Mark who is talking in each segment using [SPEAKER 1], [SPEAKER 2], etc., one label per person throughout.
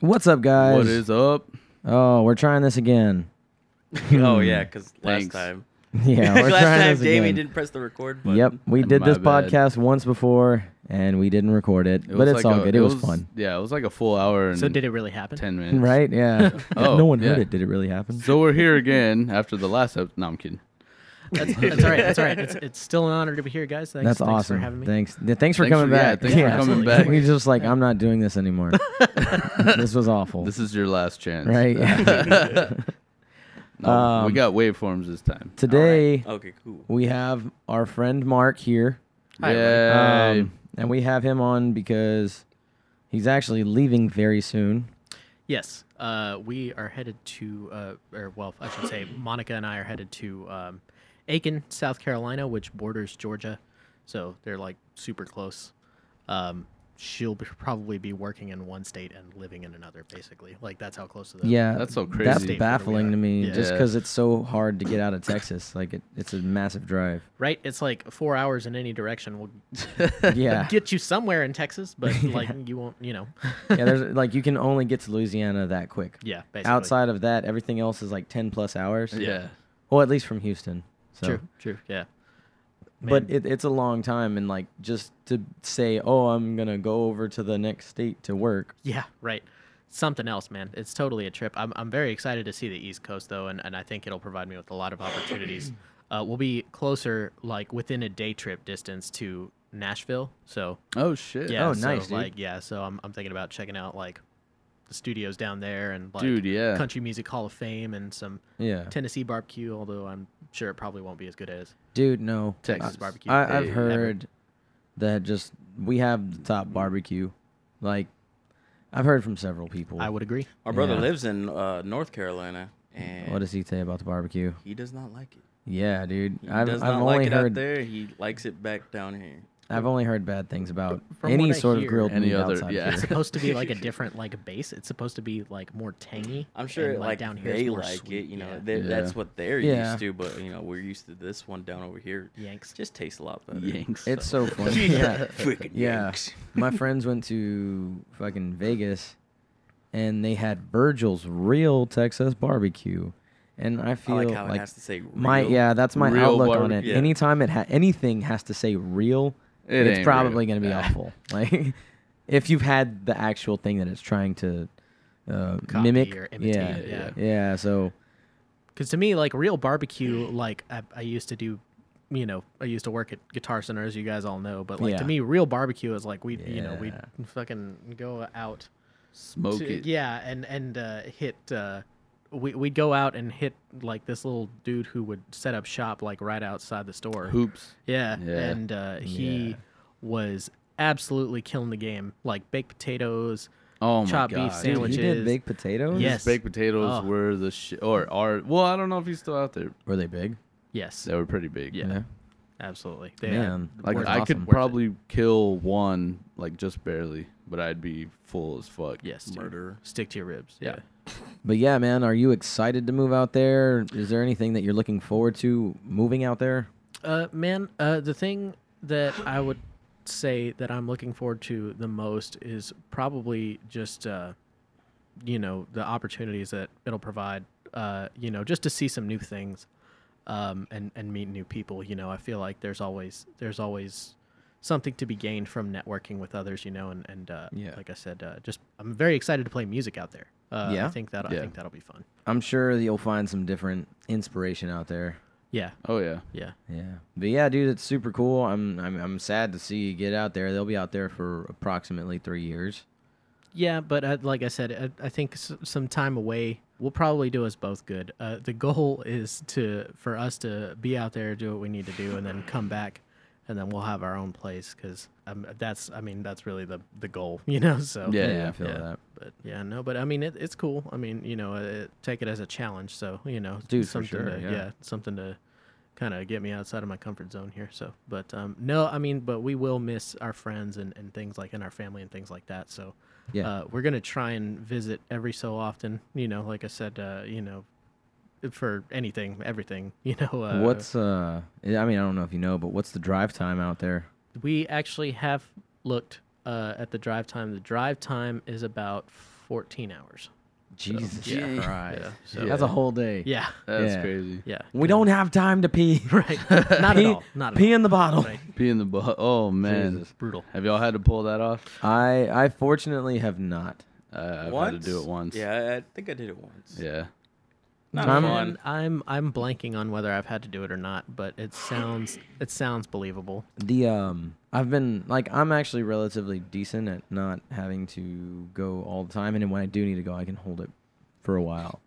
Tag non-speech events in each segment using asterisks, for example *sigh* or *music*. [SPEAKER 1] What's up, guys?
[SPEAKER 2] What is up?
[SPEAKER 1] Oh, we're trying this again. *laughs*
[SPEAKER 3] oh yeah, because last
[SPEAKER 2] Thanks.
[SPEAKER 3] time,
[SPEAKER 1] Hmm.
[SPEAKER 2] *laughs*
[SPEAKER 3] *laughs*
[SPEAKER 1] Yeah, we're
[SPEAKER 3] last
[SPEAKER 1] trying
[SPEAKER 3] time
[SPEAKER 1] this
[SPEAKER 3] Jamie
[SPEAKER 1] again.
[SPEAKER 3] didn't press the record button.
[SPEAKER 1] Yep, we did
[SPEAKER 2] My
[SPEAKER 1] this
[SPEAKER 2] bad.
[SPEAKER 1] podcast once before and we didn't record it, but it's
[SPEAKER 2] was like
[SPEAKER 1] all
[SPEAKER 2] a-
[SPEAKER 1] good. It, was, fun,
[SPEAKER 2] Yeah, it was like a full hour and
[SPEAKER 4] So did it really happen?
[SPEAKER 2] ten
[SPEAKER 1] *laughs*
[SPEAKER 2] minutes.
[SPEAKER 1] right?
[SPEAKER 2] *laughs*
[SPEAKER 1] Yeah.
[SPEAKER 2] Oh,
[SPEAKER 1] no one heard
[SPEAKER 2] yeah.
[SPEAKER 1] it. Did it really happen?
[SPEAKER 2] So we're here again after the last episode. No, I'm kidding.
[SPEAKER 4] That's, that's all right. That's
[SPEAKER 2] *laughs*
[SPEAKER 4] all right. It's, it's still an honor to be here, guys. Thanks,
[SPEAKER 1] That's
[SPEAKER 4] thanks
[SPEAKER 1] awesome.
[SPEAKER 4] for having me.
[SPEAKER 1] Thanks. th- Thanks for
[SPEAKER 2] Thanks
[SPEAKER 1] coming
[SPEAKER 2] for- yeah,
[SPEAKER 1] back.
[SPEAKER 2] thanks for
[SPEAKER 4] coming
[SPEAKER 1] *laughs*
[SPEAKER 4] back.
[SPEAKER 1] We just like I'm not doing this
[SPEAKER 2] *laughs*
[SPEAKER 1] anymore. this was awful.
[SPEAKER 2] This is your last chance. *laughs*
[SPEAKER 1] right? *laughs*
[SPEAKER 2] No, we
[SPEAKER 1] Um,
[SPEAKER 2] got waveforms this time.
[SPEAKER 3] All
[SPEAKER 1] *laughs*
[SPEAKER 3] right.
[SPEAKER 1] Today
[SPEAKER 3] Okay, cool.
[SPEAKER 1] we have our friend Mark here.
[SPEAKER 4] Hi,
[SPEAKER 2] Yay.
[SPEAKER 1] Um, and we have him on because he's actually leaving very soon.
[SPEAKER 4] Yes, uh, we are headed to, uh, or well, I should say, Monica and I are headed to um, Aiken, South Carolina, which borders Georgia, so they're like super close. Um, she'll be, probably be working in one state and living in another, basically. Like that's how close to the
[SPEAKER 1] Yeah,
[SPEAKER 2] That's so
[SPEAKER 1] That's
[SPEAKER 2] crazy.
[SPEAKER 1] baffling to me,
[SPEAKER 4] Yeah.
[SPEAKER 1] just
[SPEAKER 2] Yeah.
[SPEAKER 1] because it's so hard to get out of Texas. Like it, it's a massive
[SPEAKER 4] *laughs*
[SPEAKER 1] drive.
[SPEAKER 4] Right? It's like four hours in any direction will
[SPEAKER 1] Um,
[SPEAKER 2] *laughs*
[SPEAKER 1] Yeah,
[SPEAKER 4] get you somewhere in Texas,
[SPEAKER 1] *laughs*
[SPEAKER 4] but like you won't, you know.
[SPEAKER 1] yeah. There's like you can only get to Louisiana that quick.
[SPEAKER 4] *laughs* yeah, basically.
[SPEAKER 1] Outside of that, everything else is like ten plus hours.
[SPEAKER 2] yeah.
[SPEAKER 1] Well, at least from Houston. So.
[SPEAKER 4] True. True. Yeah.
[SPEAKER 1] But it, it's a long time, and like just to say, oh, I'm gonna go over to the next state to work.
[SPEAKER 4] Yeah, right. Something else, man. It's totally a trip. I'm, I'm very excited to see the East Coast, though, and, and I think it'll provide me with a lot of opportunities. *clears throat* Uh, we'll be closer, like within a day trip distance to Nashville. So,
[SPEAKER 2] Oh shit.
[SPEAKER 4] yeah.
[SPEAKER 1] Oh,
[SPEAKER 4] so,
[SPEAKER 1] nice, dude.
[SPEAKER 4] Like, yeah, so I'm, I'm thinking about checking out, like, the studios down there and, like,
[SPEAKER 2] Dude, yeah.
[SPEAKER 4] Country Music Hall of Fame and some
[SPEAKER 1] Yeah,
[SPEAKER 4] Tennessee barbecue, although I'm sure it probably won't be as good as
[SPEAKER 1] dude, no.
[SPEAKER 2] Texas
[SPEAKER 4] Texas barbecue.
[SPEAKER 1] I, I've
[SPEAKER 2] Hey.
[SPEAKER 1] heard that just we have the top barbecue. Like, I've heard from several people.
[SPEAKER 4] I would agree.
[SPEAKER 3] Our brother
[SPEAKER 1] Yeah.
[SPEAKER 3] lives in uh, North Carolina, and
[SPEAKER 1] What does he say about the barbecue?
[SPEAKER 3] he does not like it.
[SPEAKER 1] Yeah, dude.
[SPEAKER 3] He
[SPEAKER 1] I've,
[SPEAKER 3] does
[SPEAKER 1] I've
[SPEAKER 3] not
[SPEAKER 1] only
[SPEAKER 3] like it out
[SPEAKER 1] heard
[SPEAKER 3] there. He likes it back down here.
[SPEAKER 1] I've only heard bad things about
[SPEAKER 4] From
[SPEAKER 1] any
[SPEAKER 4] what I
[SPEAKER 1] sort of
[SPEAKER 4] hear-
[SPEAKER 1] grilled
[SPEAKER 2] Any
[SPEAKER 1] meat
[SPEAKER 2] other-
[SPEAKER 1] outside
[SPEAKER 2] yeah.
[SPEAKER 1] here. *laughs*
[SPEAKER 2] *laughs*
[SPEAKER 4] supposed to be
[SPEAKER 3] *laughs*
[SPEAKER 4] like a different like base. It's supposed to be like more tangy.
[SPEAKER 3] I'm sure
[SPEAKER 4] and,
[SPEAKER 3] like,
[SPEAKER 4] down here is
[SPEAKER 3] they
[SPEAKER 4] more
[SPEAKER 3] like it.
[SPEAKER 4] sweet,
[SPEAKER 3] You know,
[SPEAKER 4] yeah.
[SPEAKER 3] they-
[SPEAKER 2] Yeah.
[SPEAKER 3] that's what they're
[SPEAKER 1] Yeah.
[SPEAKER 3] used to. But you know, we're used to this one down over here.
[SPEAKER 4] Yanks.
[SPEAKER 3] Just tastes a lot better.
[SPEAKER 2] Yanks.
[SPEAKER 1] It's
[SPEAKER 3] *laughs*
[SPEAKER 1] so funny. yeah.
[SPEAKER 3] Freaking
[SPEAKER 1] yeah.
[SPEAKER 3] yanks.
[SPEAKER 1] My friends
[SPEAKER 3] *laughs*
[SPEAKER 1] went to fucking Vegas and they had Virgil's real Texas barbecue. And I
[SPEAKER 3] I
[SPEAKER 1] feel
[SPEAKER 3] like
[SPEAKER 1] like,
[SPEAKER 3] how it has to say real.
[SPEAKER 1] my yeah, that's my
[SPEAKER 2] Real
[SPEAKER 1] outlook on it.
[SPEAKER 2] barbecue.
[SPEAKER 3] Yeah.
[SPEAKER 1] Anytime it ha- anything has to say real,
[SPEAKER 2] It ain't
[SPEAKER 1] it's
[SPEAKER 2] real.
[SPEAKER 1] probably going to be
[SPEAKER 2] Yeah.
[SPEAKER 1] awful. *laughs* Like if you've had the actual thing that it's trying to uh,
[SPEAKER 4] Copy
[SPEAKER 1] mimic,
[SPEAKER 4] or imitate,
[SPEAKER 1] yeah,
[SPEAKER 4] yeah.
[SPEAKER 1] yeah. So
[SPEAKER 4] Because Mm. to me, like real barbecue, like I, I used to do, you know, I used to work at Guitar Center, as you guys all know. But like
[SPEAKER 1] Yeah.
[SPEAKER 4] to me, real barbecue is like we, you know, we
[SPEAKER 1] Yeah.
[SPEAKER 4] fucking go out.
[SPEAKER 2] Smoke
[SPEAKER 4] to-
[SPEAKER 2] it.
[SPEAKER 4] Yeah, and and uh, hit. Uh, we we'd go out and hit like this little dude who would set up shop like right outside the store.
[SPEAKER 2] Hoops.
[SPEAKER 4] Yeah,
[SPEAKER 2] Yeah.
[SPEAKER 4] and uh, he
[SPEAKER 1] Yeah.
[SPEAKER 4] was absolutely killing the game. Like baked potatoes,
[SPEAKER 2] Oh my
[SPEAKER 4] chopped
[SPEAKER 2] god.
[SPEAKER 4] beef
[SPEAKER 1] dude, he did
[SPEAKER 4] sandwiches.
[SPEAKER 1] baked potatoes.
[SPEAKER 2] His
[SPEAKER 4] Yes.
[SPEAKER 2] baked potatoes
[SPEAKER 4] Oh.
[SPEAKER 2] were the shit, or are well. I don't know if he's still out there.
[SPEAKER 1] Were they big?
[SPEAKER 4] yes,
[SPEAKER 2] They were pretty big.
[SPEAKER 4] Yeah. absolutely. They
[SPEAKER 1] Man,
[SPEAKER 2] Like
[SPEAKER 4] worth
[SPEAKER 2] I
[SPEAKER 4] it.
[SPEAKER 2] could
[SPEAKER 4] Worth it.
[SPEAKER 2] probably kill one, like just barely, but I'd be full as fuck.
[SPEAKER 4] yes dude.
[SPEAKER 3] murder.
[SPEAKER 4] Stick to your ribs.
[SPEAKER 2] Yeah.
[SPEAKER 4] Yeah.
[SPEAKER 1] But yeah, man, are you excited to move out there? Is there anything that you're looking forward to moving out there?
[SPEAKER 4] Uh, man, uh, the thing that I would say that I'm looking forward to the most is probably just, uh, you know, the opportunities that it'll provide. Uh, you know, just to see some new things, um, and and meet new people. You know, I feel like there's always there's always something to be gained from networking with others. You know, and and uh,
[SPEAKER 1] Yeah.
[SPEAKER 4] like I said, uh, just I'm very excited to play music out there. Uh,
[SPEAKER 1] Yeah?
[SPEAKER 4] I think that
[SPEAKER 2] Yeah.
[SPEAKER 4] I think that'll be fun.
[SPEAKER 1] I'm sure that you'll find some different inspiration out there.
[SPEAKER 4] Yeah,
[SPEAKER 2] Oh yeah.
[SPEAKER 4] yeah.
[SPEAKER 1] Yeah. But yeah, dude, it's super cool. I'm I'm I'm sad to see you get out there. They'll be out there for approximately 3 years.
[SPEAKER 4] Yeah, but uh, like I said, I, I think s- some time away will probably do us both good. Uh, the goal is to for us to be out there, do what we need to do, and then come back, and then we'll have our own place. Because um, that's, I mean, that's really the the goal, *laughs* you know. So
[SPEAKER 2] Yeah,
[SPEAKER 1] I feel
[SPEAKER 4] yeah.
[SPEAKER 1] that.
[SPEAKER 4] But yeah, no, but I mean, it, it's cool. I mean, you know, uh take it as a challenge. So you know,
[SPEAKER 1] Dude, for
[SPEAKER 4] something
[SPEAKER 1] sure,
[SPEAKER 4] to,
[SPEAKER 1] yeah.
[SPEAKER 4] something to kind of get me outside of my comfort zone here. So, but um, no, I mean, but we will miss our friends and, and things like and our family and things like that. So
[SPEAKER 1] Yeah.
[SPEAKER 4] uh, we're gonna try and visit every so often. You know, like I said, uh, you know, for anything, everything. *laughs* You know, uh,
[SPEAKER 1] what's uh? I mean, I don't know if you know, but what's the drive time out there?
[SPEAKER 4] we actually have looked uh, at the drive time. The drive time is about 14 hours.
[SPEAKER 1] Jesus
[SPEAKER 3] Yeah.
[SPEAKER 1] Christ,
[SPEAKER 4] Yeah,
[SPEAKER 2] so-
[SPEAKER 1] that's a whole day.
[SPEAKER 4] Yeah, *laughs*
[SPEAKER 2] That's
[SPEAKER 1] Yeah.
[SPEAKER 2] crazy.
[SPEAKER 4] yeah.
[SPEAKER 1] we don't have time to *laughs* pee.
[SPEAKER 4] *laughs* right. Not at
[SPEAKER 1] Pee-
[SPEAKER 4] all. Not at
[SPEAKER 1] pee
[SPEAKER 4] all.
[SPEAKER 1] in the bottle.
[SPEAKER 4] Right.
[SPEAKER 2] Pee in the butt. Oh man,
[SPEAKER 4] Jesus, brutal.
[SPEAKER 2] have y'all had to pull that off?
[SPEAKER 1] I I fortunately have not.
[SPEAKER 2] Uh, I've had to do it once.
[SPEAKER 3] Yeah, I- I think I did it once.
[SPEAKER 2] Yeah.
[SPEAKER 3] Not
[SPEAKER 1] I'm-
[SPEAKER 3] fun.
[SPEAKER 4] I'm I'm blanking on whether I've had to do it or not, but it sounds it sounds believable.
[SPEAKER 1] The um I've been like I'm actually relatively decent at not having to go all the time and then when I do need to go I can hold it for a while.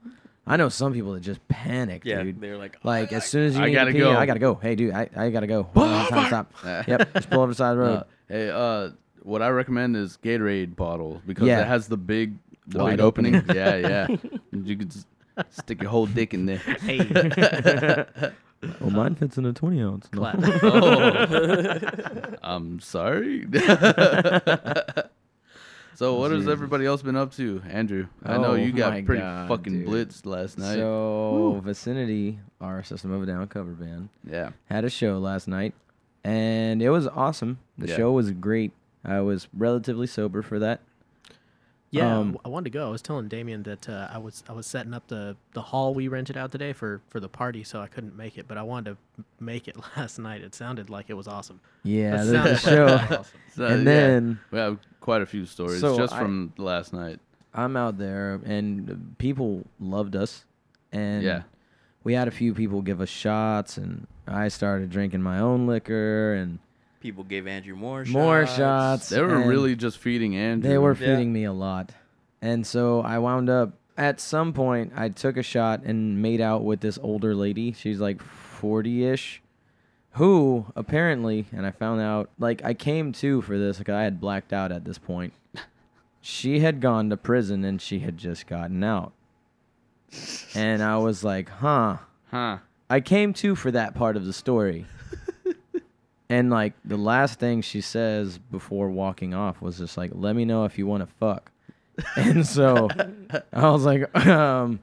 [SPEAKER 1] I know some people that just panic,
[SPEAKER 3] Yeah,
[SPEAKER 1] dude.
[SPEAKER 3] they're like, oh,
[SPEAKER 1] Like as soon as you
[SPEAKER 2] I
[SPEAKER 1] need
[SPEAKER 2] gotta
[SPEAKER 1] to pee,
[SPEAKER 2] go.
[SPEAKER 1] I gotta go. Hey dude, I, I gotta go. I don't have time to
[SPEAKER 2] *laughs*
[SPEAKER 1] stop. yep, just pull over to the side of the road.
[SPEAKER 2] Uh, hey, uh, what I recommend is Gatorade bottles because
[SPEAKER 1] Yeah.
[SPEAKER 2] it has the big the
[SPEAKER 1] Wide
[SPEAKER 2] big
[SPEAKER 1] opening.
[SPEAKER 2] opening. yeah, yeah.
[SPEAKER 4] *laughs*
[SPEAKER 2] You could s- stick your whole dick in there.
[SPEAKER 4] Hey, *laughs*
[SPEAKER 1] well, mine fits in a 20 ounce. No.
[SPEAKER 4] clap.
[SPEAKER 1] *laughs*
[SPEAKER 2] Oh. *laughs* I'm sorry. so what has everybody else been up to, Andrew? I know
[SPEAKER 1] Oh
[SPEAKER 2] you
[SPEAKER 1] my
[SPEAKER 2] got pretty
[SPEAKER 1] God,
[SPEAKER 2] fucking
[SPEAKER 1] dude.
[SPEAKER 2] blitzed last night.
[SPEAKER 1] So, Vicinity, our System of a Down cover band,
[SPEAKER 2] yeah.
[SPEAKER 1] had a show last night, and it was awesome. The
[SPEAKER 2] Yeah.
[SPEAKER 1] show was great. I was relatively sober for that.
[SPEAKER 4] Yeah,
[SPEAKER 1] Um,
[SPEAKER 4] w- I wanted to go. I was telling Damien that uh, I was I was setting up the the hall we rented out today for for the party, so I couldn't make it. But I wanted to m- make it *laughs* last night. It sounded like it was awesome.
[SPEAKER 1] Yeah,
[SPEAKER 4] That
[SPEAKER 1] the, the
[SPEAKER 4] sounds
[SPEAKER 1] show. *laughs*
[SPEAKER 4] awesome.
[SPEAKER 2] So,
[SPEAKER 1] And
[SPEAKER 2] yeah,
[SPEAKER 1] then-
[SPEAKER 2] we have quite a few stories
[SPEAKER 1] So
[SPEAKER 2] just
[SPEAKER 1] I-
[SPEAKER 2] from last night.
[SPEAKER 1] I'm out there, and people loved us, and
[SPEAKER 2] Yeah.
[SPEAKER 1] we had a few people give us shots, and I started drinking my own liquor and
[SPEAKER 3] people gave Andrew more shots.
[SPEAKER 1] more shots.
[SPEAKER 2] They were
[SPEAKER 1] and-
[SPEAKER 2] really just feeding Andrew.
[SPEAKER 1] They were
[SPEAKER 3] Yeah.
[SPEAKER 1] feeding me a lot. And so I wound up at some point I took a shot and made out with this older lady. She's like 40-ish who apparently and I found out like I came to for this cuz I had blacked out at this point. She had gone to prison and she had just gotten out. And I was like, "Huh."
[SPEAKER 2] huh?
[SPEAKER 1] I came to for that part of the story.
[SPEAKER 4] *laughs*
[SPEAKER 1] and like the last thing she says before walking off was just like, "Let me know if you want to
[SPEAKER 4] *laughs*
[SPEAKER 1] fuck." and so I was like, um,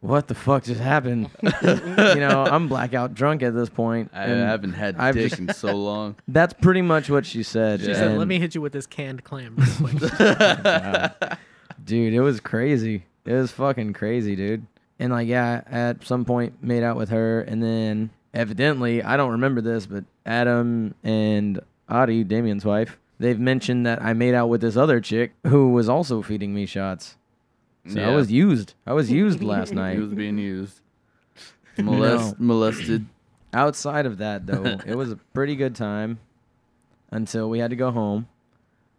[SPEAKER 1] "What the fuck just
[SPEAKER 4] *laughs*
[SPEAKER 1] happened?" you know, I'm blackout drunk at this point.
[SPEAKER 2] I
[SPEAKER 1] and
[SPEAKER 2] haven't had
[SPEAKER 1] I've
[SPEAKER 2] dick
[SPEAKER 1] just-
[SPEAKER 2] in so long.
[SPEAKER 1] *laughs* That's pretty much what she said.
[SPEAKER 4] She said, "Let
[SPEAKER 1] and-
[SPEAKER 4] me hit you with this canned clam."
[SPEAKER 1] *laughs*
[SPEAKER 4] real quick." *laughs*
[SPEAKER 1] dude it was crazy it was fucking crazy dude and like yeah at some point made out with her and then evidently i don't remember this but adam and adi damien's wife they've mentioned that i made out with this other chick who was also feeding me shots so i
[SPEAKER 2] Yeah.
[SPEAKER 1] was used i was used
[SPEAKER 2] *laughs*
[SPEAKER 1] last night
[SPEAKER 2] He was
[SPEAKER 1] *laughs*
[SPEAKER 2] being used. Molest, Molested.
[SPEAKER 1] outside of that
[SPEAKER 2] *laughs*
[SPEAKER 1] though it was a pretty good time until we had to go home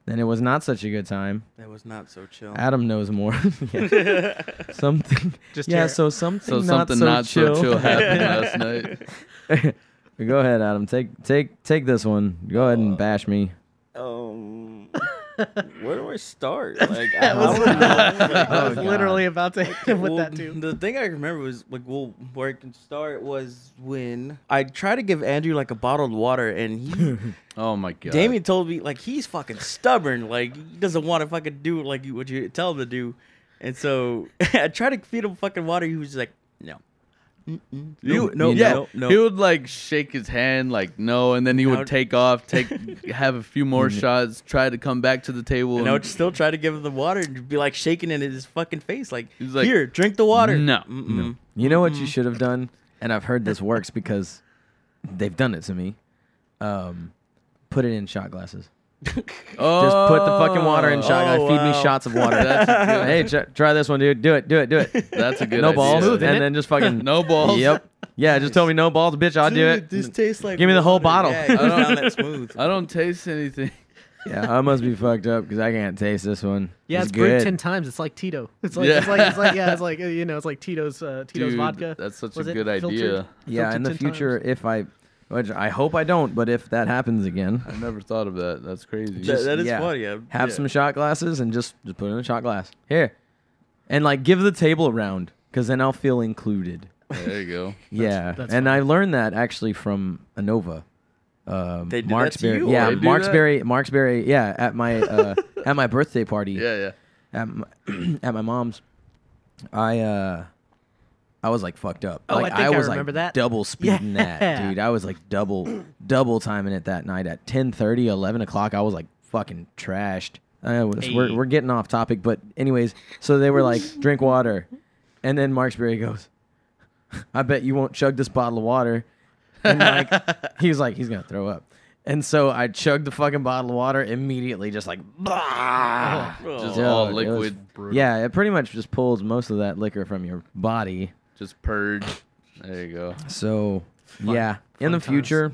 [SPEAKER 1] then it was not such a good time
[SPEAKER 3] That was not so chill. *laughs*
[SPEAKER 1] Adam knows more. *laughs* Yeah. something.
[SPEAKER 4] Just
[SPEAKER 1] yeah.
[SPEAKER 4] your-
[SPEAKER 1] So something.
[SPEAKER 2] So
[SPEAKER 1] not
[SPEAKER 2] something
[SPEAKER 1] so
[SPEAKER 2] not
[SPEAKER 1] chill.
[SPEAKER 2] so chill happened last night.
[SPEAKER 1] *laughs* Go ahead, Adam. Take take take this one. Go ahead
[SPEAKER 2] Uh.
[SPEAKER 1] and bash
[SPEAKER 2] *laughs*
[SPEAKER 1] me.
[SPEAKER 3] *laughs* Um, where do I
[SPEAKER 4] *laughs*
[SPEAKER 3] start? Like, I,
[SPEAKER 4] was-
[SPEAKER 3] don't know. Like,
[SPEAKER 4] *laughs* I was
[SPEAKER 1] God.
[SPEAKER 4] literally about to hit him *laughs* with
[SPEAKER 3] well,
[SPEAKER 4] that too.
[SPEAKER 3] The thing I remember was like, well, where I can start was when I tried to give Andrew like a bottled water,
[SPEAKER 1] *laughs*
[SPEAKER 3] and he,
[SPEAKER 2] Oh my god.
[SPEAKER 3] Damien told me like he's fucking stubborn, like he doesn't want to fucking do like you- what you tell him to do, and so *laughs* I tried to feed him fucking water. He was like, no, Mm-mm.
[SPEAKER 2] You,
[SPEAKER 3] no,
[SPEAKER 2] yeah,
[SPEAKER 3] no, no.
[SPEAKER 2] He would like shake his hand, like no, and then he
[SPEAKER 3] No.
[SPEAKER 2] would take off,
[SPEAKER 1] *laughs*
[SPEAKER 2] take, have a few more shots, try to come back to the table.
[SPEAKER 3] and I would still try to give him the water and be like shaking it in his fucking face, like,
[SPEAKER 2] He's like,
[SPEAKER 3] here, drink the water.
[SPEAKER 2] "No,
[SPEAKER 3] Mm-mm.
[SPEAKER 1] You know what you should have done, and I've heard this works because they've done it to me. Um, put it in shot glasses. Just put the fucking water in shot. glass.
[SPEAKER 3] Oh,
[SPEAKER 1] Feed me
[SPEAKER 3] wow.
[SPEAKER 1] shots of water.
[SPEAKER 2] *laughs* That's a
[SPEAKER 1] *laughs*
[SPEAKER 2] good-
[SPEAKER 1] hey, tr- try this one, dude. Do it. Do it. Do it.
[SPEAKER 2] That's a good
[SPEAKER 1] no
[SPEAKER 2] idea.
[SPEAKER 1] balls,
[SPEAKER 2] Smooth,
[SPEAKER 1] and
[SPEAKER 4] it?
[SPEAKER 1] then just fucking
[SPEAKER 2] *laughs* No balls.
[SPEAKER 1] Yep. Yeah, just tell me no balls, bitch. I'll do it. Mm.
[SPEAKER 3] This tastes like
[SPEAKER 1] Give me the whole
[SPEAKER 3] water.
[SPEAKER 1] bottle.
[SPEAKER 3] Yeah, it
[SPEAKER 2] I don't-
[SPEAKER 3] goes down that smooth.
[SPEAKER 2] I don't
[SPEAKER 1] *laughs*
[SPEAKER 2] taste anything.
[SPEAKER 1] Yeah, I must be fucked up because I can't taste this one.
[SPEAKER 4] Yeah, it's brewed
[SPEAKER 1] good.
[SPEAKER 4] ten times. It's like Tito. *laughs* It's like
[SPEAKER 2] Yeah.
[SPEAKER 4] it's like it's like yeah, it's like uh, you know, it's like Tito's uh, Tito's
[SPEAKER 2] Dude,
[SPEAKER 4] vodka.
[SPEAKER 2] that's such a
[SPEAKER 4] Was it
[SPEAKER 2] good
[SPEAKER 4] filtered-
[SPEAKER 2] idea.
[SPEAKER 1] yeah,
[SPEAKER 4] filtered
[SPEAKER 1] in the
[SPEAKER 4] 10 times?
[SPEAKER 1] future, if I, which I hope I don't, but if that happens again,
[SPEAKER 2] I never thought of that. That's crazy.
[SPEAKER 3] That- *laughs* that is
[SPEAKER 1] yeah.
[SPEAKER 3] funny. I-
[SPEAKER 1] have
[SPEAKER 3] yeah.
[SPEAKER 1] some shot glasses and just just put it in a shot glass here, and like give the table a round because then I'll feel included.
[SPEAKER 2] there
[SPEAKER 1] *laughs*
[SPEAKER 2] you go.
[SPEAKER 1] yeah,
[SPEAKER 4] that's
[SPEAKER 1] and I learned that actually from Anova. Um,
[SPEAKER 3] They did that to
[SPEAKER 1] Marksberry,
[SPEAKER 3] you,
[SPEAKER 1] yeah,
[SPEAKER 2] or- They do that?
[SPEAKER 1] Marksberry, Marksberry, yeah, at my uh, at my birthday
[SPEAKER 3] *laughs*
[SPEAKER 1] party. *clears throat*
[SPEAKER 2] Yeah, yeah.
[SPEAKER 1] at my, at my mom's, I uh, I I was like fucked up.
[SPEAKER 4] Oh, I
[SPEAKER 1] like
[SPEAKER 4] think I
[SPEAKER 1] was
[SPEAKER 4] remember
[SPEAKER 1] like
[SPEAKER 4] that.
[SPEAKER 1] double speeding that,
[SPEAKER 4] *laughs* Yeah.
[SPEAKER 1] dude. I was like double double timing it that night at 10:30, 11 o'clock. I was like fucking trashed. I was- we're
[SPEAKER 3] Hey.
[SPEAKER 1] we're getting off topic, but anyways, so they were
[SPEAKER 4] *laughs*
[SPEAKER 1] like drink water, and then Mark Sperry goes, "I bet you won't chug this bottle of water." And
[SPEAKER 4] *laughs*
[SPEAKER 1] like he was like he's gonna throw up. And so I chugged the fucking bottle of water immediately, just like, bah!
[SPEAKER 3] Oh,
[SPEAKER 2] Just
[SPEAKER 1] Dude, it
[SPEAKER 2] all
[SPEAKER 1] was
[SPEAKER 2] liquid.
[SPEAKER 4] Brutal.
[SPEAKER 1] yeah, it pretty much just pulls most of that liquor from your body.
[SPEAKER 2] Just purge. There you go.
[SPEAKER 1] So yeah, in
[SPEAKER 4] fun
[SPEAKER 1] the *laughs*
[SPEAKER 4] times.
[SPEAKER 1] future,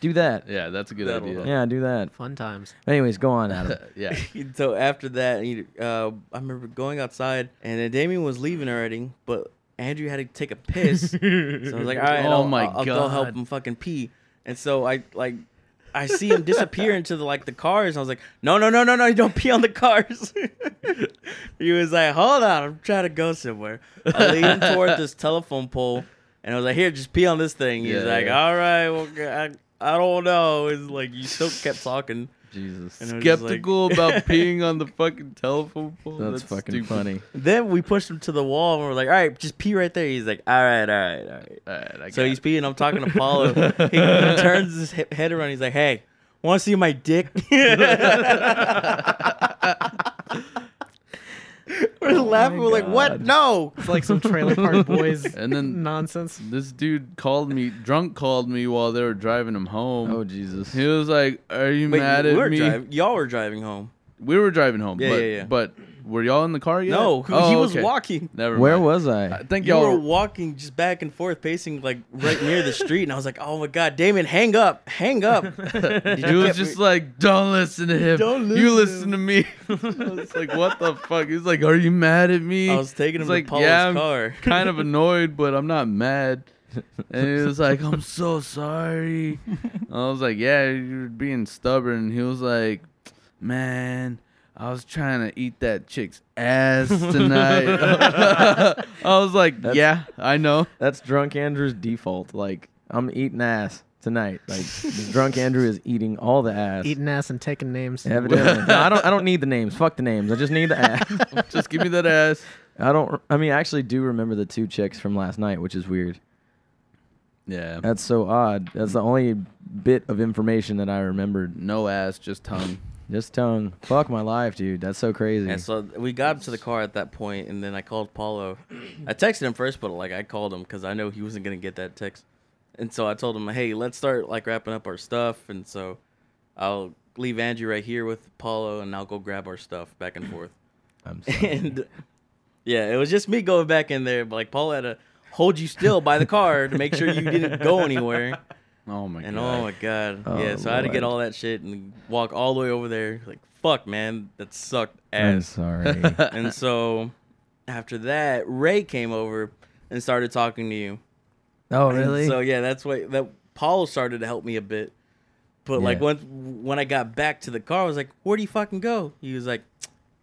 [SPEAKER 1] do that.
[SPEAKER 2] Yeah, that's a good
[SPEAKER 3] That'll
[SPEAKER 2] idea.
[SPEAKER 3] help.
[SPEAKER 1] yeah, do that.
[SPEAKER 4] Fun times.
[SPEAKER 1] Anyways, go on,
[SPEAKER 2] *laughs*
[SPEAKER 1] Adam.
[SPEAKER 2] yeah.
[SPEAKER 3] *laughs* And so after that, you- uh, I remember going outside, and then Damien was leaving already, but Andrew had to take a piss. so I
[SPEAKER 2] *laughs*
[SPEAKER 3] was like, all right,
[SPEAKER 2] Oh
[SPEAKER 3] I'll,
[SPEAKER 2] my
[SPEAKER 3] I'll, I'll go help
[SPEAKER 2] God.
[SPEAKER 3] him fucking pee. And so I like, I see him
[SPEAKER 2] *laughs*
[SPEAKER 3] disappear into the like the cars. I was like, no, no, no, no, no, you don't pee on the cars. *laughs* he was like, hold on, I'm trying to go somewhere. I lead him toward this telephone pole, and I was like, here, just pee on this thing. He's
[SPEAKER 2] Yeah,
[SPEAKER 3] like,
[SPEAKER 2] yeah.
[SPEAKER 3] all right, well, I, I don't know. It's like you still kept talking.
[SPEAKER 2] Jesus.
[SPEAKER 3] And I was just like-
[SPEAKER 2] Skeptical
[SPEAKER 3] *laughs*
[SPEAKER 2] about peeing on the fucking telephone pole.
[SPEAKER 1] That's, fucking
[SPEAKER 2] stupid. *laughs*
[SPEAKER 1] funny.
[SPEAKER 3] Then we pushed him to the wall and we're like, all right, just pee right there. He's like, all right, all right, all right.
[SPEAKER 2] All right, I
[SPEAKER 3] So
[SPEAKER 2] got
[SPEAKER 3] he's
[SPEAKER 2] it.
[SPEAKER 3] peeing. I'm talking to Paulo. he, he turns his he- head around. He's like, hey, want to see my dick? *laughs* we're laughing. We're like, what? No.
[SPEAKER 4] It's
[SPEAKER 1] *laughs*
[SPEAKER 4] like some trailer park boys
[SPEAKER 2] *laughs* And then-
[SPEAKER 3] *laughs*
[SPEAKER 4] *laughs* nonsense.
[SPEAKER 2] This dude called me, drunk called me while they were driving him home.
[SPEAKER 1] Oh Jesus.
[SPEAKER 2] He was like, "Are you
[SPEAKER 3] Wait,
[SPEAKER 2] mad at
[SPEAKER 3] we were
[SPEAKER 2] me?"
[SPEAKER 3] driving. Y'all were driving home.
[SPEAKER 2] We were driving home.
[SPEAKER 3] Yeah,
[SPEAKER 2] but,
[SPEAKER 3] yeah, yeah.
[SPEAKER 2] But were y'all in the car yet?
[SPEAKER 3] No,
[SPEAKER 2] Oh,
[SPEAKER 3] he was
[SPEAKER 2] okay.
[SPEAKER 3] walking.
[SPEAKER 2] Never.
[SPEAKER 1] Where
[SPEAKER 2] mind.
[SPEAKER 1] was
[SPEAKER 2] I
[SPEAKER 1] I?
[SPEAKER 2] think
[SPEAKER 3] You
[SPEAKER 2] y'all. *laughs*
[SPEAKER 3] were walking just back and forth, pacing like right near the street, and I was like, "Oh my god, Damon, hang up,
[SPEAKER 2] *laughs*
[SPEAKER 3] hang up!"
[SPEAKER 2] He was just like, "Don't listen to him.
[SPEAKER 3] Don't
[SPEAKER 2] you listen
[SPEAKER 3] listen
[SPEAKER 2] to me." *laughs*
[SPEAKER 3] *laughs*
[SPEAKER 2] It's like, "What the fuck?" He's like, "Are you mad at me?"
[SPEAKER 3] I was taking
[SPEAKER 2] He's
[SPEAKER 3] him
[SPEAKER 2] like,
[SPEAKER 3] to Paul's
[SPEAKER 2] "Yeah, I'm
[SPEAKER 3] car.
[SPEAKER 2] kind of annoyed, but I'm not mad." And he was like, "I'm so sorry." I was like, "Yeah, you're being stubborn." And he was like, "Man." I was trying to eat that chick's ass tonight. *laughs* I was like,
[SPEAKER 1] That's-
[SPEAKER 2] "Yeah, I know."
[SPEAKER 1] That's drunk Andrew's default. Like I'm eating ass tonight. Like
[SPEAKER 2] *laughs*
[SPEAKER 1] drunk Andrew is eating all the ass.
[SPEAKER 4] Eating ass and taking
[SPEAKER 1] *laughs*
[SPEAKER 4] names. *laughs*
[SPEAKER 1] Evidently. no, I don't. I don't need the names. Fuck the names. I just need the
[SPEAKER 2] *laughs*
[SPEAKER 1] ass.
[SPEAKER 2] Just give me that ass.
[SPEAKER 1] I don't. I mean, I actually do remember the two chicks from last night, which is weird.
[SPEAKER 2] Yeah.
[SPEAKER 1] That's so odd. That's the only bit of information that I remembered.
[SPEAKER 2] No ass, just tongue.
[SPEAKER 1] Just tongue. Fuck my life, dude. That's so crazy.
[SPEAKER 3] And so we got to the car at that point, and then I called Paulo. I texted him first, but like I called him because I know he wasn't gonna get that text. And so I told him, "Hey, let's start like wrapping up our stuff." And so I'll leave Angie right here with Paulo, and I'll go grab our stuff back and forth.
[SPEAKER 1] I'm sorry.
[SPEAKER 3] and yeah, it was just me going back in there, but like Paulo had to hold you still by the car to make sure you didn't go anywhere.
[SPEAKER 2] Oh my
[SPEAKER 3] And
[SPEAKER 2] god.
[SPEAKER 3] oh my god,
[SPEAKER 1] Oh,
[SPEAKER 3] yeah. So I had to get
[SPEAKER 1] Lord.
[SPEAKER 3] all that shit and walk all the way over there. Like fuck, man, that sucked
[SPEAKER 1] I'm
[SPEAKER 3] ass
[SPEAKER 1] sorry.
[SPEAKER 2] *laughs*
[SPEAKER 3] and so after that, Ray came over and started talking to you.
[SPEAKER 1] oh
[SPEAKER 3] And
[SPEAKER 1] really?
[SPEAKER 3] so yeah, that's why that Paul started to help me a bit. But like
[SPEAKER 1] Yeah.
[SPEAKER 3] once when I got back to the car, I was like, "Where do you fucking go?" He was like,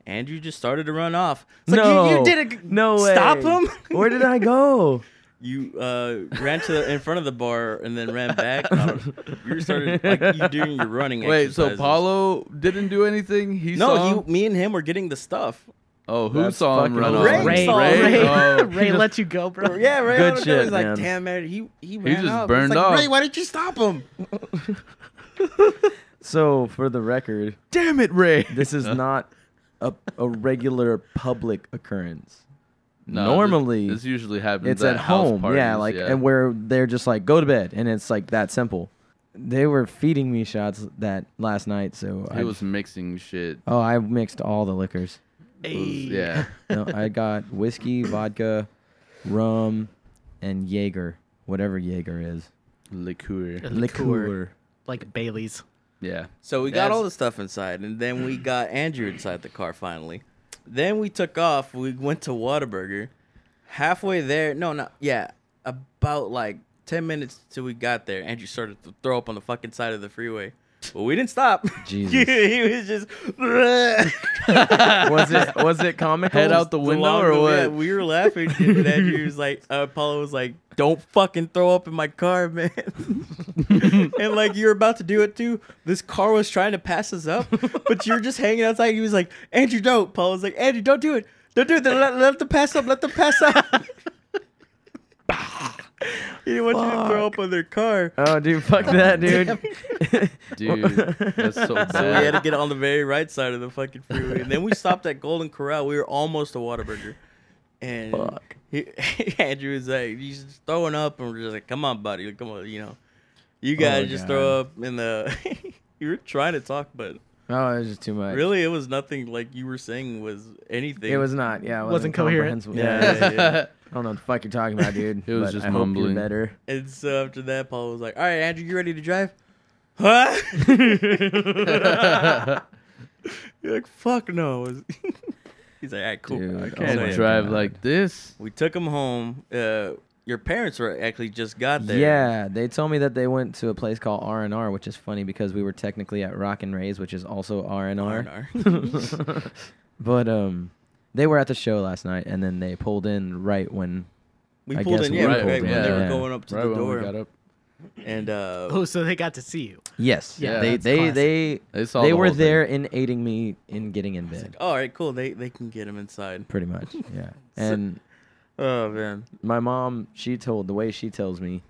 [SPEAKER 3] "Andrew just started to run off." It's like, you, you did it.
[SPEAKER 1] no way.
[SPEAKER 3] Stop him.
[SPEAKER 1] Where did I go?
[SPEAKER 3] You uh, ran to the in front of the bar and then ran back. I don't- you started like you doing your running.
[SPEAKER 2] Wait, so
[SPEAKER 3] exercises.
[SPEAKER 2] Paulo didn't do anything? He saw
[SPEAKER 3] No,
[SPEAKER 2] him?
[SPEAKER 3] he, me and him were getting the stuff.
[SPEAKER 2] Oh, who
[SPEAKER 1] That's
[SPEAKER 2] saw him
[SPEAKER 1] fucking
[SPEAKER 2] run
[SPEAKER 1] Ray
[SPEAKER 2] off?
[SPEAKER 4] Ray,
[SPEAKER 3] saw
[SPEAKER 4] Ray,
[SPEAKER 3] him.
[SPEAKER 4] *laughs* Ray,
[SPEAKER 2] Oh,
[SPEAKER 4] let you go, bro.
[SPEAKER 3] Yeah, Ray.
[SPEAKER 1] Good
[SPEAKER 3] Good shit,
[SPEAKER 1] shit,
[SPEAKER 3] was like,
[SPEAKER 1] man.
[SPEAKER 3] damn man, he he ran
[SPEAKER 2] just
[SPEAKER 3] off. It's
[SPEAKER 2] burned
[SPEAKER 3] like,
[SPEAKER 2] off.
[SPEAKER 3] Ray, why didn't you stop him?
[SPEAKER 1] So for the record,
[SPEAKER 2] damn it, Ray.
[SPEAKER 1] this is not a, a regular public occurrence.
[SPEAKER 2] No,
[SPEAKER 1] Normally,
[SPEAKER 2] this, this usually happens.
[SPEAKER 1] It's at
[SPEAKER 2] house
[SPEAKER 1] home,
[SPEAKER 2] parties,
[SPEAKER 1] yeah, like and where they're just like go to bed, and it's like that simple. They were feeding me shots that last night, so I
[SPEAKER 2] he was mixing shit.
[SPEAKER 1] oh I mixed all the liquors.
[SPEAKER 2] It was-
[SPEAKER 4] *laughs*
[SPEAKER 2] yeah,
[SPEAKER 1] no, I got whiskey, vodka, rum, and Jaeger, whatever Jaeger is.
[SPEAKER 2] liqueur.
[SPEAKER 4] Liqueur. Like Bailey's.
[SPEAKER 1] *laughs*
[SPEAKER 2] Yeah,
[SPEAKER 3] So we got
[SPEAKER 2] That's-
[SPEAKER 3] all the stuff inside, and then we got Andrew inside the car finally. Then we took off. We went to Whataburger. Halfway there, no, not yeah, about like ten minutes till we got there. Andrew started to throw up on the fucking side of the freeway, but we didn't stop. *laughs*
[SPEAKER 1] Jesus.
[SPEAKER 3] he was just *laughs* head
[SPEAKER 1] was it was it comical?
[SPEAKER 2] head out the window or what?
[SPEAKER 3] we were laughing, and Andrew was like, uh, Paula was like, "Don't fucking throw up in my car, man." *laughs* and like you're about to do it too. This car was trying to pass us up, but you're just hanging outside. He was like, Andrew, *laughs* don't. Paul was like, Andrew, don't do it. Don't do it. Let, let them pass up. Let them pass up. They didn't want you to throw up on their car.
[SPEAKER 1] Oh, dude, fuck that, dude.
[SPEAKER 2] Dude, that's so bad.
[SPEAKER 3] So we had to get on the very right side of the fucking freeway. And then we stopped at Golden Corral. We were almost to Whataburger. And
[SPEAKER 1] Fuck.
[SPEAKER 3] He, *laughs* Andrew was like, he's just throwing up. And we're just like, come on, buddy. Come on, you know. You
[SPEAKER 1] Oh,
[SPEAKER 3] guys just throw up in the. *laughs* you were trying to talk, but
[SPEAKER 1] Oh, it was just too much.
[SPEAKER 3] really it was nothing like you were saying was anything.
[SPEAKER 1] It was not. Yeah, it wasn't,
[SPEAKER 4] Wasn't coherent.
[SPEAKER 1] comprehensible.
[SPEAKER 3] Yeah,
[SPEAKER 1] Yeah,
[SPEAKER 3] yeah, yeah.
[SPEAKER 1] I don't know what the fuck you're talking about, dude.
[SPEAKER 2] It was
[SPEAKER 1] but
[SPEAKER 2] just
[SPEAKER 1] I hope you're
[SPEAKER 2] mumbling.
[SPEAKER 1] better.
[SPEAKER 3] And so after that, Paul was like, all right, Andrew, you ready to drive?
[SPEAKER 1] *laughs*
[SPEAKER 3] Huh? *laughs*
[SPEAKER 2] *laughs*
[SPEAKER 3] You're like, fuck no. *laughs* He's like, all right, cool.
[SPEAKER 1] Dude, I
[SPEAKER 2] Can't
[SPEAKER 1] Oh my
[SPEAKER 2] drive
[SPEAKER 1] God.
[SPEAKER 2] like this.
[SPEAKER 3] We took him home. Uh, your parents were actually just got there.
[SPEAKER 1] Yeah, they told me that they went to a place called R and R, which is funny because we were technically at Rock and Rays, which is also R and R. *laughs*
[SPEAKER 3] R&R. *laughs*
[SPEAKER 1] But um, they were at the show last night, and then they pulled in right when
[SPEAKER 3] we
[SPEAKER 1] I
[SPEAKER 3] pulled
[SPEAKER 1] guess
[SPEAKER 3] in,
[SPEAKER 1] we
[SPEAKER 3] yeah,
[SPEAKER 1] were
[SPEAKER 3] right,
[SPEAKER 1] pulled
[SPEAKER 3] right
[SPEAKER 1] in,
[SPEAKER 3] when they were
[SPEAKER 1] yeah.
[SPEAKER 3] going up to
[SPEAKER 2] Right
[SPEAKER 3] the
[SPEAKER 2] when
[SPEAKER 3] door.
[SPEAKER 2] we got up.
[SPEAKER 3] And uh,
[SPEAKER 4] Oh, so they got to see you.
[SPEAKER 1] yes,
[SPEAKER 4] Yeah,
[SPEAKER 1] they
[SPEAKER 4] that's
[SPEAKER 1] they
[SPEAKER 4] classic.
[SPEAKER 1] they
[SPEAKER 2] They saw
[SPEAKER 1] they
[SPEAKER 2] the
[SPEAKER 1] were
[SPEAKER 2] whole thing.
[SPEAKER 1] there in aiding me in getting in bed,
[SPEAKER 3] oh, all right, cool. They they can get him inside.
[SPEAKER 1] pretty much. Yeah,
[SPEAKER 3] *laughs*
[SPEAKER 1] and
[SPEAKER 3] Oh man,
[SPEAKER 1] my mom she told the way she tells me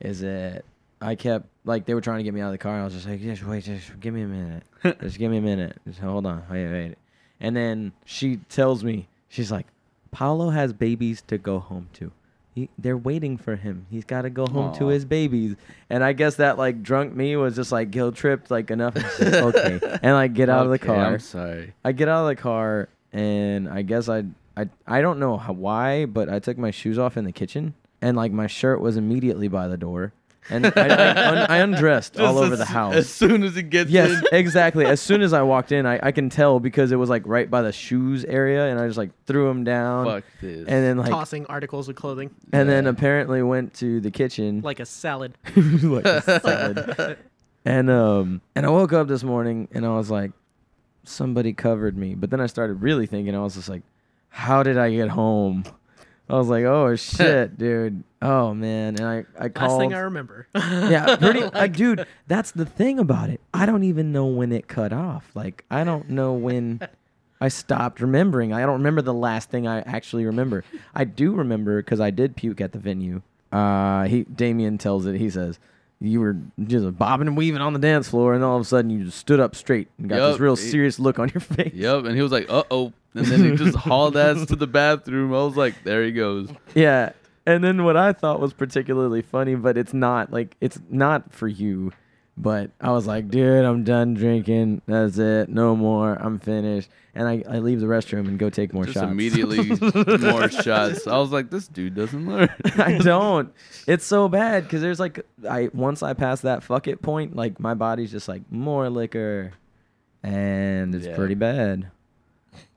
[SPEAKER 1] is that I kept like they were trying to get me out of the car and I was just like just wait just give me a minute
[SPEAKER 2] *laughs*
[SPEAKER 1] just give me a minute just hold on wait wait and then she tells me she's like Paolo has babies to go home to he, they're waiting for him he's got to go home to
[SPEAKER 2] Aw.
[SPEAKER 1] his babies and I guess that like drunk me was just like guilt tripped like
[SPEAKER 2] *laughs*
[SPEAKER 1] enough okay and like get out of the
[SPEAKER 2] Okay,
[SPEAKER 1] car
[SPEAKER 2] I'm sorry.
[SPEAKER 1] I
[SPEAKER 2] *laughs*
[SPEAKER 1] get out of the car and I guess I I I don't know how, why, but I took my shoes off in the kitchen and like my shirt was immediately by the door and I, I, un, I undressed all
[SPEAKER 2] *laughs* Just
[SPEAKER 1] over
[SPEAKER 2] as-
[SPEAKER 1] the
[SPEAKER 2] As
[SPEAKER 1] house.
[SPEAKER 2] soon as it gets
[SPEAKER 1] Yes, exactly. As soon as I walked in, I, I can tell because it was like right by the shoes area, and I just like threw them
[SPEAKER 2] in,
[SPEAKER 1] down,
[SPEAKER 2] fuck this.
[SPEAKER 1] and then like
[SPEAKER 4] Tossing articles of clothing
[SPEAKER 1] and then
[SPEAKER 2] Yeah.
[SPEAKER 1] apparently went to the kitchen
[SPEAKER 4] like a salad.
[SPEAKER 1] *laughs*
[SPEAKER 2] *laughs*
[SPEAKER 1] like a salad. And um and I woke up this morning and I was like, somebody covered me. But then I started really thinking, I was just like, how did I get home? I was like, oh *laughs* shit, dude. Oh man. And I, I
[SPEAKER 4] Last
[SPEAKER 1] called
[SPEAKER 4] thing I remember. *laughs*
[SPEAKER 1] yeah, pretty. uh, dude, that's the thing about it. I don't even know when it cut off. Like, I don't know when I stopped remembering. I don't remember the last thing I actually remember. I do remember because I did puke at the venue. Uh, he Damien tells it. He says you were just bobbing and weaving on the dance floor, and all of a sudden you just stood up straight and got this
[SPEAKER 2] Yup,
[SPEAKER 1] real
[SPEAKER 2] he-
[SPEAKER 1] serious look on your *laughs* face.
[SPEAKER 2] Yep, and he was like, "Uh oh," and then he
[SPEAKER 1] *laughs*
[SPEAKER 2] just hauled ass to the bathroom. I was like, "There he goes."
[SPEAKER 1] Yeah. And then what I thought was particularly funny, but it's not like it's not for you. But I was like, dude, I'm done drinking. That's it. No more. I'm finished. And I, I leave the restroom and go take more
[SPEAKER 2] Just
[SPEAKER 1] shots. *laughs*
[SPEAKER 2] immediately more shots. I was like, "This dude doesn't learn."
[SPEAKER 1] *laughs* I don't.
[SPEAKER 2] *laughs*
[SPEAKER 1] It's so bad because there's like I once I pass that fuck it point, like my body's just like more liquor, and it's
[SPEAKER 2] Yeah.
[SPEAKER 1] pretty bad.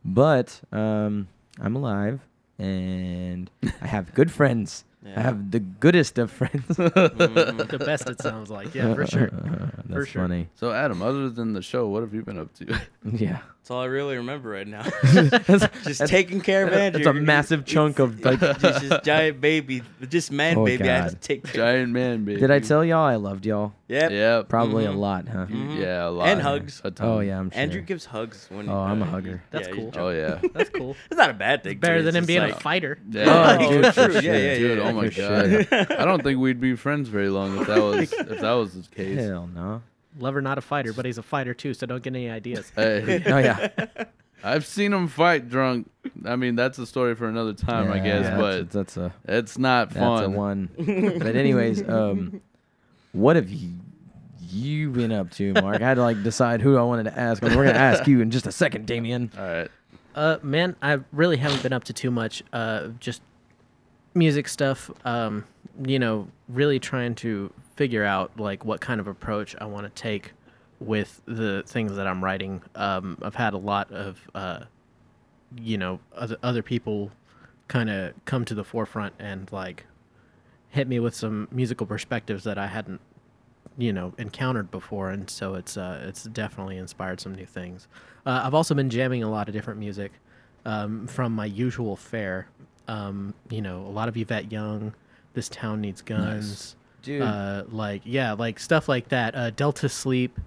[SPEAKER 1] But um, I'm alive and I have good
[SPEAKER 2] *laughs*
[SPEAKER 1] friends. I
[SPEAKER 3] Yeah.
[SPEAKER 1] have the goodest of friends. *laughs*
[SPEAKER 4] Mm-hmm. the best it sounds like. Yeah, for sure.
[SPEAKER 1] That's
[SPEAKER 4] For sure.
[SPEAKER 1] funny.
[SPEAKER 2] So Adam, other than the show, what have you been up to?
[SPEAKER 1] Yeah.
[SPEAKER 3] that's all I really remember right now.
[SPEAKER 1] *laughs* That's,
[SPEAKER 3] *laughs* just
[SPEAKER 1] that's-
[SPEAKER 3] taking care of Andrew.
[SPEAKER 1] that's a massive chunk of like.
[SPEAKER 3] It's *laughs* just this
[SPEAKER 1] *laughs*
[SPEAKER 3] giant baby, just man
[SPEAKER 1] Oh,
[SPEAKER 3] baby. I had to
[SPEAKER 1] God.
[SPEAKER 3] take
[SPEAKER 1] *laughs*
[SPEAKER 3] care.
[SPEAKER 2] Giant man, baby.
[SPEAKER 1] Did I tell y'all I loved y'all?
[SPEAKER 3] Yep.
[SPEAKER 2] Yeah, Mm-hmm.
[SPEAKER 1] Probably
[SPEAKER 3] Mhm.
[SPEAKER 1] a lot, huh?
[SPEAKER 4] Mm-hmm.
[SPEAKER 2] You- Yeah, a lot.
[SPEAKER 3] And hugs.
[SPEAKER 2] A ton.
[SPEAKER 1] Oh yeah, I'm sure.
[SPEAKER 3] Andrew gives hugs when. uh,
[SPEAKER 1] Oh, I'm a hugger.
[SPEAKER 4] That's
[SPEAKER 3] yeah,
[SPEAKER 4] cool.
[SPEAKER 3] he's
[SPEAKER 2] Oh
[SPEAKER 4] *laughs*
[SPEAKER 2] yeah.
[SPEAKER 4] That's cool.
[SPEAKER 3] It's not a bad thing.
[SPEAKER 4] Better
[SPEAKER 3] too.
[SPEAKER 4] than
[SPEAKER 3] It's
[SPEAKER 4] him
[SPEAKER 3] just
[SPEAKER 4] being a
[SPEAKER 3] like-
[SPEAKER 4] fighter.
[SPEAKER 2] Yeah.
[SPEAKER 1] Oh,
[SPEAKER 3] dude,
[SPEAKER 1] for
[SPEAKER 3] true. Yeah,
[SPEAKER 1] sure.
[SPEAKER 3] yeah,
[SPEAKER 2] Dude,
[SPEAKER 3] yeah.
[SPEAKER 2] oh my
[SPEAKER 1] For
[SPEAKER 2] god.
[SPEAKER 1] sure.
[SPEAKER 2] I don't think we'd be friends very long if that was if that was the
[SPEAKER 1] *laughs*
[SPEAKER 2] case.
[SPEAKER 1] Hell no.
[SPEAKER 4] Lover, not a fighter, but he's a fighter too. So don't get any ideas.
[SPEAKER 2] Hey,
[SPEAKER 1] Oh
[SPEAKER 2] *laughs*
[SPEAKER 1] yeah.
[SPEAKER 2] I've seen him fight drunk. I mean, that's a story for another time, I
[SPEAKER 1] Yeah,
[SPEAKER 2] guess,
[SPEAKER 1] that's-
[SPEAKER 2] but
[SPEAKER 1] that's a
[SPEAKER 2] it's not
[SPEAKER 1] that's a
[SPEAKER 2] fun.
[SPEAKER 1] one. but anyways, um, what have you you been up to, Mark? I had to like decide who I wanted to ask. and We're gonna ask you in just a second, Damien.
[SPEAKER 2] All right.
[SPEAKER 4] Uh, man, I really haven't been up to too much. Uh, just music stuff. Um, you know, really trying to figure out like what kind of approach I want to take with the things that I'm writing. Um, I've had a lot of, uh, you know, other other people kind of come to the forefront and like hit me with some musical perspectives that I hadn't, you know, encountered before, and so it's uh, it's definitely inspired some new things. Uh, I've also been jamming a lot of different music um, from my usual fare. Um, you know, a lot of Yvette Young, "This Town Needs Guns,"
[SPEAKER 1] Dude.
[SPEAKER 4] Uh, like yeah, like stuff like that. Uh, Delta Sleep,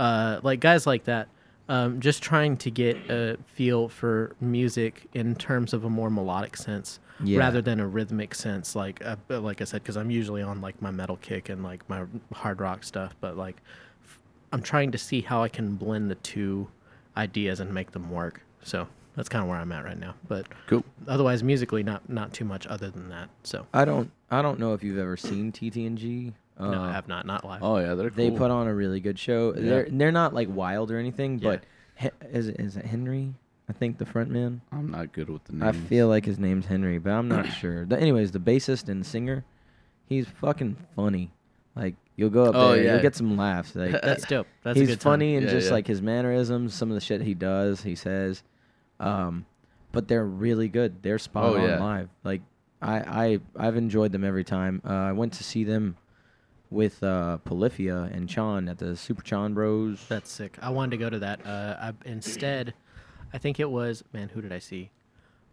[SPEAKER 4] uh, like guys like that. um, just trying to get a feel for music in terms of a more melodic sense
[SPEAKER 1] Yeah.
[SPEAKER 4] rather than a rhythmic sense. Like uh, but like I said, because I'm usually on like my metal kick and like my hard rock stuff, but like f- I'm trying to see how I can blend the two ideas and make them work. So that's kind of where I'm at right now. But
[SPEAKER 2] Cool.
[SPEAKER 4] otherwise, musically, not not too much other than that. So
[SPEAKER 1] I don't I don't know if you've ever seen TTNG. Uh,
[SPEAKER 4] no, I have not not live.
[SPEAKER 2] Oh yeah, they're
[SPEAKER 1] They
[SPEAKER 2] cool.
[SPEAKER 1] put on a really good show. They're they're not like wild or anything,
[SPEAKER 4] Yeah.
[SPEAKER 1] but he, is it- is it Henry? I think the front man.
[SPEAKER 2] I'm not good with the
[SPEAKER 1] I
[SPEAKER 2] names.
[SPEAKER 1] feel like his name's Henry, but I'm not sure. The, anyways, the bassist and singer, he's fucking funny. Like you'll go up
[SPEAKER 2] Oh,
[SPEAKER 1] there,
[SPEAKER 2] yeah.
[SPEAKER 1] you'll get some laughs.
[SPEAKER 2] *laughs*
[SPEAKER 1] Like
[SPEAKER 4] That's dope. That's a
[SPEAKER 1] he's
[SPEAKER 4] good time.
[SPEAKER 1] funny and
[SPEAKER 2] Yeah,
[SPEAKER 1] just
[SPEAKER 2] yeah.
[SPEAKER 1] like his mannerisms, some of the shit he does, he says. Um, but they're really good. They're spot
[SPEAKER 2] Oh,
[SPEAKER 1] on
[SPEAKER 2] yeah.
[SPEAKER 1] live. Like I, I I've enjoyed them every time. Uh, I went to see them with uh, Polyphia and Chon at the Super Chon Bros.
[SPEAKER 4] That's sick. I wanted to go to that. Uh, I, instead, I think it was man. Who did I see?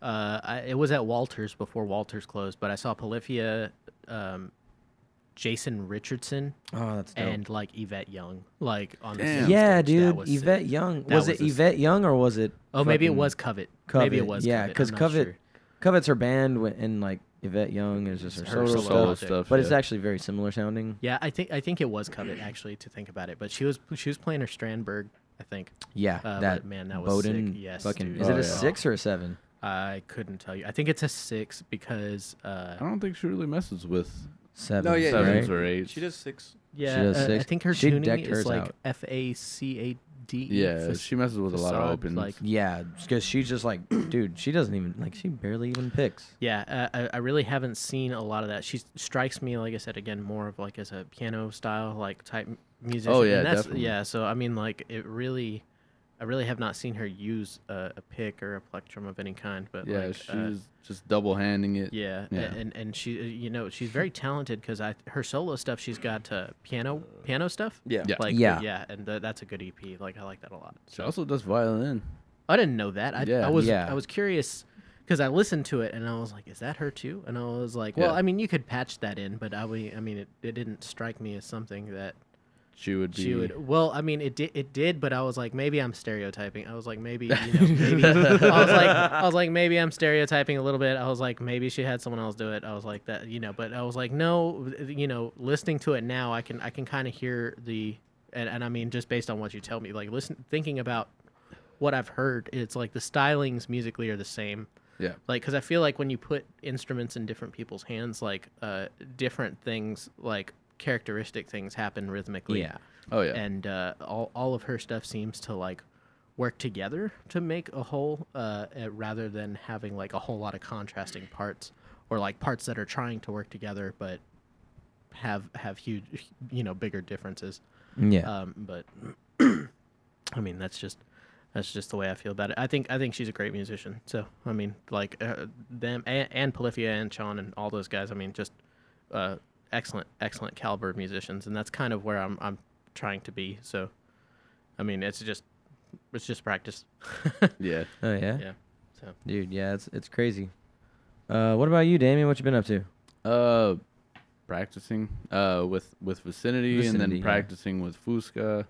[SPEAKER 4] Uh, I, it was at Walters before Walters closed, but I saw Polyphia, um, Jason Richardson,
[SPEAKER 1] oh, that's dope.
[SPEAKER 4] and like Yvette Young, like on the
[SPEAKER 2] Damn.
[SPEAKER 4] same
[SPEAKER 1] yeah,
[SPEAKER 4] stage. That
[SPEAKER 1] dude,
[SPEAKER 4] was sick.
[SPEAKER 1] Yvette Young.
[SPEAKER 4] That
[SPEAKER 1] was,
[SPEAKER 4] was
[SPEAKER 1] it
[SPEAKER 4] a s-
[SPEAKER 1] Yvette Young or was it?
[SPEAKER 4] Oh, maybe it
[SPEAKER 1] fucking
[SPEAKER 4] was Covet.
[SPEAKER 1] Covet.
[SPEAKER 4] Maybe it was.
[SPEAKER 1] Yeah,
[SPEAKER 4] because
[SPEAKER 1] Covet, Covet's her band, wi- and like Yvette Young is just her,
[SPEAKER 4] Her
[SPEAKER 1] solo,
[SPEAKER 4] solo
[SPEAKER 1] stuff.
[SPEAKER 4] project.
[SPEAKER 2] stuff,
[SPEAKER 1] But
[SPEAKER 2] yeah.
[SPEAKER 1] it's actually very similar sounding.
[SPEAKER 4] Yeah, I think I think it was Covet actually. To think about it, but she was she was playing her Strandberg, I think.
[SPEAKER 1] Yeah,
[SPEAKER 4] Uh,
[SPEAKER 1] that
[SPEAKER 4] but man, that was sick.
[SPEAKER 1] Bowden
[SPEAKER 4] Yes,
[SPEAKER 1] fucking.
[SPEAKER 4] dude.
[SPEAKER 1] Is
[SPEAKER 2] Oh,
[SPEAKER 1] it a
[SPEAKER 2] yeah.
[SPEAKER 1] six or a seven?
[SPEAKER 4] I couldn't tell you. I think it's a six because uh,
[SPEAKER 2] I don't think she really messes with
[SPEAKER 1] Seven.
[SPEAKER 3] No, Oh, yeah, yeah.
[SPEAKER 2] sevens
[SPEAKER 1] right?
[SPEAKER 2] or eights.
[SPEAKER 3] She does six.
[SPEAKER 4] Yeah,
[SPEAKER 1] does
[SPEAKER 4] uh, I
[SPEAKER 1] six.
[SPEAKER 4] think her
[SPEAKER 1] She
[SPEAKER 4] tuning
[SPEAKER 1] decked
[SPEAKER 4] is
[SPEAKER 1] hers
[SPEAKER 4] like
[SPEAKER 1] out.
[SPEAKER 4] F A C A D. E
[SPEAKER 2] Yeah, she messes with a lot of
[SPEAKER 4] Facade,
[SPEAKER 2] opens.
[SPEAKER 4] like-
[SPEAKER 1] Yeah, because she's just like, *clears throat* dude, she doesn't even like. She barely even picks.
[SPEAKER 4] yeah. Uh, I, I really haven't seen a lot of that. She strikes me, like I said again, more of like as a piano style like type m- musician.
[SPEAKER 2] Oh,
[SPEAKER 4] and
[SPEAKER 2] yeah,
[SPEAKER 4] that's,
[SPEAKER 2] definitely.
[SPEAKER 4] yeah. So I mean, like it really, I really have not seen her use a, a pick or a plectrum of any kind. But
[SPEAKER 2] yeah,
[SPEAKER 4] like,
[SPEAKER 2] she's
[SPEAKER 4] uh,
[SPEAKER 2] just double handing it.
[SPEAKER 4] Yeah, a-
[SPEAKER 2] Yeah.
[SPEAKER 4] and and she, uh, you know, she's very talented because I her solo stuff she's got uh, piano piano stuff.
[SPEAKER 3] Yeah.
[SPEAKER 2] Yeah.
[SPEAKER 4] Like
[SPEAKER 1] Yeah.
[SPEAKER 4] yeah, and th- that's a good EP. Like I like that a lot.
[SPEAKER 2] She also does violin.
[SPEAKER 4] I didn't know that. I,
[SPEAKER 2] Yeah.
[SPEAKER 4] I was
[SPEAKER 1] Yeah.
[SPEAKER 4] I was curious because I listened to it and I was like, is that her too? And I was like, well,
[SPEAKER 2] Yeah.
[SPEAKER 4] I mean, you could patch that in, but I, we- I mean, it, it didn't strike me as something that
[SPEAKER 2] She would be.
[SPEAKER 4] she would. Well, I mean, it did, it did, but I was like, maybe I'm stereotyping. I was like, maybe, you know, maybe. I was like, I was like, maybe I'm stereotyping a little bit. I was like, maybe she had someone else do it. I was like that, you know, but I was like, no, you know, listening to it now, I can, I can kind of hear the, and, and I mean, just based on what you tell me, like listen, thinking about what I've heard, it's like the stylings musically are the same
[SPEAKER 2] Yeah.
[SPEAKER 4] like because i feel like when you put instruments in different people's hands like uh different things like characteristic things happen rhythmically
[SPEAKER 1] Yeah.
[SPEAKER 2] Oh yeah.
[SPEAKER 4] and uh all, all of her stuff seems to like work together to make a whole uh uh, rather than having like a whole lot of contrasting parts or like parts that are trying to work together but have have huge you know bigger differences
[SPEAKER 1] Yeah.
[SPEAKER 4] um, but *clears throat* I mean, that's just that's just the way I feel about it. I think I think she's a great musician. So I mean, like uh, them and, and Polyphia and Sean and all those guys. I mean, just uh, excellent, excellent caliber of musicians, and that's kind of where I'm I'm trying to be. So I mean, it's just it's just practice. *laughs*
[SPEAKER 2] yeah.
[SPEAKER 1] oh yeah?
[SPEAKER 4] yeah. So
[SPEAKER 1] dude. Yeah, it's it's crazy. Uh, what about you, Damien? What you been up to?
[SPEAKER 2] Uh, practicing uh with with vicinity, and
[SPEAKER 1] Vicinity,
[SPEAKER 2] then
[SPEAKER 1] yeah.
[SPEAKER 2] practicing with Fusca,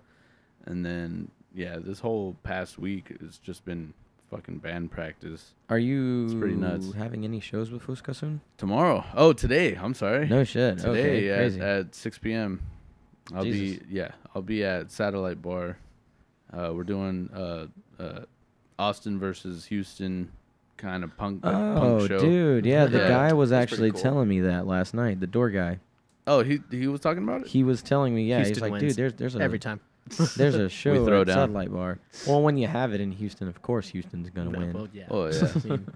[SPEAKER 2] and then yeah, this whole past week has just been fucking band practice.
[SPEAKER 1] Are you
[SPEAKER 2] pretty nuts.
[SPEAKER 1] having any shows with Fusca soon?
[SPEAKER 2] Tomorrow. Oh, today. I'm sorry.
[SPEAKER 1] No shit.
[SPEAKER 2] Today
[SPEAKER 1] okay,
[SPEAKER 2] at,
[SPEAKER 1] crazy.
[SPEAKER 2] at 6 p.m. I'll
[SPEAKER 1] Jesus.
[SPEAKER 2] be yeah. I'll be at Satellite Bar. Uh, we're doing uh, uh, Austin versus Houston kind of punk,
[SPEAKER 4] Uh,
[SPEAKER 1] oh,
[SPEAKER 2] punk show.
[SPEAKER 1] dude. Yeah, the
[SPEAKER 2] Yeah.
[SPEAKER 1] guy was
[SPEAKER 3] That's pretty
[SPEAKER 1] actually
[SPEAKER 3] cool.
[SPEAKER 1] telling me that last night. The door guy.
[SPEAKER 2] Oh, he he was talking about it.
[SPEAKER 1] He was telling me. Yeah, he's
[SPEAKER 4] Houston
[SPEAKER 1] like,
[SPEAKER 4] wins
[SPEAKER 1] dude, there's there's a
[SPEAKER 4] every time.
[SPEAKER 1] There's
[SPEAKER 4] *laughs*
[SPEAKER 1] a show
[SPEAKER 2] throw
[SPEAKER 1] at
[SPEAKER 2] down.
[SPEAKER 1] Satellite Bar. Well, when you have it in Houston, of course Houston's gonna
[SPEAKER 4] Well,
[SPEAKER 1] win.
[SPEAKER 4] well, yeah.
[SPEAKER 2] Oh, yeah.
[SPEAKER 4] *laughs*
[SPEAKER 1] *laughs*
[SPEAKER 4] I mean,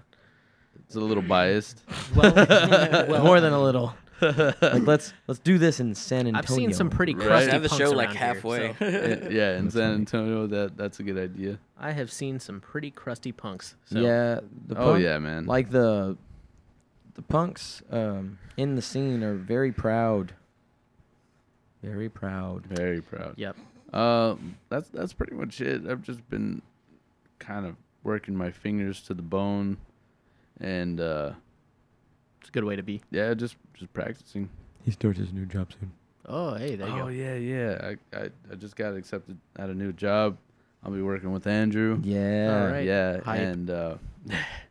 [SPEAKER 2] It's a little biased. *laughs*
[SPEAKER 1] *laughs*
[SPEAKER 4] well, well,
[SPEAKER 1] More than a little. like let's let's do this in San Antonio.
[SPEAKER 4] I've seen some pretty
[SPEAKER 2] Right.
[SPEAKER 4] crusty
[SPEAKER 2] They
[SPEAKER 3] have the
[SPEAKER 4] punks
[SPEAKER 3] show like
[SPEAKER 4] around here, so-
[SPEAKER 3] halfway. *laughs*
[SPEAKER 2] yeah, in
[SPEAKER 1] That's
[SPEAKER 2] San
[SPEAKER 1] funny.
[SPEAKER 2] Antonio, that that's a good idea.
[SPEAKER 4] I have seen some pretty crusty punks. So.
[SPEAKER 1] Yeah, the
[SPEAKER 2] oh
[SPEAKER 1] punk-
[SPEAKER 2] yeah, man.
[SPEAKER 1] like the the punks um, in the scene are very proud, very proud.
[SPEAKER 2] very proud.
[SPEAKER 4] Yep.
[SPEAKER 2] Um, that's that's pretty much it. I've just been kind of working my fingers to the bone, and uh,
[SPEAKER 4] It's a good way to be.
[SPEAKER 2] yeah, just just practicing.
[SPEAKER 1] He starts his new job soon.
[SPEAKER 4] Oh, hey, there you
[SPEAKER 2] oh
[SPEAKER 4] go.
[SPEAKER 2] yeah, yeah. I, I I just got accepted at a new job. I'll be working with Andrew.
[SPEAKER 1] Yeah.
[SPEAKER 4] All right.
[SPEAKER 2] Yeah,
[SPEAKER 4] Hype.
[SPEAKER 2] and uh, *laughs*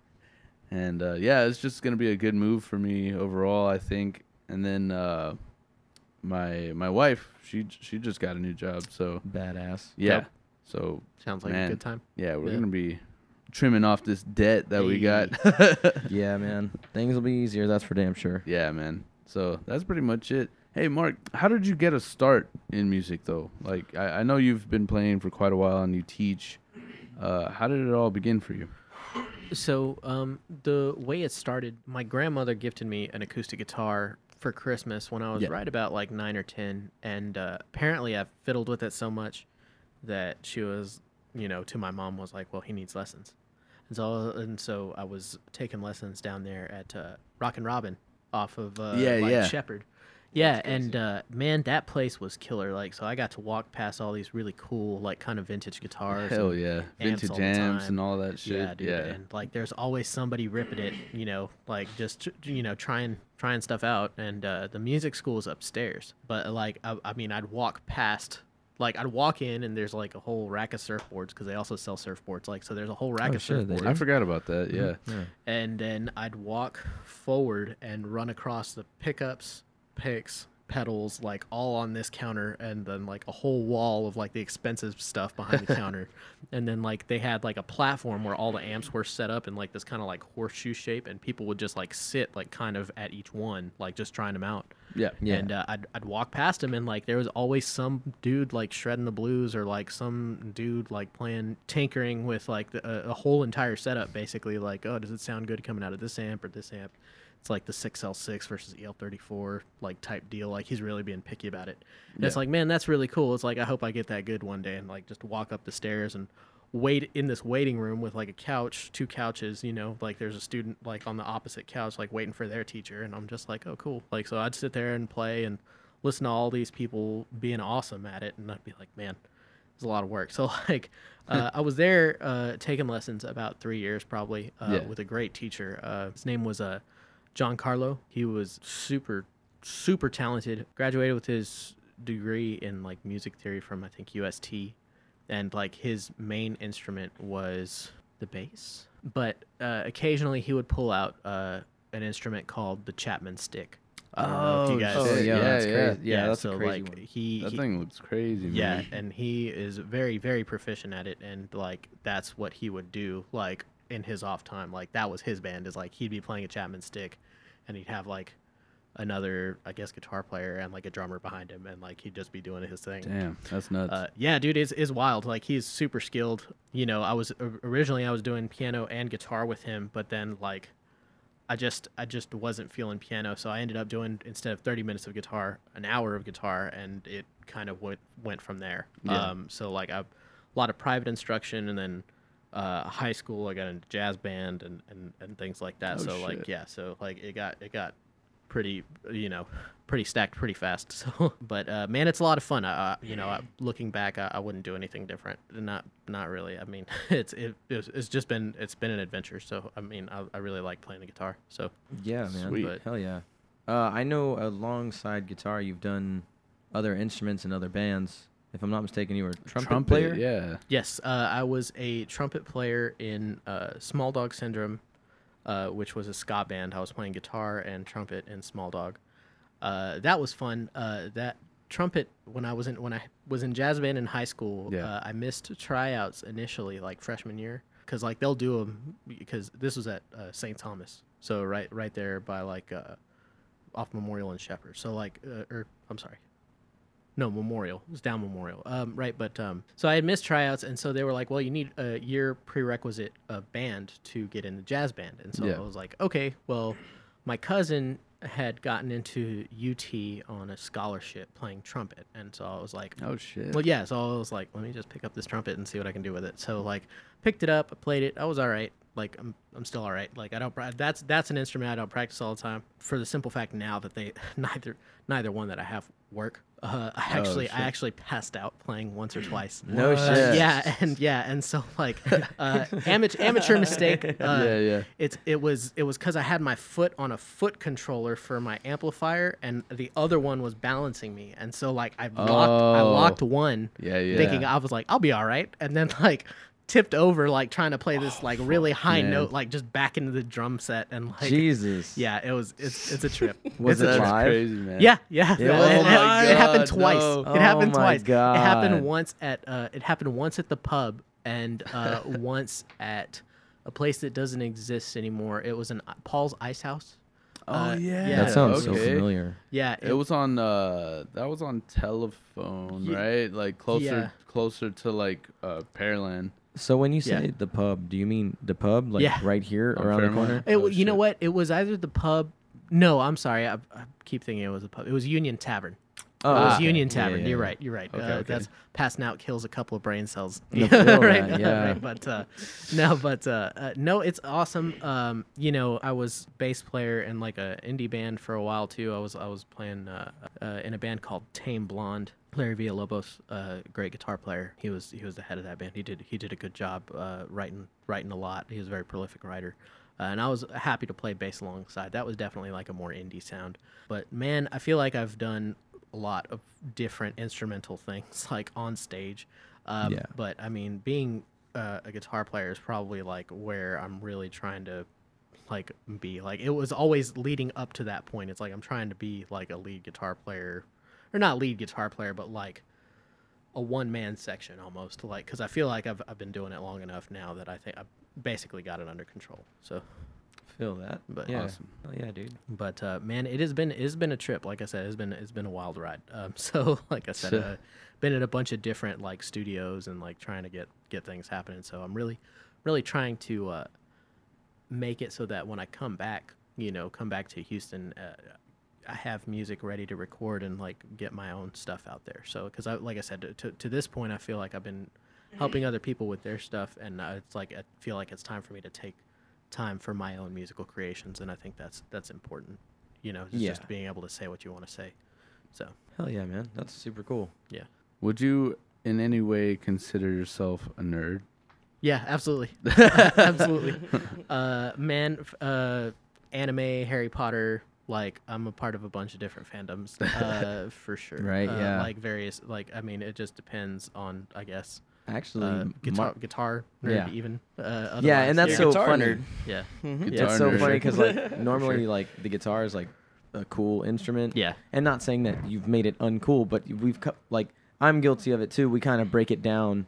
[SPEAKER 2] and uh, yeah, it's just gonna be a good move for me overall, I think. And then uh, my my wife, she she just got a new job, so
[SPEAKER 1] Badass.
[SPEAKER 2] yeah,
[SPEAKER 4] Dope.
[SPEAKER 2] so
[SPEAKER 4] Sounds like
[SPEAKER 2] Man.
[SPEAKER 4] a good time.
[SPEAKER 2] yeah, we're
[SPEAKER 4] Yeah.
[SPEAKER 2] gonna be trimming off this debt that we got.
[SPEAKER 1] Yeah, man. Things will be easier. That's for damn sure.
[SPEAKER 2] *laughs* yeah, man. So that's pretty much it. Hey, Mark, how did you get a start in music though? Like, I, I know you've been playing for quite a while and you teach. Uh, how did it all begin for you?
[SPEAKER 4] So um, the way it started, my grandmother gifted me an acoustic guitar for Christmas when I was
[SPEAKER 2] Yeah.
[SPEAKER 4] right about like nine or ten, and uh, apparently I fiddled with it so much that she was, you know, to my mom was like, "Well, he needs lessons," and so and so I was taking lessons down there at uh, Rock and Robin off of uh,
[SPEAKER 2] Yeah,
[SPEAKER 4] like
[SPEAKER 2] yeah.
[SPEAKER 4] Shepherd. Yeah, and uh, man, that place was killer. Like, so I got to walk past all these really cool, like, kind of vintage guitars.
[SPEAKER 2] Hell
[SPEAKER 4] and-
[SPEAKER 2] yeah,
[SPEAKER 4] amps
[SPEAKER 2] vintage
[SPEAKER 4] all the
[SPEAKER 2] amps
[SPEAKER 4] time.
[SPEAKER 2] and all that shit.
[SPEAKER 4] yeah, dude. And like, there's always somebody ripping it, you know, like just you know trying trying stuff out. And uh, the music school is upstairs, but like, I, I mean, I'd walk past, like, I'd walk in and there's like a whole rack of surfboards because they also sell surfboards. Like, so there's a whole rack
[SPEAKER 1] Oh,
[SPEAKER 4] of
[SPEAKER 1] sure, they
[SPEAKER 4] surfboards.
[SPEAKER 1] do.
[SPEAKER 2] I forgot about
[SPEAKER 4] Mm-hmm.
[SPEAKER 2] that. Yeah.
[SPEAKER 4] And then I'd walk forward and run across the pickups, picks, pedals, like all on this counter, and then like a whole wall of like the expensive stuff behind the counter. And then like they had like a platform where all the amps were set up in like this kind of like horseshoe shape, and people would just like sit like kind of at each one, like just trying them out.
[SPEAKER 2] Yeah.
[SPEAKER 1] Yeah.
[SPEAKER 4] And uh, I'd, I'd walk past him, and like there was always some dude like shredding the blues, or like some dude like playing tinkering with like the, uh, a, a whole entire setup, basically. Like, oh, does it sound good coming out of this amp or this amp? It's like the 6L6 versus EL34 like type deal. Like he's really being picky about it. And it's
[SPEAKER 2] Yeah.
[SPEAKER 4] like, man, that's really cool. It's like I hope I get that good one day, and like just walk up the stairs and wait in this waiting room with like a couch, two couches, you know, like there's a student like on the opposite couch, like waiting for their teacher. And I'm just like, oh, cool. Like, so I'd sit there and play and listen to all these people being awesome at it. And I'd be like, man, it's a lot of work. *laughs* So, like, uh, I was there uh, taking lessons about three years probably uh,
[SPEAKER 2] Yeah.
[SPEAKER 4] with a great teacher. Uh, his name was uh, John Carlo. He was super, super talented. Graduated with his degree in like music theory from I think UST and like his main instrument was the bass. But uh, occasionally he would pull out uh, an instrument called the Chapman stick. I don't know if
[SPEAKER 2] Oh,
[SPEAKER 4] you guys-
[SPEAKER 1] Oh,
[SPEAKER 2] shit.
[SPEAKER 1] yeah,
[SPEAKER 2] Yeah,
[SPEAKER 1] that's
[SPEAKER 2] yeah.
[SPEAKER 1] crazy. Yeah, that's
[SPEAKER 4] so
[SPEAKER 1] a crazy
[SPEAKER 4] like
[SPEAKER 1] one.
[SPEAKER 4] he,
[SPEAKER 2] That
[SPEAKER 4] he-
[SPEAKER 2] thing looks crazy, man.
[SPEAKER 4] yeah, and he is very very proficient at it, and like that's what he would do like in his off time. Like that was his band is like he'd be playing a Chapman stick, and he'd have like another I guess guitar player and like a drummer behind him, and like he'd just be doing his thing.
[SPEAKER 2] Damn, that's nuts.
[SPEAKER 4] Uh, yeah, dude, is is wild. Like he's super skilled. You know, I was or- originally I was doing piano and guitar with him, but then like, I just I just wasn't feeling piano, so I ended up doing instead of thirty minutes of guitar, an hour of guitar, and it kind of went went from there.
[SPEAKER 2] Yeah.
[SPEAKER 4] Um, so like I, a lot of private instruction, and then uh, high school I got into jazz band and and, and things like that.
[SPEAKER 2] Oh,
[SPEAKER 4] so like
[SPEAKER 2] shit.
[SPEAKER 4] yeah, so like it got it got pretty you know pretty stacked pretty fast *laughs* so but uh, man it's a lot of fun I, I, you know I, looking back I, I wouldn't do anything different not not really i mean *laughs* it's it, it's it's just been it's been an adventure so i mean i, I really like playing the guitar so
[SPEAKER 1] Yeah, man.
[SPEAKER 2] Sweet.
[SPEAKER 4] But-
[SPEAKER 1] Hell yeah. Uh, I know alongside guitar, you've done other instruments and other bands. If I'm not mistaken, you were a trumpet, player.
[SPEAKER 2] Yeah.
[SPEAKER 4] yes uh, i was a trumpet player in uh, small dog syndrome uh, which was a ska band i was playing guitar and trumpet in small dog uh, that was fun uh, that trumpet when i was in when i was in jazz band in high school
[SPEAKER 2] Yeah.
[SPEAKER 4] uh, i missed tryouts initially like freshman year because like they'll do them because this was at uh, st thomas so right right there by like uh, off memorial and shepherd so like uh, or i'm sorry no memorial it was down memorial um, right but um, so i had missed tryouts and so they were like well you need a year prerequisite of band to get in the jazz band and so
[SPEAKER 2] Yeah.
[SPEAKER 4] i was like okay well my cousin had gotten into ut on a scholarship playing trumpet and so i was like
[SPEAKER 2] Oh shit.
[SPEAKER 4] well, yeah. So I was like, let me just pick up this trumpet and see what I can do with it. So like, picked it up, I played it. I was all right. Like I'm, I'm still all right. Like I don't. pra- That's that's an *laughs* instrument I don't practice all the time for the simple fact now that they neither neither one that I have work. Uh, I actually, I
[SPEAKER 2] Oh, shit.
[SPEAKER 4] actually passed out playing once or twice.
[SPEAKER 1] No
[SPEAKER 4] Uh,
[SPEAKER 1] shit.
[SPEAKER 4] Yeah, and yeah, and so like, uh, amateur amateur mistake. Uh,
[SPEAKER 2] *laughs* yeah, yeah.
[SPEAKER 4] It's it was it was because I had my foot on a foot controller for my amplifier, and the other one was balancing me, and so like I locked I
[SPEAKER 2] Oh.
[SPEAKER 4] locked one,
[SPEAKER 2] Yeah, yeah.
[SPEAKER 4] thinking I was like I'll be all right, and then *laughs* like tipped over like trying to play this like really high
[SPEAKER 2] Oh, man.
[SPEAKER 4] note like just back into the drum set and *laughs* like
[SPEAKER 1] Jesus.
[SPEAKER 4] yeah it was it's it's a trip
[SPEAKER 1] Was
[SPEAKER 4] it's
[SPEAKER 1] it
[SPEAKER 2] That's
[SPEAKER 4] a trip.
[SPEAKER 1] live?
[SPEAKER 2] crazy, man.
[SPEAKER 4] Yeah, yeah. It,
[SPEAKER 1] was-
[SPEAKER 4] it-
[SPEAKER 1] Oh my
[SPEAKER 4] it happened
[SPEAKER 2] God,
[SPEAKER 4] twice.
[SPEAKER 2] no.
[SPEAKER 4] It happened
[SPEAKER 1] Oh my
[SPEAKER 4] twice. It
[SPEAKER 1] God.
[SPEAKER 4] happened once at uh, it happened once at the pub and uh, once at a place that doesn't exist anymore. It was an uh, Paul's Ice House.
[SPEAKER 2] Oh
[SPEAKER 4] Uh,
[SPEAKER 2] yeah.
[SPEAKER 4] yeah.
[SPEAKER 1] That sounds so
[SPEAKER 2] okay.
[SPEAKER 1] familiar.
[SPEAKER 4] Yeah,
[SPEAKER 2] It was on uh that was on telephone,
[SPEAKER 4] Ye-
[SPEAKER 2] right? Like closer
[SPEAKER 4] yeah.
[SPEAKER 2] closer to like uh Pearland.
[SPEAKER 1] So when you say
[SPEAKER 4] Yeah.
[SPEAKER 1] the pub, do you mean the pub, like
[SPEAKER 4] Yeah.
[SPEAKER 1] right here
[SPEAKER 2] On
[SPEAKER 1] around the
[SPEAKER 2] Fairmont?
[SPEAKER 1] corner?
[SPEAKER 4] It,
[SPEAKER 2] Oh,
[SPEAKER 4] w you know
[SPEAKER 2] shit.
[SPEAKER 4] what? It was either the pub. No, I'm sorry. I, I keep thinking it was a pub. It was Union Tavern.
[SPEAKER 1] Oh,
[SPEAKER 4] it was
[SPEAKER 1] okay.
[SPEAKER 4] Union
[SPEAKER 1] Yeah,
[SPEAKER 4] Tavern.
[SPEAKER 1] yeah,
[SPEAKER 4] You're
[SPEAKER 1] yeah.
[SPEAKER 4] right. You're right.
[SPEAKER 2] Okay,
[SPEAKER 4] uh,
[SPEAKER 2] okay.
[SPEAKER 4] That's passing out kills a couple of brain cells. *laughs*
[SPEAKER 1] I feel that, yeah.
[SPEAKER 4] right. But uh, no, but uh, uh, no, it's awesome. Um, you know, I was bass player in like a indie band for a while too. I was I was playing uh, uh, in a band called Tame Blonde. Larry Villalobos, uh, great guitar player. He was he was the head of that band. He did he did a good job uh, writing writing a lot. He was a very prolific writer. Uh, and I was happy to play bass alongside. That was definitely like a more indie sound. But man, I feel like I've done a lot of different instrumental things *laughs* like on stage. Um,
[SPEAKER 1] Yeah.
[SPEAKER 4] But I mean, being uh, a guitar player is probably like where I'm really trying to like be. Like it was always leading up to that point. It's like I'm trying to be like a lead guitar player, or not lead guitar player, but like a one man section almost. Like because I feel like I've I've been doing it long enough now that I think I basically got it under control. So
[SPEAKER 1] Feel that.
[SPEAKER 4] But-
[SPEAKER 1] yeah.
[SPEAKER 2] Awesome.
[SPEAKER 1] Oh, yeah, dude.
[SPEAKER 4] but uh, man, it has been it's been a trip. Like I said, it's been it's been a wild ride. *laughs* Um, so like I said,
[SPEAKER 2] Sure.
[SPEAKER 4] uh, been at a bunch of different like studios and like trying to get get things happening. So I'm really really trying to uh, make it so that when I come back, you know, come back to Houston, uh, I have music ready to record and like get my own stuff out there. So because I like I said to- to to this point, I feel like I've been helping other people with their stuff, and uh, it's like I feel like it's time for me to take time for my own musical creations, and I think that's that's important. You know, it's
[SPEAKER 1] Yeah.
[SPEAKER 4] just being able to say what you want to say. So
[SPEAKER 1] Hell yeah, man. That's super cool.
[SPEAKER 4] yeah,
[SPEAKER 2] Would you in any way consider yourself a nerd?
[SPEAKER 4] yeah,
[SPEAKER 1] *laughs*
[SPEAKER 4] absolutely, absolutely. Uh, man, f- uh, anime, Harry Potter. Like I'm a part of a bunch of different
[SPEAKER 1] *laughs*
[SPEAKER 4] fandoms, uh, for sure.
[SPEAKER 1] Right,
[SPEAKER 4] Uh,
[SPEAKER 1] yeah.
[SPEAKER 4] Like various, like I mean, it just depends on, I guess,
[SPEAKER 1] Actually,
[SPEAKER 4] uh,
[SPEAKER 1] m-
[SPEAKER 4] guitar,
[SPEAKER 1] Mar-
[SPEAKER 4] guitar nerd
[SPEAKER 1] Yeah.
[SPEAKER 4] even. Uh,
[SPEAKER 1] yeah,
[SPEAKER 4] otherwise,
[SPEAKER 1] and that's
[SPEAKER 3] yeah.
[SPEAKER 1] so
[SPEAKER 3] Guitar
[SPEAKER 1] funny.
[SPEAKER 3] nerd. Mm-hmm.
[SPEAKER 4] yeah,
[SPEAKER 1] Yeah, it's
[SPEAKER 2] Guitar
[SPEAKER 1] so
[SPEAKER 2] nerd.
[SPEAKER 1] funny because *laughs* like normally like the guitar is like a cool instrument.
[SPEAKER 4] Yeah.
[SPEAKER 1] And not saying that you've made it uncool, but we've co- like I'm guilty of it too. We kind of break it down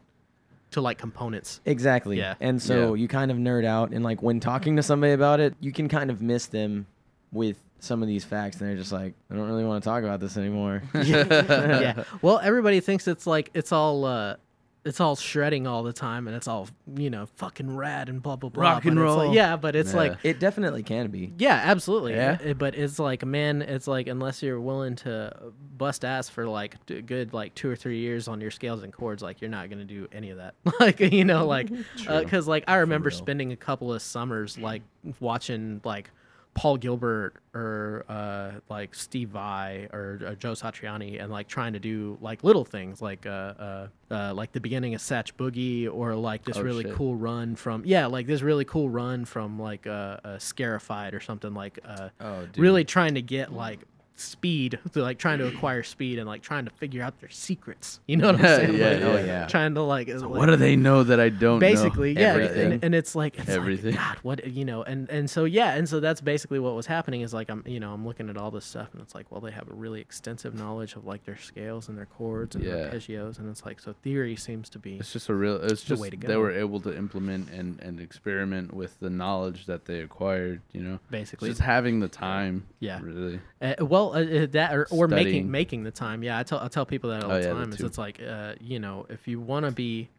[SPEAKER 4] to
[SPEAKER 1] *laughs*
[SPEAKER 4] like components.
[SPEAKER 1] Exactly.
[SPEAKER 4] Yeah.
[SPEAKER 1] And so
[SPEAKER 2] Yeah.
[SPEAKER 1] you kind of nerd out, and like when talking to somebody about it, you can kind of miss them with some of these facts, and they're just like, I don't really want to talk about this anymore. *laughs*
[SPEAKER 4] yeah. Well, everybody thinks it's like it's all uh it's all shredding all the time and it's all, you know, fucking rad and blah blah blah.
[SPEAKER 2] Rock and
[SPEAKER 4] but it's like-
[SPEAKER 2] roll.
[SPEAKER 4] yeah, but it's
[SPEAKER 2] Yeah.
[SPEAKER 4] like
[SPEAKER 1] it definitely can be.
[SPEAKER 4] yeah, absolutely.
[SPEAKER 2] Yeah?
[SPEAKER 4] Uh, But it's like, man, it's like unless you're willing to bust ass for like a good like two or three years on your scales and chords, like you're not gonna do any of that. *laughs* like you know, like because like I remember
[SPEAKER 1] real.
[SPEAKER 4] spending a couple of summers like watching like Paul Gilbert or uh, like Steve Vai or, uh Joe Satriani and like trying to do like little things like uh, uh, uh, like the beginning of Satch Boogie or like this
[SPEAKER 2] Oh,
[SPEAKER 4] really
[SPEAKER 2] shit.
[SPEAKER 4] cool cool run from yeah, like this really cool run from like uh, uh Scarified or something like uh
[SPEAKER 1] Oh, dude.
[SPEAKER 4] really trying to get like speed, to, like trying to acquire speed and like trying to figure out their secrets. *laughs* You know what I'm
[SPEAKER 2] *laughs* Yeah,
[SPEAKER 4] saying?
[SPEAKER 2] yeah,
[SPEAKER 4] like,
[SPEAKER 2] yeah,
[SPEAKER 4] like,
[SPEAKER 1] yeah.
[SPEAKER 4] Trying to like, is, like
[SPEAKER 2] What do they know that I don't
[SPEAKER 4] basically
[SPEAKER 2] know?
[SPEAKER 4] yeah
[SPEAKER 2] Everything.
[SPEAKER 4] and, and it's like it's
[SPEAKER 2] Everything.
[SPEAKER 4] everything god what you know and and so yeah and so that's basically what was happening is like i'm you know i'm looking at all this stuff and it's like well they have a really extensive knowledge of like their scales and their chords and
[SPEAKER 2] Yeah.
[SPEAKER 4] arpeggios and it's like so theory seems to be
[SPEAKER 2] it's just a real it's
[SPEAKER 4] The
[SPEAKER 2] just
[SPEAKER 4] way to
[SPEAKER 2] they
[SPEAKER 4] go.
[SPEAKER 2] were able to implement and, and experiment with the knowledge that they acquired, you know. It's
[SPEAKER 4] basically
[SPEAKER 2] just having the time.
[SPEAKER 4] Yeah.
[SPEAKER 2] Really.
[SPEAKER 4] Uh, well, uh, uh, that or, or
[SPEAKER 2] Studying.
[SPEAKER 4] making making the time. Yeah, I tell I tell people that all
[SPEAKER 2] Oh,
[SPEAKER 4] the
[SPEAKER 2] yeah, that
[SPEAKER 4] time. Is
[SPEAKER 2] too.
[SPEAKER 4] it's like uh, you know if you want to be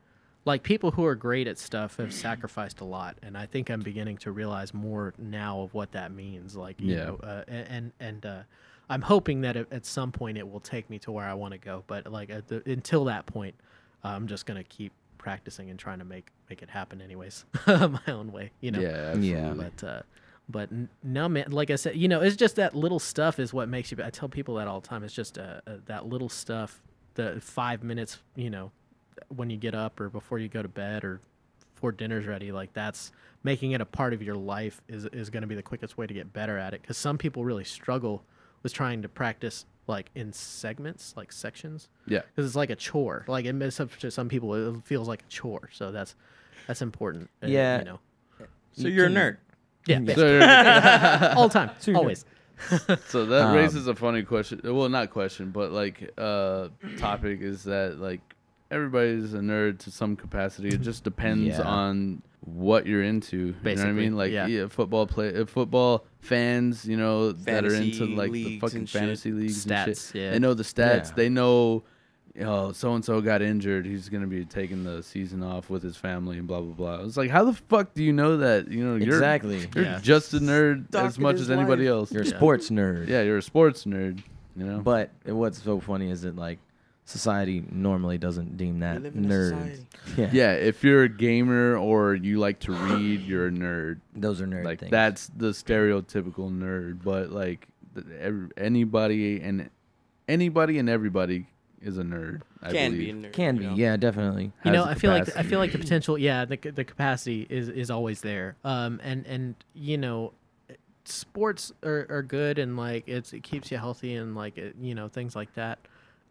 [SPEAKER 4] like people who are great at stuff have sacrificed a lot, and I think I'm beginning to realize more now of what that means. Like you
[SPEAKER 2] Yeah.
[SPEAKER 4] know, uh, a- and and uh, I'm hoping that at at some point it will take me to where I want to go. But like at the, until that point, I'm just gonna keep practicing and trying to make make it happen anyways, *laughs* my own way. You know.
[SPEAKER 2] Yeah, absolutely.
[SPEAKER 1] Yeah.
[SPEAKER 4] But uh, But n- no, man, like I said, you know, it's just that little stuff is what makes you. I tell people that all the time. It's just uh, uh, that little stuff, the five minutes, you know, when you get up or before you go to bed or before dinner's ready. Like that's making it a part of your life is is going to be the quickest way to get better at it. Because some people really struggle with trying to practice like in segments, like sections
[SPEAKER 2] Yeah.
[SPEAKER 4] because it's like a chore. Like it makes up to some people, it feels like a chore. So that's that's important. uh,
[SPEAKER 1] Yeah.
[SPEAKER 4] you know,
[SPEAKER 3] So you're a nerd.
[SPEAKER 4] yeah,
[SPEAKER 2] So,
[SPEAKER 4] yeah.
[SPEAKER 2] there-
[SPEAKER 4] *laughs* all the time,
[SPEAKER 1] So-
[SPEAKER 4] always.
[SPEAKER 2] so that
[SPEAKER 1] Um,
[SPEAKER 2] raises a funny question. Well, not question, but like uh *clears throat* topic is that like everybody's a nerd to some capacity. It just depends
[SPEAKER 1] Yeah.
[SPEAKER 2] on what you're into. You know what I
[SPEAKER 4] Basically,
[SPEAKER 2] mean? Like
[SPEAKER 4] yeah.
[SPEAKER 2] yeah, football play uh, football fans, you know, that are
[SPEAKER 3] Fantasy
[SPEAKER 2] into like the
[SPEAKER 3] leagues
[SPEAKER 2] fucking
[SPEAKER 3] and shit.
[SPEAKER 2] fantasy leagues and
[SPEAKER 4] Stats,
[SPEAKER 2] shit.
[SPEAKER 4] yeah.
[SPEAKER 2] They know the stats.
[SPEAKER 1] Yeah.
[SPEAKER 2] They know Oh, so and so got injured. He's gonna be taking the season off with his family and blah blah blah. It's like, how the fuck do you know that? You know, you're
[SPEAKER 1] exactly.
[SPEAKER 2] You're
[SPEAKER 4] Yeah.
[SPEAKER 2] just a nerd
[SPEAKER 3] Stuck
[SPEAKER 2] as
[SPEAKER 3] in
[SPEAKER 2] much
[SPEAKER 3] his
[SPEAKER 2] as anybody
[SPEAKER 3] life.
[SPEAKER 2] else.
[SPEAKER 1] You're a
[SPEAKER 4] Yeah.
[SPEAKER 1] sports nerd.
[SPEAKER 2] *laughs* Yeah, you're a sports nerd, you know.
[SPEAKER 1] But what's so funny is that like society normally doesn't deem that
[SPEAKER 3] live in a
[SPEAKER 1] nerd.
[SPEAKER 3] society.
[SPEAKER 1] *laughs* Yeah,
[SPEAKER 2] yeah, if you're a gamer or you like to read, you're a nerd.
[SPEAKER 1] those are nerd
[SPEAKER 2] like
[SPEAKER 1] things.
[SPEAKER 2] that's the stereotypical nerd, but like th- ev- anybody and anybody and everybody is a nerd. I
[SPEAKER 3] Can be a
[SPEAKER 2] believe.
[SPEAKER 3] nerd.
[SPEAKER 1] can
[SPEAKER 3] you
[SPEAKER 1] be.
[SPEAKER 3] know?
[SPEAKER 1] Yeah, definitely.
[SPEAKER 4] You
[SPEAKER 2] Has
[SPEAKER 4] know,
[SPEAKER 2] the
[SPEAKER 4] I feel like I
[SPEAKER 2] capacity.
[SPEAKER 4] feel like the potential. Yeah, the ca- the capacity is is always there. Um, and and you know, sports are, are good and like it's it keeps you healthy and like it, you know things like that.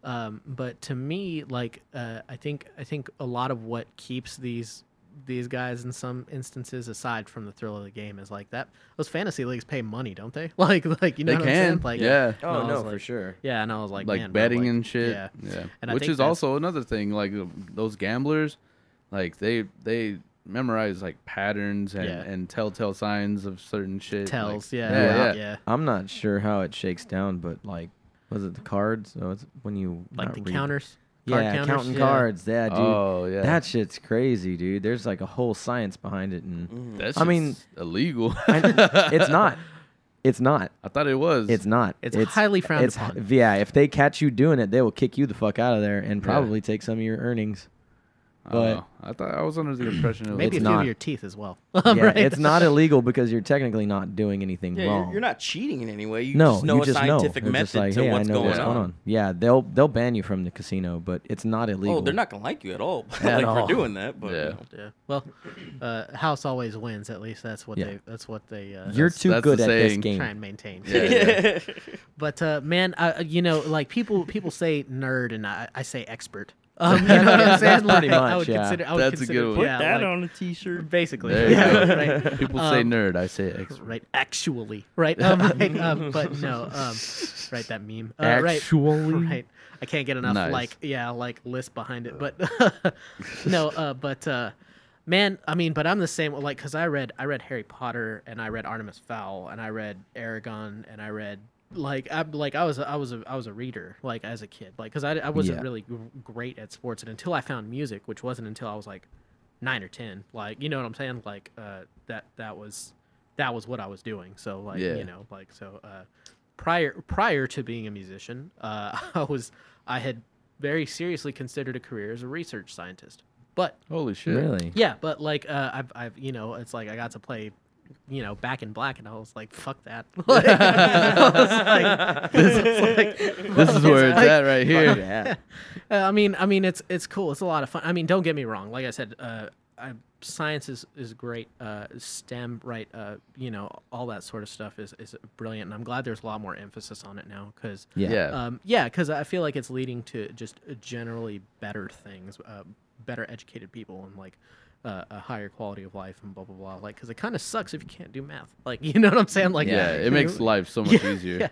[SPEAKER 4] Um, but to me, like uh, I think I think a lot of what keeps these these guys in some instances aside from the thrill of the game is like that those fantasy leagues pay money don't they *laughs* like like you know
[SPEAKER 2] They
[SPEAKER 4] what i'm
[SPEAKER 2] can,
[SPEAKER 4] saying like
[SPEAKER 2] yeah.
[SPEAKER 4] and
[SPEAKER 3] Oh,
[SPEAKER 4] I was like-
[SPEAKER 1] sure.
[SPEAKER 4] yeah and i was
[SPEAKER 2] like,
[SPEAKER 4] like man, bro,
[SPEAKER 2] betting
[SPEAKER 4] like,
[SPEAKER 2] and shit.
[SPEAKER 4] yeah
[SPEAKER 2] Yeah,
[SPEAKER 4] And I
[SPEAKER 2] which
[SPEAKER 4] think
[SPEAKER 2] is
[SPEAKER 4] that's-
[SPEAKER 2] also another thing. Like uh, those gamblers, like they they memorize like patterns and,
[SPEAKER 4] Yeah.
[SPEAKER 2] and telltale signs of certain shit. like-
[SPEAKER 4] tells yeah
[SPEAKER 2] yeah,
[SPEAKER 4] yeah,
[SPEAKER 2] yeah.
[SPEAKER 1] I'm not sure how it shakes down, but like, was it the cards? Oh, it's when you
[SPEAKER 4] like
[SPEAKER 1] not
[SPEAKER 4] the
[SPEAKER 1] read-
[SPEAKER 4] counters card
[SPEAKER 1] Yeah,
[SPEAKER 4] counters,
[SPEAKER 1] counting
[SPEAKER 4] yeah.
[SPEAKER 1] cards. Yeah, dude.
[SPEAKER 2] Oh yeah.
[SPEAKER 1] That shit's crazy, dude. There's like a whole science behind it,
[SPEAKER 4] Mm.
[SPEAKER 1] and
[SPEAKER 2] That's
[SPEAKER 1] I mean-
[SPEAKER 2] illegal. *laughs*
[SPEAKER 1] I-
[SPEAKER 3] *laughs*
[SPEAKER 1] it's not. It's not.
[SPEAKER 2] I thought it was.
[SPEAKER 1] It's not.
[SPEAKER 4] It's highly frowned
[SPEAKER 1] it's,
[SPEAKER 4] upon.
[SPEAKER 1] Yeah, if they catch you doing it, they will kick you the fuck out of there and probably take some of your earnings.
[SPEAKER 2] I don't
[SPEAKER 1] but-
[SPEAKER 2] know. I thought I was under the impression it
[SPEAKER 4] maybe
[SPEAKER 1] It's
[SPEAKER 2] was.
[SPEAKER 4] a few
[SPEAKER 1] not.
[SPEAKER 4] of your teeth as *laughs* well
[SPEAKER 1] yeah,
[SPEAKER 4] *laughs* right?
[SPEAKER 1] it's not illegal because you're technically not doing anything
[SPEAKER 3] Yeah,
[SPEAKER 1] wrong.
[SPEAKER 3] you're, you're not cheating in any way. You
[SPEAKER 1] no,
[SPEAKER 3] just know
[SPEAKER 1] you
[SPEAKER 3] a
[SPEAKER 1] just
[SPEAKER 3] scientific
[SPEAKER 1] know. It's just
[SPEAKER 3] method
[SPEAKER 1] like,
[SPEAKER 3] to
[SPEAKER 1] hey,
[SPEAKER 3] what's,
[SPEAKER 1] I know
[SPEAKER 3] going,
[SPEAKER 1] what's
[SPEAKER 3] on.
[SPEAKER 1] going on. Yeah, they'll they'll ban you from the casino, but it's not illegal.
[SPEAKER 3] Oh, they're not gonna like you at all, *laughs*
[SPEAKER 1] At
[SPEAKER 3] like
[SPEAKER 1] all.
[SPEAKER 3] for doing that. But
[SPEAKER 2] Yeah.
[SPEAKER 3] you know.
[SPEAKER 4] *laughs* Yeah. Well, uh, house always wins. At least that's what
[SPEAKER 1] Yeah.
[SPEAKER 4] they. That's what they. Uh,
[SPEAKER 1] You're
[SPEAKER 4] that's-
[SPEAKER 1] too
[SPEAKER 2] that's
[SPEAKER 1] good
[SPEAKER 2] the
[SPEAKER 1] at this
[SPEAKER 2] saying.
[SPEAKER 1] game.
[SPEAKER 4] try and maintain.
[SPEAKER 2] Yeah,
[SPEAKER 3] *laughs*
[SPEAKER 2] yeah.
[SPEAKER 4] *laughs* But uh, man, I, you know, like people people say nerd, and I, I say
[SPEAKER 1] *laughs*
[SPEAKER 4] expert. Um, you know what I'm saying?
[SPEAKER 1] Pretty
[SPEAKER 4] Like, *laughs* I
[SPEAKER 1] much,
[SPEAKER 4] would
[SPEAKER 1] yeah.
[SPEAKER 4] consider. I would
[SPEAKER 2] That's a good
[SPEAKER 4] consider,
[SPEAKER 2] one. Put
[SPEAKER 4] yeah, like,
[SPEAKER 3] a *laughs* t-shirt.
[SPEAKER 4] Basically. *laughs*
[SPEAKER 2] There you go. *laughs*
[SPEAKER 4] right.
[SPEAKER 2] People say
[SPEAKER 4] Um,
[SPEAKER 2] nerd. I say X.
[SPEAKER 4] Right. Actually. Right. Um, *laughs* like, um, but no. Um, right. That meme. Uh, Right,
[SPEAKER 2] Actually?
[SPEAKER 4] right. I can't get enough
[SPEAKER 2] Nice.
[SPEAKER 4] like yeah like list behind it, but *laughs* no. Uh, but uh, man, I mean, but I'm the same. Like, cause I read I read Harry Potter and I read Artemis Fowl and I read Aragon and I read like I like I was a, I was a I was a reader like as a kid like because I, I wasn't
[SPEAKER 1] Yeah.
[SPEAKER 4] really g- great at sports and until I found music, which wasn't until I was like nine or ten. Like you know what I'm saying? Like uh, that that was that was what I was doing. So like
[SPEAKER 2] Yeah.
[SPEAKER 4] you know like so uh, prior prior to being a musician, *laughs* uh, I was I had very seriously considered a career as a research scientist. But
[SPEAKER 2] Holy
[SPEAKER 1] *laughs*
[SPEAKER 2] shit.
[SPEAKER 1] Really?
[SPEAKER 4] yeah, but like uh, I've I've you know it's like I got to play. You know, back in black, and I was like, "Fuck that!" *laughs* Like, I was like, *laughs* this is like,
[SPEAKER 2] This is where it's
[SPEAKER 4] like-
[SPEAKER 2] at right here.
[SPEAKER 1] Yeah.
[SPEAKER 4] uh, I mean, I mean, it's it's cool. It's a lot of fun. I mean, don't get me wrong. Like I said, uh, I, science is is great. Uh, STEM, right? Uh, you know, all that sort of stuff is is brilliant. And I'm glad there's a lot more emphasis on it now because
[SPEAKER 1] *laughs* Yeah.
[SPEAKER 2] Yeah.
[SPEAKER 4] um, yeah, because I feel like it's leading to just generally better things, uh, better educated people, and like uh, a higher quality of life, and blah blah blah. Like, because it kind of sucks if you can't do math. Like, *laughs* you know what I'm saying? Like,
[SPEAKER 2] yeah.
[SPEAKER 4] you-
[SPEAKER 2] It
[SPEAKER 4] *laughs*
[SPEAKER 2] makes life so much easier.
[SPEAKER 4] yeah.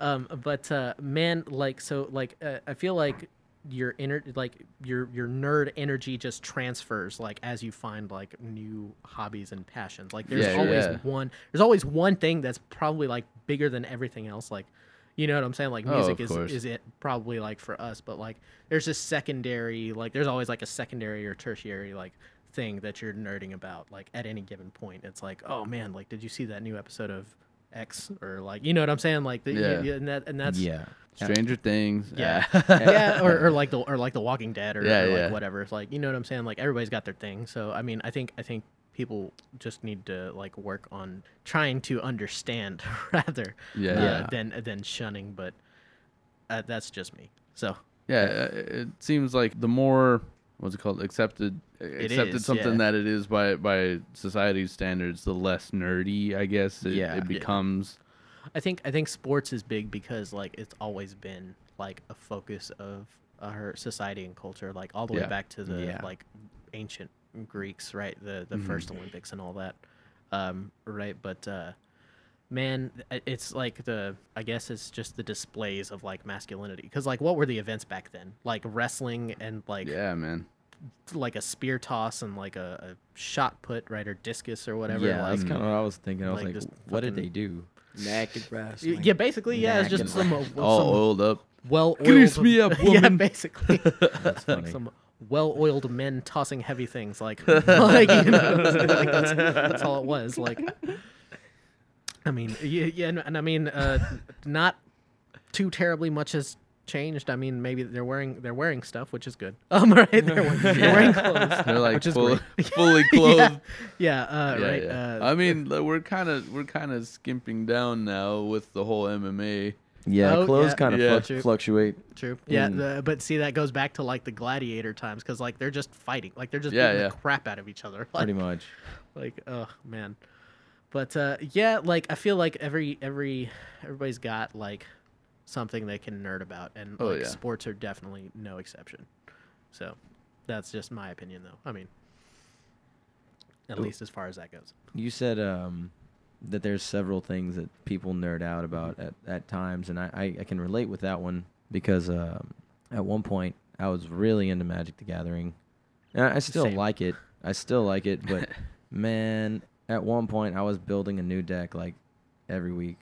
[SPEAKER 4] Um, but uh, man, like so, like uh, I feel like your inner, like your your nerd energy just transfers, like as you find like new hobbies and passions. Like there's
[SPEAKER 2] Yeah,
[SPEAKER 4] always
[SPEAKER 2] yeah.
[SPEAKER 4] one, there's always one thing that's probably like bigger than everything else. Like, you know what I'm saying? Like
[SPEAKER 2] Oh,
[SPEAKER 4] music
[SPEAKER 2] of
[SPEAKER 4] is
[SPEAKER 2] course.
[SPEAKER 4] is it probably like for us, but like there's a secondary, like there's always like a secondary or tertiary like thing that you're nerding about like at any given point it's like oh man like did you see that new episode of x or like you know what i'm saying like the,
[SPEAKER 2] Yeah.
[SPEAKER 4] yeah, and that and *laughs* that's
[SPEAKER 1] Yeah.
[SPEAKER 2] Stranger Things.
[SPEAKER 4] yeah,
[SPEAKER 2] *laughs*
[SPEAKER 4] *laughs*
[SPEAKER 2] Ah.
[SPEAKER 4] yeah, or, or like the or like the Walking Dead or,
[SPEAKER 2] Yeah,
[SPEAKER 4] or like
[SPEAKER 2] yeah.
[SPEAKER 4] whatever. It's like you know what I'm saying. Like everybody's got their thing. So I mean, I think I think people just need to like work on trying to understand *laughs* rather
[SPEAKER 2] Yeah.
[SPEAKER 4] uh,
[SPEAKER 2] Yeah.
[SPEAKER 4] than than shunning. But uh, that's just me. So
[SPEAKER 2] Yeah, uh, it seems like the more what's it called accepted accepted
[SPEAKER 4] is,
[SPEAKER 2] something
[SPEAKER 4] yeah.
[SPEAKER 2] that it is by by society's standards, the less nerdy I guess it,
[SPEAKER 1] Yeah. Yeah.
[SPEAKER 2] it becomes.
[SPEAKER 4] I think I think sports is big because like it's always been like a focus of our society and culture, like all the
[SPEAKER 2] Yeah.
[SPEAKER 4] way back to the
[SPEAKER 1] Yeah.
[SPEAKER 4] like ancient Greeks, right? The the first Olympics and all that, um, right? But uh, man, i- it's like the I guess it's just the displays of like masculinity because like what were the events back then? Like wrestling and like
[SPEAKER 2] Yeah, man.
[SPEAKER 4] like a spear toss and like a, a shot put, right, or discus or whatever.
[SPEAKER 1] yeah,
[SPEAKER 4] like,
[SPEAKER 1] that's kind of what I was thinking. I was
[SPEAKER 4] like,
[SPEAKER 1] like,
[SPEAKER 4] just
[SPEAKER 1] what did
[SPEAKER 4] fucking-
[SPEAKER 1] they
[SPEAKER 4] *laughs*
[SPEAKER 1] do?
[SPEAKER 3] Naked brass.
[SPEAKER 4] Y- Yeah, basically, yeah, it's just some, uh,
[SPEAKER 2] All
[SPEAKER 4] some
[SPEAKER 2] oiled up.
[SPEAKER 4] well oiled.
[SPEAKER 2] Grease me
[SPEAKER 1] *laughs*
[SPEAKER 2] up,
[SPEAKER 4] *laughs* yeah,
[SPEAKER 2] woman.
[SPEAKER 4] basically.
[SPEAKER 1] That's funny.
[SPEAKER 4] Some well oiled men tossing heavy things like, *laughs* like, you know, *laughs* like that's, that's all it was. Like, I mean, yeah, yeah and- and I mean, uh, not too terribly much has changed. I mean, maybe they're wearing they're wearing stuff, which is good. *laughs* Um, right, they're,
[SPEAKER 2] *laughs*
[SPEAKER 4] wearing- they're wearing clothes.
[SPEAKER 2] They're like
[SPEAKER 4] Which is
[SPEAKER 2] full,
[SPEAKER 4] great.
[SPEAKER 1] *laughs*
[SPEAKER 2] *laughs* fully clothed.
[SPEAKER 4] *laughs* Yeah, yeah, uh,
[SPEAKER 2] Yeah,
[SPEAKER 4] right.
[SPEAKER 2] yeah.
[SPEAKER 4] Uh,
[SPEAKER 2] I mean, like, we're kind of we're kind of skimping down now with the whole MMA.
[SPEAKER 1] Yeah,
[SPEAKER 4] Oh,
[SPEAKER 1] clothes
[SPEAKER 4] yeah.
[SPEAKER 1] kind of
[SPEAKER 2] Yeah.
[SPEAKER 1] fluc- fluctuate.
[SPEAKER 4] True. Yeah,
[SPEAKER 1] in-
[SPEAKER 4] the, but see, that goes back to like the gladiator times because like they're just fighting, like they're just
[SPEAKER 2] Yeah,
[SPEAKER 4] beating
[SPEAKER 2] yeah.
[SPEAKER 4] the crap out of each other. *laughs* Like,
[SPEAKER 1] Pretty much.
[SPEAKER 4] like oh man, but uh, yeah, like I feel like every every everybody's got like something they can nerd about, and
[SPEAKER 2] Oh,
[SPEAKER 4] like
[SPEAKER 2] yeah.
[SPEAKER 4] sports are definitely no exception. So that's just my opinion, though. I mean, at least as far as that goes.
[SPEAKER 1] You said um, that there's several things that people nerd out about at, at times, and I, I, I can relate with that one because um, at one point I was really into Magic the Gathering. And I, I still
[SPEAKER 4] Same.
[SPEAKER 1] like it. I still like it,
[SPEAKER 4] *laughs*
[SPEAKER 1] but man, at one point I was building a new deck like every week.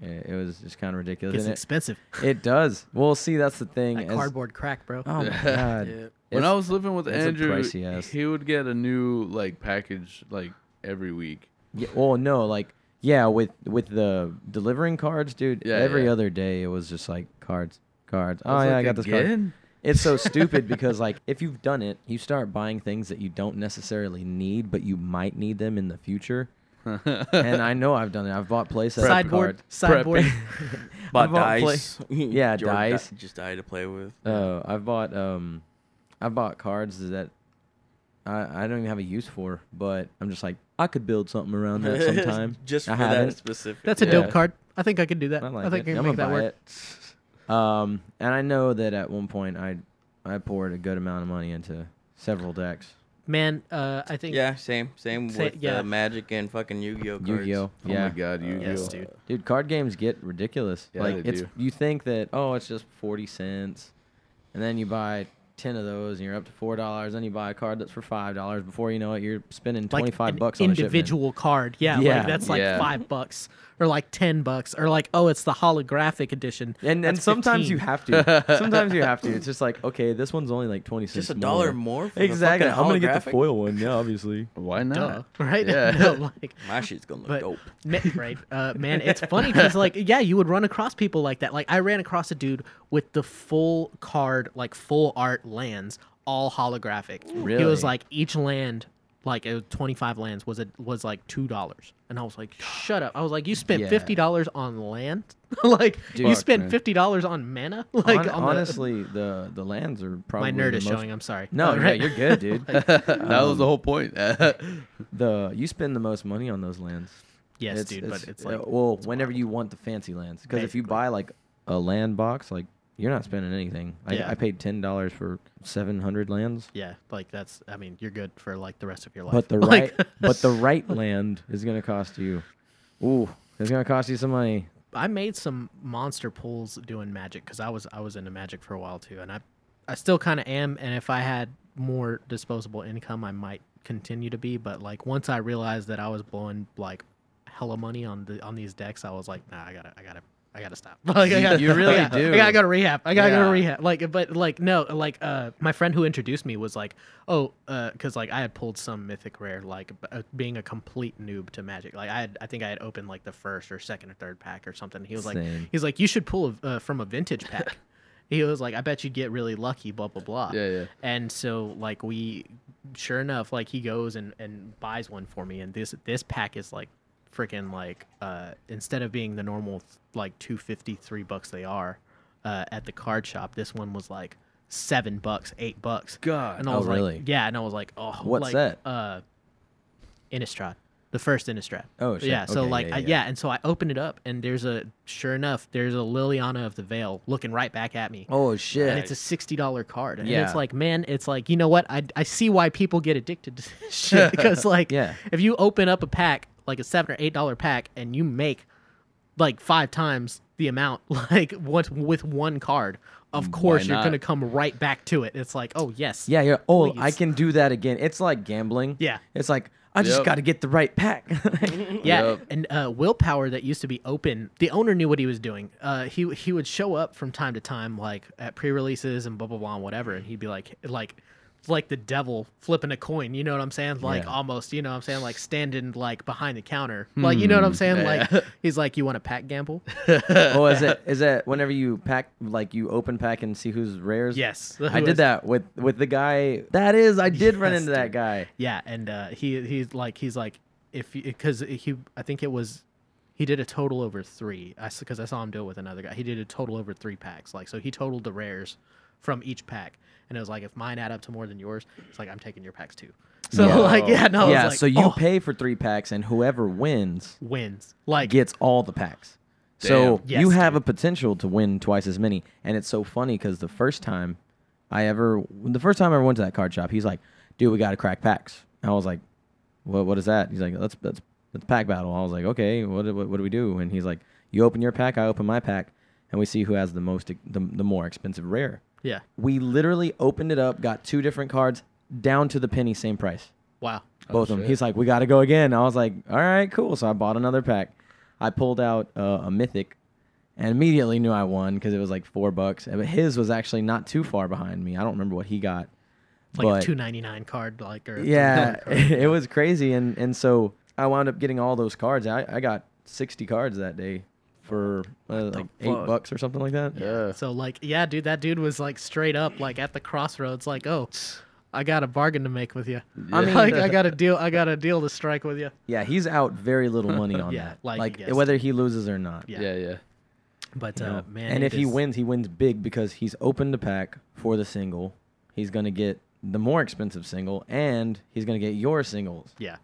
[SPEAKER 1] It, it was just kind of ridiculous.
[SPEAKER 4] It's
[SPEAKER 1] And it,
[SPEAKER 4] expensive.
[SPEAKER 1] it does. Well, see, that's the thing.
[SPEAKER 4] That
[SPEAKER 1] as-
[SPEAKER 4] cardboard crack, bro.
[SPEAKER 2] *laughs*
[SPEAKER 1] oh my god.
[SPEAKER 3] Yeah.
[SPEAKER 2] When
[SPEAKER 1] It's-
[SPEAKER 2] I was living with
[SPEAKER 1] it's a
[SPEAKER 2] Andrew,
[SPEAKER 1] pricey ass.
[SPEAKER 2] he would get a new like package like every week. *laughs*
[SPEAKER 1] Yeah, well, no, like yeah, with with the delivering cards, dude.
[SPEAKER 2] Yeah,
[SPEAKER 1] every
[SPEAKER 2] yeah.
[SPEAKER 1] other day it was just like cards, cards. Oh
[SPEAKER 2] was
[SPEAKER 1] yeah, I
[SPEAKER 2] like,
[SPEAKER 1] got this card.
[SPEAKER 2] "Again?"
[SPEAKER 1] It's so stupid because like if you've done it, you start buying things that you don't necessarily need, but you might need them in the future. and I know I've done it. I've bought playset
[SPEAKER 4] sideboard,
[SPEAKER 1] cards.
[SPEAKER 4] sideboard.
[SPEAKER 3] *laughs*
[SPEAKER 1] I've
[SPEAKER 3] Bought
[SPEAKER 1] bought
[SPEAKER 3] dice.
[SPEAKER 1] *laughs* Yeah,
[SPEAKER 3] Jordan
[SPEAKER 1] dice.
[SPEAKER 3] di- just die to play with.
[SPEAKER 1] Uh, I've bought um, I've bought cards that I I don't even have a use for, but I'm just like I could build something around
[SPEAKER 3] *laughs*
[SPEAKER 1] that sometime.
[SPEAKER 3] just for
[SPEAKER 1] I
[SPEAKER 3] that
[SPEAKER 1] haven't.
[SPEAKER 3] specific.
[SPEAKER 4] That's a
[SPEAKER 2] Yeah.
[SPEAKER 4] dope card. I think I could do that.
[SPEAKER 1] I
[SPEAKER 4] I,
[SPEAKER 1] like
[SPEAKER 4] think
[SPEAKER 1] it.
[SPEAKER 4] I
[SPEAKER 1] I'm gonna
[SPEAKER 4] can make that
[SPEAKER 1] buy
[SPEAKER 4] work.
[SPEAKER 1] it. Um, and I know that at one point I I poured a good amount of money into several decks.
[SPEAKER 4] Man, uh, I think
[SPEAKER 3] Yeah, same, same
[SPEAKER 4] Sa-
[SPEAKER 3] with
[SPEAKER 4] yeah.
[SPEAKER 3] uh, Magic and fucking Yu-Gi-Oh cards.
[SPEAKER 1] Yu-Gi-Oh.
[SPEAKER 2] Oh
[SPEAKER 1] yeah.
[SPEAKER 2] my god, you
[SPEAKER 4] Yes,
[SPEAKER 2] you-
[SPEAKER 4] dude.
[SPEAKER 1] Dude, card games get ridiculous.
[SPEAKER 2] Yeah,
[SPEAKER 1] like
[SPEAKER 2] they
[SPEAKER 1] it's
[SPEAKER 2] do.
[SPEAKER 1] you think that oh it's just forty cents, and then you buy ten of those and you're up to four dollars. Then you buy a card that's for five dollars. Before you know it, you're spending
[SPEAKER 4] like
[SPEAKER 1] twenty five
[SPEAKER 4] an
[SPEAKER 1] bucks on
[SPEAKER 4] individual card. Yeah,
[SPEAKER 1] Yeah.
[SPEAKER 4] like that's like
[SPEAKER 2] Yeah.
[SPEAKER 4] five bucks or like ten bucks or like oh, it's the holographic edition.
[SPEAKER 1] A shipment. And and
[SPEAKER 4] That's
[SPEAKER 1] sometimes
[SPEAKER 4] 15.
[SPEAKER 1] you have
[SPEAKER 4] *laughs*
[SPEAKER 1] to. sometimes you have to. It's just like okay, this one's only like twenty cents.
[SPEAKER 3] Just a dollar
[SPEAKER 1] more.
[SPEAKER 3] more. For the
[SPEAKER 1] Exactly.
[SPEAKER 3] fucking
[SPEAKER 1] I'm gonna get
[SPEAKER 3] holographic?
[SPEAKER 1] the foil one. Yeah, obviously.
[SPEAKER 2] Why
[SPEAKER 4] Duh,
[SPEAKER 2] not?
[SPEAKER 4] right? *laughs*
[SPEAKER 2] Yeah.
[SPEAKER 4] No, like,
[SPEAKER 3] My shit's gonna look
[SPEAKER 4] but
[SPEAKER 3] dope.
[SPEAKER 1] *laughs*
[SPEAKER 4] ma- right, uh, man, it's funny because like yeah, you would run across people like that. Like I ran across a dude with the full card, like full art lands, all holographic. He
[SPEAKER 1] Really?
[SPEAKER 4] was like each land. Like it was 25 lands was it was like two dollars, and I was like, "Shut up!" I was like, "You spent
[SPEAKER 1] Yeah.
[SPEAKER 4] fifty dollars on land, *laughs* like you
[SPEAKER 1] Fuck,
[SPEAKER 4] spent
[SPEAKER 2] man.
[SPEAKER 4] fifty dollars on mana." *laughs* *laughs* Like
[SPEAKER 1] Hon-
[SPEAKER 4] on the-
[SPEAKER 1] honestly, the the lands are
[SPEAKER 4] my
[SPEAKER 1] probably
[SPEAKER 4] nerd
[SPEAKER 1] the
[SPEAKER 4] is
[SPEAKER 1] most-
[SPEAKER 4] showing. I'm sorry.
[SPEAKER 1] No,
[SPEAKER 4] *laughs* Uh,
[SPEAKER 1] yeah, you're good, dude.
[SPEAKER 2] *laughs* that was
[SPEAKER 1] Um,
[SPEAKER 2] the whole point.
[SPEAKER 1] the you spend the most money on those lands.
[SPEAKER 4] yes, dude, but it's
[SPEAKER 1] uh,
[SPEAKER 4] like
[SPEAKER 1] well, whenever you want the fancy lands, because if you
[SPEAKER 4] Basically.
[SPEAKER 1] buy like a land box, like you're not spending anything. I,
[SPEAKER 4] Yeah.
[SPEAKER 1] I paid ten dollars for seven hundred lands,
[SPEAKER 4] yeah, like that's. I mean, you're good for like the rest of your life.
[SPEAKER 1] but the
[SPEAKER 4] *laughs* Like,
[SPEAKER 1] right but the right land is gonna cost you. Ooh, it's gonna cost you some money.
[SPEAKER 4] I made some monster pulls doing magic because I was I was into magic for a while too, and I I still kind of am. And if I had more disposable income, I might continue to be. But like once I realized that I was blowing like hella money on the on these decks, I was like, nah, I gotta I gotta. I gotta stop. *laughs* Like, I
[SPEAKER 1] You-
[SPEAKER 4] gotta,
[SPEAKER 1] you really
[SPEAKER 4] I gotta,
[SPEAKER 1] do.
[SPEAKER 4] I gotta go to rehab. I gotta go to
[SPEAKER 1] Yeah.
[SPEAKER 4] rehab. Like, but like, no, like, uh, my friend who introduced me was like, oh, uh, cause like I had pulled some mythic rare, like b- uh, being a complete noob to magic. Like I had, I think I had opened like the first or second or third pack or something. He was like,
[SPEAKER 1] Same.
[SPEAKER 4] he's like, you should pull a, uh, from a vintage pack. he was like, I bet you'd get really lucky, blah blah blah.
[SPEAKER 2] Yeah, yeah.
[SPEAKER 4] And so like we sure enough, like he goes and, and buys one for me, and this this pack is like freaking like uh instead of being the normal like two fifty three bucks they are uh, at the card shop, this one was like seven bucks, eight bucks.
[SPEAKER 2] God.
[SPEAKER 4] and I
[SPEAKER 1] Oh,
[SPEAKER 4] was
[SPEAKER 1] really?
[SPEAKER 4] like, yeah, and I was like, oh,
[SPEAKER 1] What
[SPEAKER 4] like,
[SPEAKER 1] set?
[SPEAKER 4] Uh, Innistrad, the first Innistrad.
[SPEAKER 1] Oh, shit.
[SPEAKER 4] yeah. So
[SPEAKER 1] Okay,
[SPEAKER 4] like,
[SPEAKER 1] yeah,
[SPEAKER 4] I-
[SPEAKER 1] yeah.
[SPEAKER 4] yeah, and so I open it up, and there's a sure enough, there's a Liliana of the Veil looking right back at me
[SPEAKER 1] Oh
[SPEAKER 4] and
[SPEAKER 1] shit.
[SPEAKER 4] it's a sixty dollar card. And
[SPEAKER 1] Yeah.
[SPEAKER 4] it's like, man, it's like, you know what? I I see why people get addicted to *laughs*
[SPEAKER 1] *laughs*
[SPEAKER 4] this shit because like,
[SPEAKER 1] Yeah.
[SPEAKER 4] if you open up a pack like a seven or eight dollar pack and you make like five times the amount *laughs* like what with one card, of course you're
[SPEAKER 2] not?
[SPEAKER 4] gonna come right back to it. It's like, oh yes,
[SPEAKER 1] Yeah, yeah. Oh, I
[SPEAKER 4] Please.
[SPEAKER 1] can do that again. It's like gambling.
[SPEAKER 4] Yeah.
[SPEAKER 1] It's like I just
[SPEAKER 2] Yep.
[SPEAKER 1] got to get the right
[SPEAKER 4] *laughs*
[SPEAKER 1] pack. *laughs*
[SPEAKER 4] Yeah,
[SPEAKER 2] Yep.
[SPEAKER 4] and uh, willpower that used to be open. The owner knew what he was doing. Uh, he he would show up from time to time, like at pre-releases and blah blah blah and whatever, and he'd be like like like the devil flipping a coin. You know what I'm saying? Like
[SPEAKER 1] Yeah.
[SPEAKER 4] almost. You know what I'm saying? Like standing like behind the counter. Like you know
[SPEAKER 1] Hmm.
[SPEAKER 4] what I'm saying?
[SPEAKER 2] Yeah,
[SPEAKER 1] *laughs*
[SPEAKER 2] yeah.
[SPEAKER 4] Like he's like, you want a pack gamble?
[SPEAKER 1] oh, is it is that whenever you pack like you open pack and see who's rares?
[SPEAKER 4] yes,
[SPEAKER 1] I
[SPEAKER 4] *laughs*
[SPEAKER 1] did that with with the guy. That is, I did run
[SPEAKER 4] Yes,
[SPEAKER 1] into that
[SPEAKER 4] dude.
[SPEAKER 1] guy.
[SPEAKER 4] Yeah, and uh, he he's like he's like if because he I think it was he did a total over three. I because I saw him do it with another guy. He did a total over three packs. Like so, he totaled the rares from each pack, and it was like if mine add up to more than yours, it's like I'm taking your packs too. So
[SPEAKER 1] Yeah.
[SPEAKER 4] *laughs* like yeah no
[SPEAKER 1] yeah,
[SPEAKER 4] yeah like,
[SPEAKER 1] so you
[SPEAKER 4] oh,
[SPEAKER 1] pay for three packs, and whoever wins
[SPEAKER 4] wins like
[SPEAKER 1] gets all the packs. So
[SPEAKER 4] Damn.
[SPEAKER 1] you
[SPEAKER 4] Yes,
[SPEAKER 1] have a potential to win twice as many, and it's so funny because the first time I ever, the first time I ever went to that card shop, he's like, "Dude, we got to crack packs." And I was like, "What? What is that?" He's like, "Let's let's let's pack battle." I was like, "Okay, what do- what, what do we do?" And he's like, "You open your pack, I open my pack, and we see who has the most the, the more expensive rare."
[SPEAKER 4] yeah
[SPEAKER 1] We literally opened it up, got two different cards down to the penny, same price
[SPEAKER 4] wow
[SPEAKER 1] both of them.
[SPEAKER 2] shit.
[SPEAKER 1] He's like, "We got to go again." I was like, "All right, cool." So I bought another pack. I pulled out uh, a mythic, and immediately knew I won because it was like four bucks. But his was actually not too far behind me. I don't remember what he got,
[SPEAKER 4] like
[SPEAKER 1] but
[SPEAKER 4] a two ninety nine card like *laughs* or a
[SPEAKER 1] yeah,
[SPEAKER 4] $3
[SPEAKER 1] *laughs*
[SPEAKER 4] card.
[SPEAKER 1] it was crazy. And and so I wound up getting all those cards. I, I got sixty cards that day for uh, like eight
[SPEAKER 2] fuck?
[SPEAKER 1] bucks or something like that.
[SPEAKER 2] Yeah.
[SPEAKER 4] So like, yeah, dude, that dude was like straight up like at the crossroads, like, oh, I got a bargain to make with you.
[SPEAKER 1] I mean,
[SPEAKER 4] *laughs* like, I got
[SPEAKER 1] *laughs*
[SPEAKER 4] a deal. I got a deal to strike with you.
[SPEAKER 1] Yeah, he's out very little
[SPEAKER 4] *laughs*
[SPEAKER 1] money on
[SPEAKER 4] Yeah,
[SPEAKER 1] that.
[SPEAKER 4] like
[SPEAKER 1] Like,
[SPEAKER 4] you guessed.
[SPEAKER 1] whether he loses or not.
[SPEAKER 4] Yeah.
[SPEAKER 2] Yeah, yeah.
[SPEAKER 4] But
[SPEAKER 1] you
[SPEAKER 4] uh,
[SPEAKER 1] know.
[SPEAKER 4] man,
[SPEAKER 1] and
[SPEAKER 4] it
[SPEAKER 1] if he
[SPEAKER 4] is-
[SPEAKER 1] wins, he wins big because he's opened the pack for the single. He's gonna get the more expensive single, and he's gonna get your singles.
[SPEAKER 4] yeah,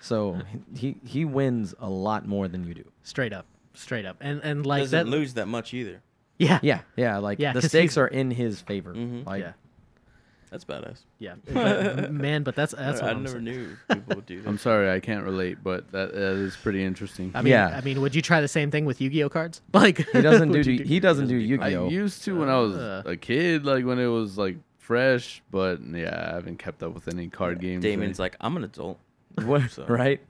[SPEAKER 1] So he he wins a lot more than you do.
[SPEAKER 4] straight up, straight up, and and like
[SPEAKER 3] doesn't
[SPEAKER 4] that,
[SPEAKER 3] lose that much either.
[SPEAKER 4] yeah,
[SPEAKER 1] Yeah, yeah. Like
[SPEAKER 4] Yeah,
[SPEAKER 1] the
[SPEAKER 4] 'cause
[SPEAKER 1] stakes
[SPEAKER 4] he's-
[SPEAKER 1] are in his favor.
[SPEAKER 3] Mhm.
[SPEAKER 1] Like,
[SPEAKER 4] yeah,
[SPEAKER 3] That's badass.
[SPEAKER 4] yeah. But, man, but that's
[SPEAKER 3] *laughs*
[SPEAKER 4] that's
[SPEAKER 3] I,
[SPEAKER 4] what
[SPEAKER 3] I
[SPEAKER 4] I'm
[SPEAKER 3] never
[SPEAKER 4] saying.
[SPEAKER 3] knew people would do that.
[SPEAKER 2] I'm sorry, I can't relate, but that, that is pretty interesting.
[SPEAKER 4] I mean,
[SPEAKER 1] Yeah.
[SPEAKER 4] I mean, would you try the same thing with Yu-Gi-Oh cards? *laughs* Like
[SPEAKER 1] he doesn't do,
[SPEAKER 4] would you
[SPEAKER 1] he, doesn't do
[SPEAKER 2] I
[SPEAKER 1] Yu-Gi-Oh.
[SPEAKER 2] used to when I was
[SPEAKER 4] Uh.
[SPEAKER 2] a kid, like when it was like fresh, but yeah, I haven't kept up with any card games. or
[SPEAKER 3] Damon's like, I'm an adult.
[SPEAKER 1] What-
[SPEAKER 3] So-
[SPEAKER 1] right?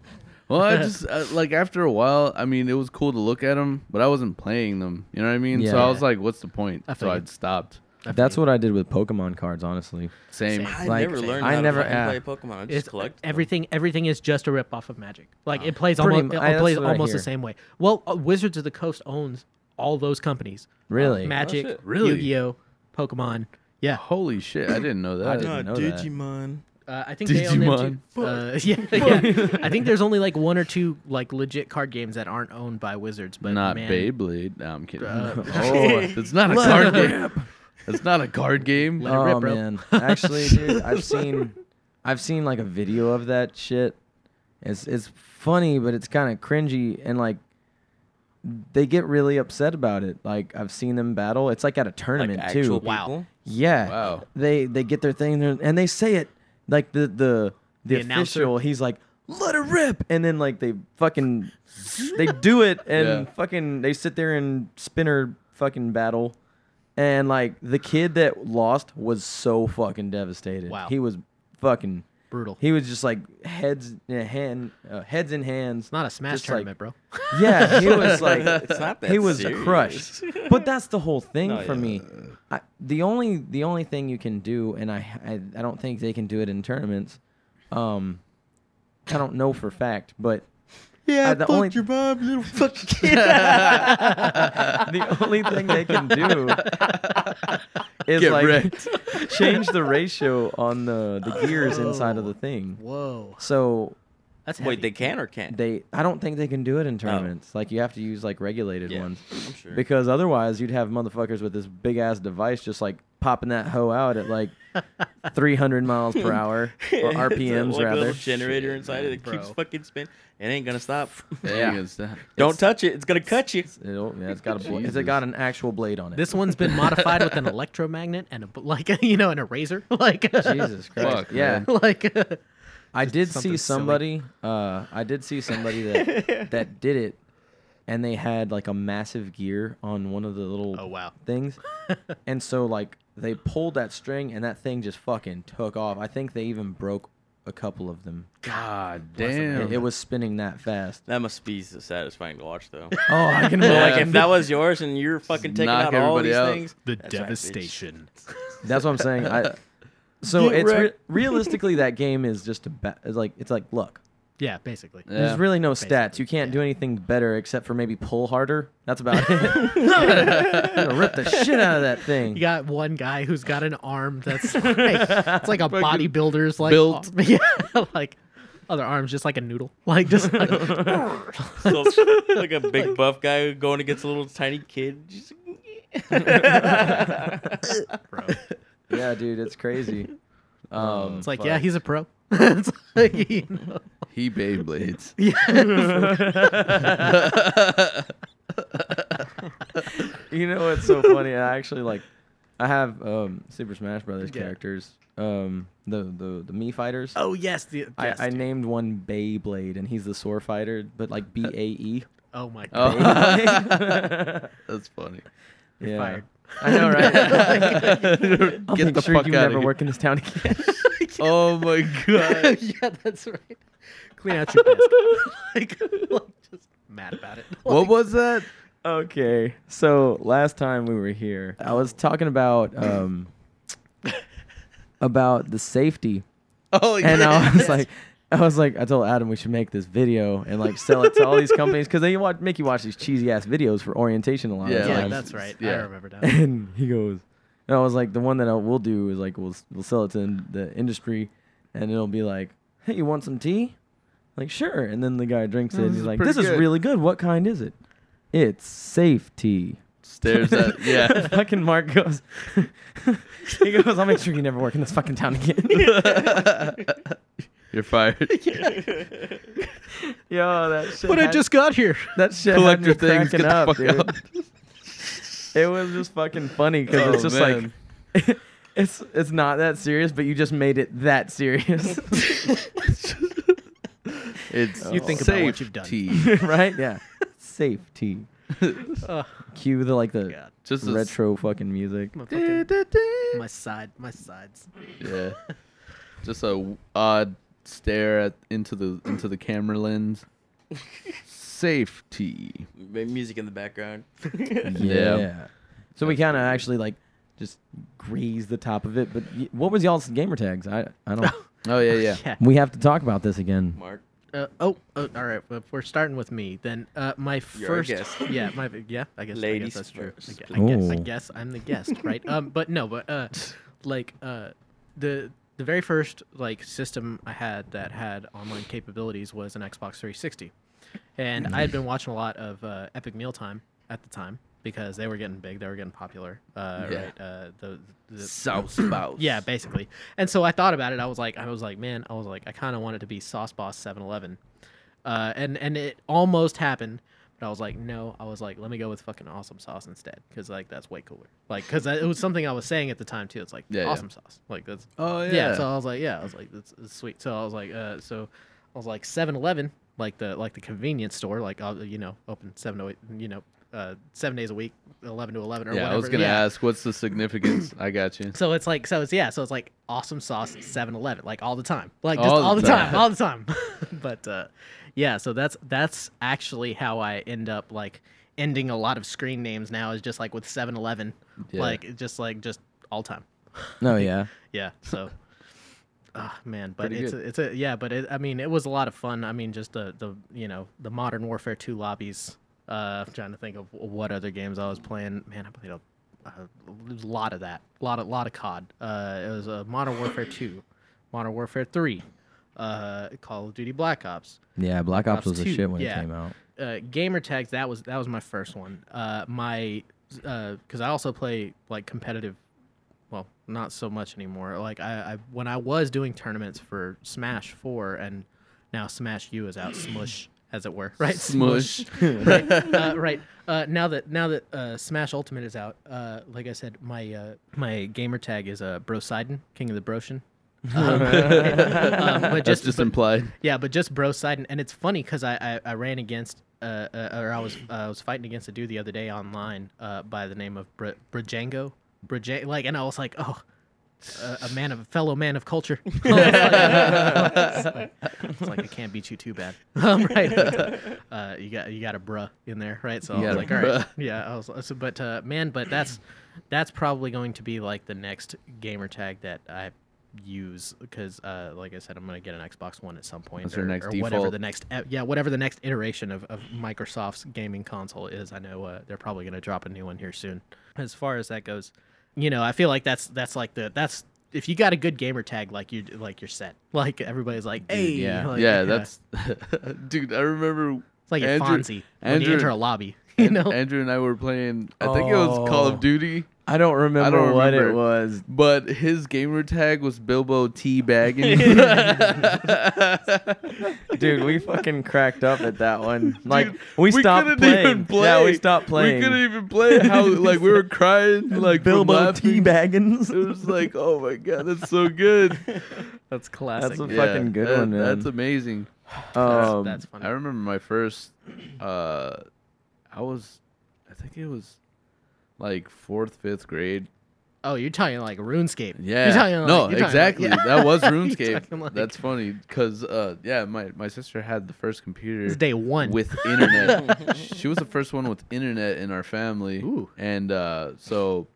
[SPEAKER 2] Well, I just uh, like after a while. I mean, it was cool to look at them, but I wasn't playing them. You know what I mean? So
[SPEAKER 1] Yeah.
[SPEAKER 2] I was like, "What's the point?"
[SPEAKER 4] I
[SPEAKER 2] so I
[SPEAKER 4] figured.
[SPEAKER 2] stopped.
[SPEAKER 1] That's what I did with Pokemon cards, honestly.
[SPEAKER 2] Same.
[SPEAKER 4] Same.
[SPEAKER 3] I
[SPEAKER 1] Like,
[SPEAKER 3] never learned
[SPEAKER 1] I
[SPEAKER 3] how
[SPEAKER 1] never-
[SPEAKER 3] to
[SPEAKER 1] yeah.
[SPEAKER 3] fucking play Pokemon. I just
[SPEAKER 4] It's uh,
[SPEAKER 3] collect them. Ah.
[SPEAKER 4] everything. Everything is just a rip off of Magic. Like it plays
[SPEAKER 1] Pretty
[SPEAKER 4] almost.
[SPEAKER 1] mu-
[SPEAKER 4] It,
[SPEAKER 1] I- that's
[SPEAKER 4] plays
[SPEAKER 1] what I
[SPEAKER 4] almost the
[SPEAKER 1] hear.
[SPEAKER 4] same way. Well, uh, Wizards of the Coast owns all those companies. Uh,
[SPEAKER 1] Really?
[SPEAKER 4] Magic,
[SPEAKER 3] Oh, shit.
[SPEAKER 2] Really?
[SPEAKER 4] Yu-Gi-Oh, Pokemon. Yeah,
[SPEAKER 2] Holy shit! I didn't know that.
[SPEAKER 1] I didn't know that.
[SPEAKER 3] Digimon.
[SPEAKER 4] uh, I think they own them too. Uh, *laughs* yeah, yeah. I think there's only like one or two like legit card games that aren't owned by Wizards, but
[SPEAKER 2] not
[SPEAKER 4] man,
[SPEAKER 2] Beyblade. No, I'm kidding.
[SPEAKER 4] Uh,
[SPEAKER 2] *laughs* oh, it's not
[SPEAKER 4] *laughs*
[SPEAKER 2] a card game. It's not a card game.
[SPEAKER 4] Let it rip,
[SPEAKER 1] oh
[SPEAKER 4] bro. *laughs*
[SPEAKER 1] man, actually, dude, I've seen, I've seen like a video of that shit. It's it's funny, but it's kind of cringy, and like, they get really upset about it. Like I've seen them battle. It's like at a tournament
[SPEAKER 3] Like
[SPEAKER 1] too.
[SPEAKER 3] actual
[SPEAKER 4] Wow.
[SPEAKER 1] *laughs*
[SPEAKER 3] people.
[SPEAKER 1] Yeah.
[SPEAKER 2] Wow.
[SPEAKER 1] They they get their thing there, and they say it like the the the,
[SPEAKER 4] The announcer.
[SPEAKER 1] official. He's like, "Let it rip," and then like they fucking they do
[SPEAKER 3] *laughs*
[SPEAKER 1] it, and
[SPEAKER 2] Yeah.
[SPEAKER 1] fucking they sit there and spinner fucking battle, and like the kid that lost was so fucking devastated.
[SPEAKER 4] Wow.
[SPEAKER 1] He was fucking.
[SPEAKER 4] brutal.
[SPEAKER 1] He was just like heads in hand, uh, heads in hands.
[SPEAKER 4] it's not a Smash
[SPEAKER 1] just, like-
[SPEAKER 4] tournament, bro.
[SPEAKER 1] yeah,
[SPEAKER 4] *laughs*
[SPEAKER 1] he was like
[SPEAKER 3] It's not that
[SPEAKER 1] he was
[SPEAKER 3] serious.
[SPEAKER 1] crushed. But that's the whole thing
[SPEAKER 3] No,
[SPEAKER 1] for
[SPEAKER 3] yeah.
[SPEAKER 1] me. I, the only the only thing you can do, and I, I I don't think they can do it in tournaments. Um, I don't know for fact, but
[SPEAKER 3] Yeah,
[SPEAKER 1] Uh, the only-
[SPEAKER 3] mom, little
[SPEAKER 1] *laughs*
[SPEAKER 3] fucking kid.
[SPEAKER 2] *laughs*
[SPEAKER 3] *laughs*
[SPEAKER 1] the only thing they can do is
[SPEAKER 2] Get
[SPEAKER 1] like
[SPEAKER 2] wrecked.
[SPEAKER 1] *laughs* change the ratio on the the gears inside of the thing.
[SPEAKER 4] Oh, Whoa,
[SPEAKER 1] So
[SPEAKER 4] that's heavy.
[SPEAKER 3] Wait, they can or can't?
[SPEAKER 1] they, I don't think they can do it in tournaments. Like you have to use like regulated
[SPEAKER 3] yeah,
[SPEAKER 1] ones
[SPEAKER 3] I'm sure.
[SPEAKER 1] because otherwise you'd have motherfuckers with this big ass device just like popping that hoe out at
[SPEAKER 3] *laughs*
[SPEAKER 1] like 300 miles per hour or
[SPEAKER 3] Hmm. It's a
[SPEAKER 1] RPMs
[SPEAKER 3] one
[SPEAKER 1] rather.
[SPEAKER 3] Little generator inside it that keeps
[SPEAKER 4] bro.
[SPEAKER 3] fucking spinning. It ain't gonna *laughs* stop.
[SPEAKER 1] Yeah.
[SPEAKER 2] Dang, it's that-
[SPEAKER 3] Don't touch it. It's gonna cut you.
[SPEAKER 1] It'll, yeah, it's got a bla- has it
[SPEAKER 2] Jesus.
[SPEAKER 1] got an actual blade on it?
[SPEAKER 4] *laughs* this one's been modified
[SPEAKER 1] *laughs*
[SPEAKER 4] with an electromagnet and a bl- like *laughs* you know and a razor, like
[SPEAKER 2] *laughs*
[SPEAKER 4] *laughs*
[SPEAKER 1] Jesus Christ!
[SPEAKER 2] Fuck,
[SPEAKER 1] yeah,
[SPEAKER 2] man.
[SPEAKER 4] like *laughs* uh,
[SPEAKER 1] I did see
[SPEAKER 4] something silly.
[SPEAKER 1] somebody. Uh, I did see somebody that that did it, and they had like a massive gear on one of the little
[SPEAKER 4] oh wow.
[SPEAKER 1] things, and so like they pulled that string, and that thing just fucking took off. I think they even broke a couple of them.
[SPEAKER 2] God
[SPEAKER 4] Bless 'em,
[SPEAKER 1] It-
[SPEAKER 2] damn.
[SPEAKER 1] It, was spinning that fast.
[SPEAKER 3] That must be so satisfying to watch, *laughs* though.
[SPEAKER 1] Oh, I *laughs* can
[SPEAKER 3] But, like
[SPEAKER 1] imagine.
[SPEAKER 3] if that was yours and you're fucking taking
[SPEAKER 2] knock
[SPEAKER 3] out all
[SPEAKER 2] everybody
[SPEAKER 3] these
[SPEAKER 2] out.
[SPEAKER 3] things,
[SPEAKER 4] The
[SPEAKER 3] that's right, bitch. *laughs*
[SPEAKER 4] devastation.
[SPEAKER 1] That's what I'm saying. I, so
[SPEAKER 3] Get
[SPEAKER 1] it's re-
[SPEAKER 3] wrecked.
[SPEAKER 1] realistically that game is just a ba- it's like it's like look.
[SPEAKER 4] yeah, basically.
[SPEAKER 2] Yeah.
[SPEAKER 1] There's really no stats.
[SPEAKER 4] Basically,
[SPEAKER 1] You can't
[SPEAKER 4] yeah.
[SPEAKER 1] do anything better except for maybe pull harder. That's about it. I'm *laughs* gonna rip the shit out of that
[SPEAKER 4] *laughs* You
[SPEAKER 1] thing.
[SPEAKER 4] got one guy who's got an arm that's like, it's like a bodybuilder's like
[SPEAKER 2] built.
[SPEAKER 4] arm. *laughs* yeah, like other arms just like a noodle, *laughs* like just like,
[SPEAKER 3] So, like
[SPEAKER 4] *laughs*
[SPEAKER 3] a big buff guy going against a little tiny kid. Just- *laughs*
[SPEAKER 4] *laughs* bro.
[SPEAKER 1] Yeah,
[SPEAKER 3] *laughs*
[SPEAKER 1] dude, it's
[SPEAKER 4] *laughs*
[SPEAKER 1] crazy. *laughs* Um,
[SPEAKER 4] It's like yeah, he's a pro. *laughs* it's like, you know,
[SPEAKER 2] he Beyblades.
[SPEAKER 1] *laughs* *laughs* you know what's so funny? I actually like, I have um, Super Smash Brothers
[SPEAKER 4] Yeah.
[SPEAKER 1] characters, um, the the the Mii fighters.
[SPEAKER 4] oh yes, the, yes
[SPEAKER 1] I, I
[SPEAKER 4] dude. Uh,
[SPEAKER 1] named one Beyblade, and he's the sword fighter, but like B A E. *laughs*
[SPEAKER 4] oh my god,
[SPEAKER 2] Oh. *laughs* That's funny.
[SPEAKER 1] *laughs*
[SPEAKER 4] you're
[SPEAKER 1] Yeah.
[SPEAKER 4] fired.
[SPEAKER 1] I know,
[SPEAKER 4] *laughs*
[SPEAKER 1] right? *laughs* I'll
[SPEAKER 2] Get
[SPEAKER 1] make
[SPEAKER 2] the
[SPEAKER 1] sure
[SPEAKER 2] fuck
[SPEAKER 1] you
[SPEAKER 2] outta
[SPEAKER 1] never
[SPEAKER 2] here.
[SPEAKER 1] work in this town
[SPEAKER 4] *laughs*
[SPEAKER 1] again.
[SPEAKER 2] Oh my god.
[SPEAKER 4] yeah, that's right. *laughs* Clean out
[SPEAKER 3] *laughs*
[SPEAKER 4] your desk. like, *laughs* like, just mad about it.
[SPEAKER 2] what was that?
[SPEAKER 1] Okay, so last time we were here, I was talking about
[SPEAKER 4] *laughs*
[SPEAKER 1] um about the safety, *laughs*
[SPEAKER 2] Oh
[SPEAKER 1] and I
[SPEAKER 4] *laughs*
[SPEAKER 2] yeah.
[SPEAKER 1] was like, I was like, I told Adam we should make this video and like sell it to all these companies because they watch, make you watch these cheesy ass videos for orientation a lot
[SPEAKER 2] Yeah,
[SPEAKER 1] of
[SPEAKER 4] yeah,
[SPEAKER 1] times.
[SPEAKER 4] that's right. I
[SPEAKER 2] yeah.
[SPEAKER 4] remember
[SPEAKER 1] *laughs*
[SPEAKER 4] that.
[SPEAKER 1] and he goes, and I was like, the one that I will do is like we'll s- we'll sell it to in- the industry, and it'll be like, hey, you want some tea? Like sure, and then the guy drinks it, and
[SPEAKER 2] this
[SPEAKER 1] he's
[SPEAKER 2] is
[SPEAKER 1] like,
[SPEAKER 2] pretty
[SPEAKER 1] this is
[SPEAKER 2] good."
[SPEAKER 1] really good. What kind is it? It's safe tea. *laughs*
[SPEAKER 2] Stares at yeah.
[SPEAKER 1] fucking Mark goes. *laughs* he goes. I'll make sure you never work in this fucking town
[SPEAKER 2] *laughs*
[SPEAKER 1] again. *laughs*
[SPEAKER 2] *laughs* You're
[SPEAKER 3] *laughs*
[SPEAKER 2] fired.
[SPEAKER 4] *laughs*
[SPEAKER 1] Yo, that shit.
[SPEAKER 4] But I
[SPEAKER 1] had-
[SPEAKER 4] just got here.
[SPEAKER 1] that shit had
[SPEAKER 2] Collect
[SPEAKER 1] me
[SPEAKER 2] your things.
[SPEAKER 1] cracking
[SPEAKER 2] Get the
[SPEAKER 1] up,
[SPEAKER 2] fuck
[SPEAKER 1] dude.
[SPEAKER 2] out.
[SPEAKER 1] It was just fucking funny because
[SPEAKER 2] Oh,
[SPEAKER 1] it's just
[SPEAKER 2] man.
[SPEAKER 1] like. *laughs* It's it's not that serious, but you just made it that serious, *laughs*
[SPEAKER 2] It's
[SPEAKER 4] You think about what
[SPEAKER 2] safe
[SPEAKER 4] you've done.
[SPEAKER 2] tea.
[SPEAKER 1] right? Yeah. Safety.
[SPEAKER 4] Oh,
[SPEAKER 1] Cue the like the
[SPEAKER 4] God.
[SPEAKER 2] *laughs* Just a s-
[SPEAKER 1] retro fucking music.
[SPEAKER 4] my, fucking, my side, my sides.
[SPEAKER 2] Yeah. Just a w- odd stare at into the into the camera lens. Safety.
[SPEAKER 3] Maybe music in the background.
[SPEAKER 1] Yeah. So we kind of actually like just graze the top of it. But y- what was y'all's gamer tags? I I don't. *laughs*
[SPEAKER 2] Oh yeah,
[SPEAKER 4] *laughs*
[SPEAKER 2] yeah.
[SPEAKER 1] we have to talk about this again.
[SPEAKER 3] *laughs* Mark,
[SPEAKER 4] Uh, oh, oh, all right. Well, if we're starting with me, then uh, my
[SPEAKER 3] You're our
[SPEAKER 4] first,
[SPEAKER 3] guest.
[SPEAKER 4] *laughs* yeah, my yeah, I guess, I guess
[SPEAKER 3] Ladies
[SPEAKER 4] that's true. I
[SPEAKER 3] first.
[SPEAKER 4] gue- I guess, I
[SPEAKER 1] Ooh.
[SPEAKER 4] guess I'm the
[SPEAKER 3] *laughs*
[SPEAKER 4] guest, right? um, but no, but uh, like uh, the the very first like system I had that had online capabilities was an Xbox 360, and I had been watching a lot of uh, Epic Meal Time at the time because they were getting big, they were getting popular, uh,
[SPEAKER 2] Yeah.
[SPEAKER 4] right? Uh, the, the
[SPEAKER 2] South spouse.
[SPEAKER 4] yeah, basically. And so I thought about it. I was like, I was like, man, I was like, I kind of want it to be Sauce Boss 7-Eleven, uh, and and it almost happened, but I was like, no. I was like, let me go with fucking awesome sauce instead, because like that's way cooler. Like, because it was something I was saying at the time too. It's like
[SPEAKER 2] Yeah, yeah.
[SPEAKER 4] awesome sauce. Like that's
[SPEAKER 2] Oh yeah.
[SPEAKER 4] yeah. So I was like, yeah. I was like, that's, that's sweet. So I was like, uh, so I was like 7-Eleven, like the like the convenience store, like uh, you know, open seven to eight, you know, uh, seven days a week, eleven to eleven or
[SPEAKER 2] yeah,
[SPEAKER 4] whatever.
[SPEAKER 2] I was gonna
[SPEAKER 4] Yeah.
[SPEAKER 2] ask what's the significance. I got
[SPEAKER 4] *laughs*
[SPEAKER 2] you.
[SPEAKER 4] So it's like so it's yeah, so it's like awesome sauce 7-Eleven, like all the time. Like just
[SPEAKER 2] All
[SPEAKER 4] all,
[SPEAKER 2] the
[SPEAKER 4] the time,
[SPEAKER 2] time.
[SPEAKER 4] all the time. *laughs* but uh yeah, so that's that's actually how I end up like ending a lot of screen names now is just like with 7-Eleven.
[SPEAKER 2] Yeah.
[SPEAKER 4] Like it's just like just all time.
[SPEAKER 1] No, Oh, yeah.
[SPEAKER 4] Yeah.
[SPEAKER 2] *laughs*
[SPEAKER 4] So Ah man, but
[SPEAKER 2] Pretty
[SPEAKER 4] it's
[SPEAKER 2] good.
[SPEAKER 4] a, it's a yeah, but it, I mean it was a lot of fun. I mean just the the you know, the Modern Warfare 2 lobbies. Uh I'm trying to think of what other games I was playing. Man, I played a a lot of that, a lot of lot of COD. Uh, it was uh, Modern Warfare Two, Modern Warfare Three, uh, Call of Duty Black Ops.
[SPEAKER 1] Yeah, Black Ops was a
[SPEAKER 4] 2,
[SPEAKER 1] shit when
[SPEAKER 4] yeah.
[SPEAKER 1] it came out.
[SPEAKER 4] uh, gamer tags that was that was my first one uh my because i also play like competitive well not so much anymore like I, I when i was doing tournaments for smash 4 and now smash u is out smush as it were *laughs* right
[SPEAKER 2] Smush.
[SPEAKER 4] right, uh, right. Uh, now that now that uh, smash ultimate is out uh like i said my uh my gamer tag is uh brosidon king of
[SPEAKER 2] *laughs*
[SPEAKER 4] the broshin um, *laughs* *laughs* um, but
[SPEAKER 2] That's
[SPEAKER 4] just,
[SPEAKER 2] just
[SPEAKER 4] but-
[SPEAKER 2] implied.
[SPEAKER 4] yeah, but just bro Sidon, and it's funny because I, I I ran against uh, uh or I was uh, I was fighting against a dude the other day online uh by the name of Br- Brajango, Braj like, and I was like, oh, a, a man of a fellow man of culture. *laughs* it's, like, it's like, I can't beat you too bad, *laughs* um, right? Uh, you got you got a bruh in there, right? So
[SPEAKER 2] You
[SPEAKER 4] I was
[SPEAKER 2] got
[SPEAKER 4] like,
[SPEAKER 2] a
[SPEAKER 4] all right,
[SPEAKER 2] bruh.
[SPEAKER 4] yeah. I was so, but uh, man, but that's that's probably going to be like the next gamer tag that I use because uh like i said i'm gonna get an xbox one at some point
[SPEAKER 2] That's your
[SPEAKER 4] or,
[SPEAKER 2] next
[SPEAKER 4] or whatever
[SPEAKER 2] default.
[SPEAKER 4] the next e- yeah whatever the next iteration of, of microsoft's gaming console is i know uh, they're probably gonna drop a new one here soon as far as that goes you know i feel like that's that's like the that's if you got a good gamer tag like you like you're set *laughs* like everybody's like hey
[SPEAKER 1] yeah.
[SPEAKER 4] like,
[SPEAKER 2] yeah, that's *laughs* dude. I remember
[SPEAKER 4] it's like a
[SPEAKER 2] Andrew-
[SPEAKER 4] Fonzie when you
[SPEAKER 2] Andrew-
[SPEAKER 4] enter a lobby *laughs* you know
[SPEAKER 2] Andrew and I were playing. I think it was Call
[SPEAKER 1] Oh.
[SPEAKER 2] of Duty,
[SPEAKER 1] I don't remember what
[SPEAKER 2] remember.
[SPEAKER 1] it was.
[SPEAKER 2] but his gamer tag was Bilbo T *laughs* Baggins.
[SPEAKER 1] Dude, we fucking cracked up at that one. Like
[SPEAKER 2] Dude, *laughs*
[SPEAKER 1] we stopped
[SPEAKER 2] couldn't
[SPEAKER 1] playing.
[SPEAKER 2] even play.
[SPEAKER 1] Yeah, we stopped playing.
[SPEAKER 2] We couldn't even play. *laughs* How like we were crying like from
[SPEAKER 1] Bilbo
[SPEAKER 2] laughing. It
[SPEAKER 1] Teabaggins.
[SPEAKER 2] was like, oh my god, *laughs* that's so good.
[SPEAKER 4] that's classic
[SPEAKER 1] *laughs* That's a fucking good
[SPEAKER 2] that-
[SPEAKER 1] one, man.
[SPEAKER 2] That's amazing.
[SPEAKER 4] that's,
[SPEAKER 1] Um,
[SPEAKER 4] that's funny
[SPEAKER 2] I remember my first. Uh, I was, I think it was, like fourth, fifth grade.
[SPEAKER 4] oh you're talking like runescape
[SPEAKER 2] Yeah.
[SPEAKER 4] you're talking like,
[SPEAKER 2] no,
[SPEAKER 4] you're talking
[SPEAKER 2] exactly.
[SPEAKER 4] like, yeah. *laughs*
[SPEAKER 2] That *laughs* was
[SPEAKER 4] You're
[SPEAKER 2] RuneScape.
[SPEAKER 4] talking like-
[SPEAKER 2] That's funny because uh, yeah, my my sister had the first computer
[SPEAKER 4] it's day one *laughs*
[SPEAKER 2] with internet. she was the first one with internet in our family.
[SPEAKER 4] Ooh.
[SPEAKER 2] And uh, so,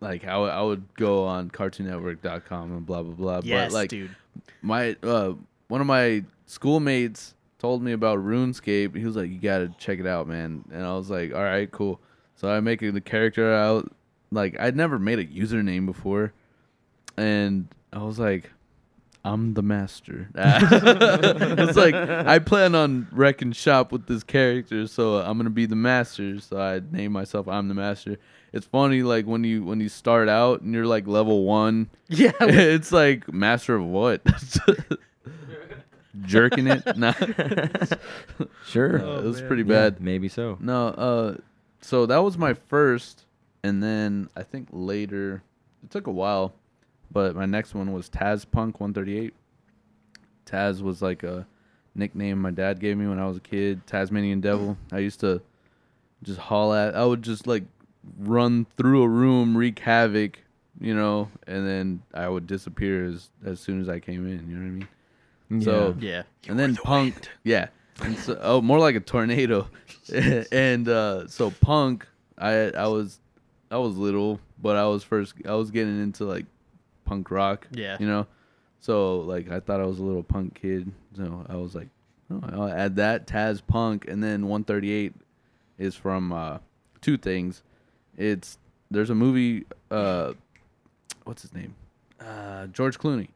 [SPEAKER 2] like, I would- I would go on CartoonNetwork.com and blah blah blah.
[SPEAKER 4] yes
[SPEAKER 2] but like,
[SPEAKER 4] dude
[SPEAKER 2] my uh, one of my schoolmates told me about RuneScape. He was like, "You gotta check it out, man." And I was like, "All right, cool." So I make the character out. Like I'd never made a username before, and I was like, "I'm the master." *laughs* it's like I plan on wrecking shop with this character, so I'm gonna be the master. So I name myself I'm the master. It's funny, like when you when you start out and you're like level one,
[SPEAKER 4] yeah
[SPEAKER 2] *laughs* it's like master of what? *laughs* Jerking it?
[SPEAKER 4] *laughs*
[SPEAKER 2] Nah.
[SPEAKER 1] sure.
[SPEAKER 2] it was
[SPEAKER 4] Oh, man.
[SPEAKER 2] uh, pretty
[SPEAKER 1] Yeah,
[SPEAKER 2] bad.
[SPEAKER 1] maybe so.
[SPEAKER 2] No, uh so that was my first and then I think later it took a while, but my next one was Taz Punk 138. Taz was like a nickname my dad gave me when I was a kid, Tasmanian Devil. I used to just haul at I would just like run through a room, wreak havoc, you know, and then I would disappear as as soon as I came in, you know what I mean? So
[SPEAKER 4] yeah
[SPEAKER 2] and then Punk, yeah, and so, oh, more like a tornado. *laughs* and uh, so Punk, I I was I was little, but I was first I was getting into like punk rock,
[SPEAKER 4] Yeah.
[SPEAKER 2] you know. So like I thought I was a little punk kid, so I was like, oh, I'll add that Taz Punk, and then 138 is from uh, two things. It's there's a movie, uh, what's his name? Uh, George Clooney,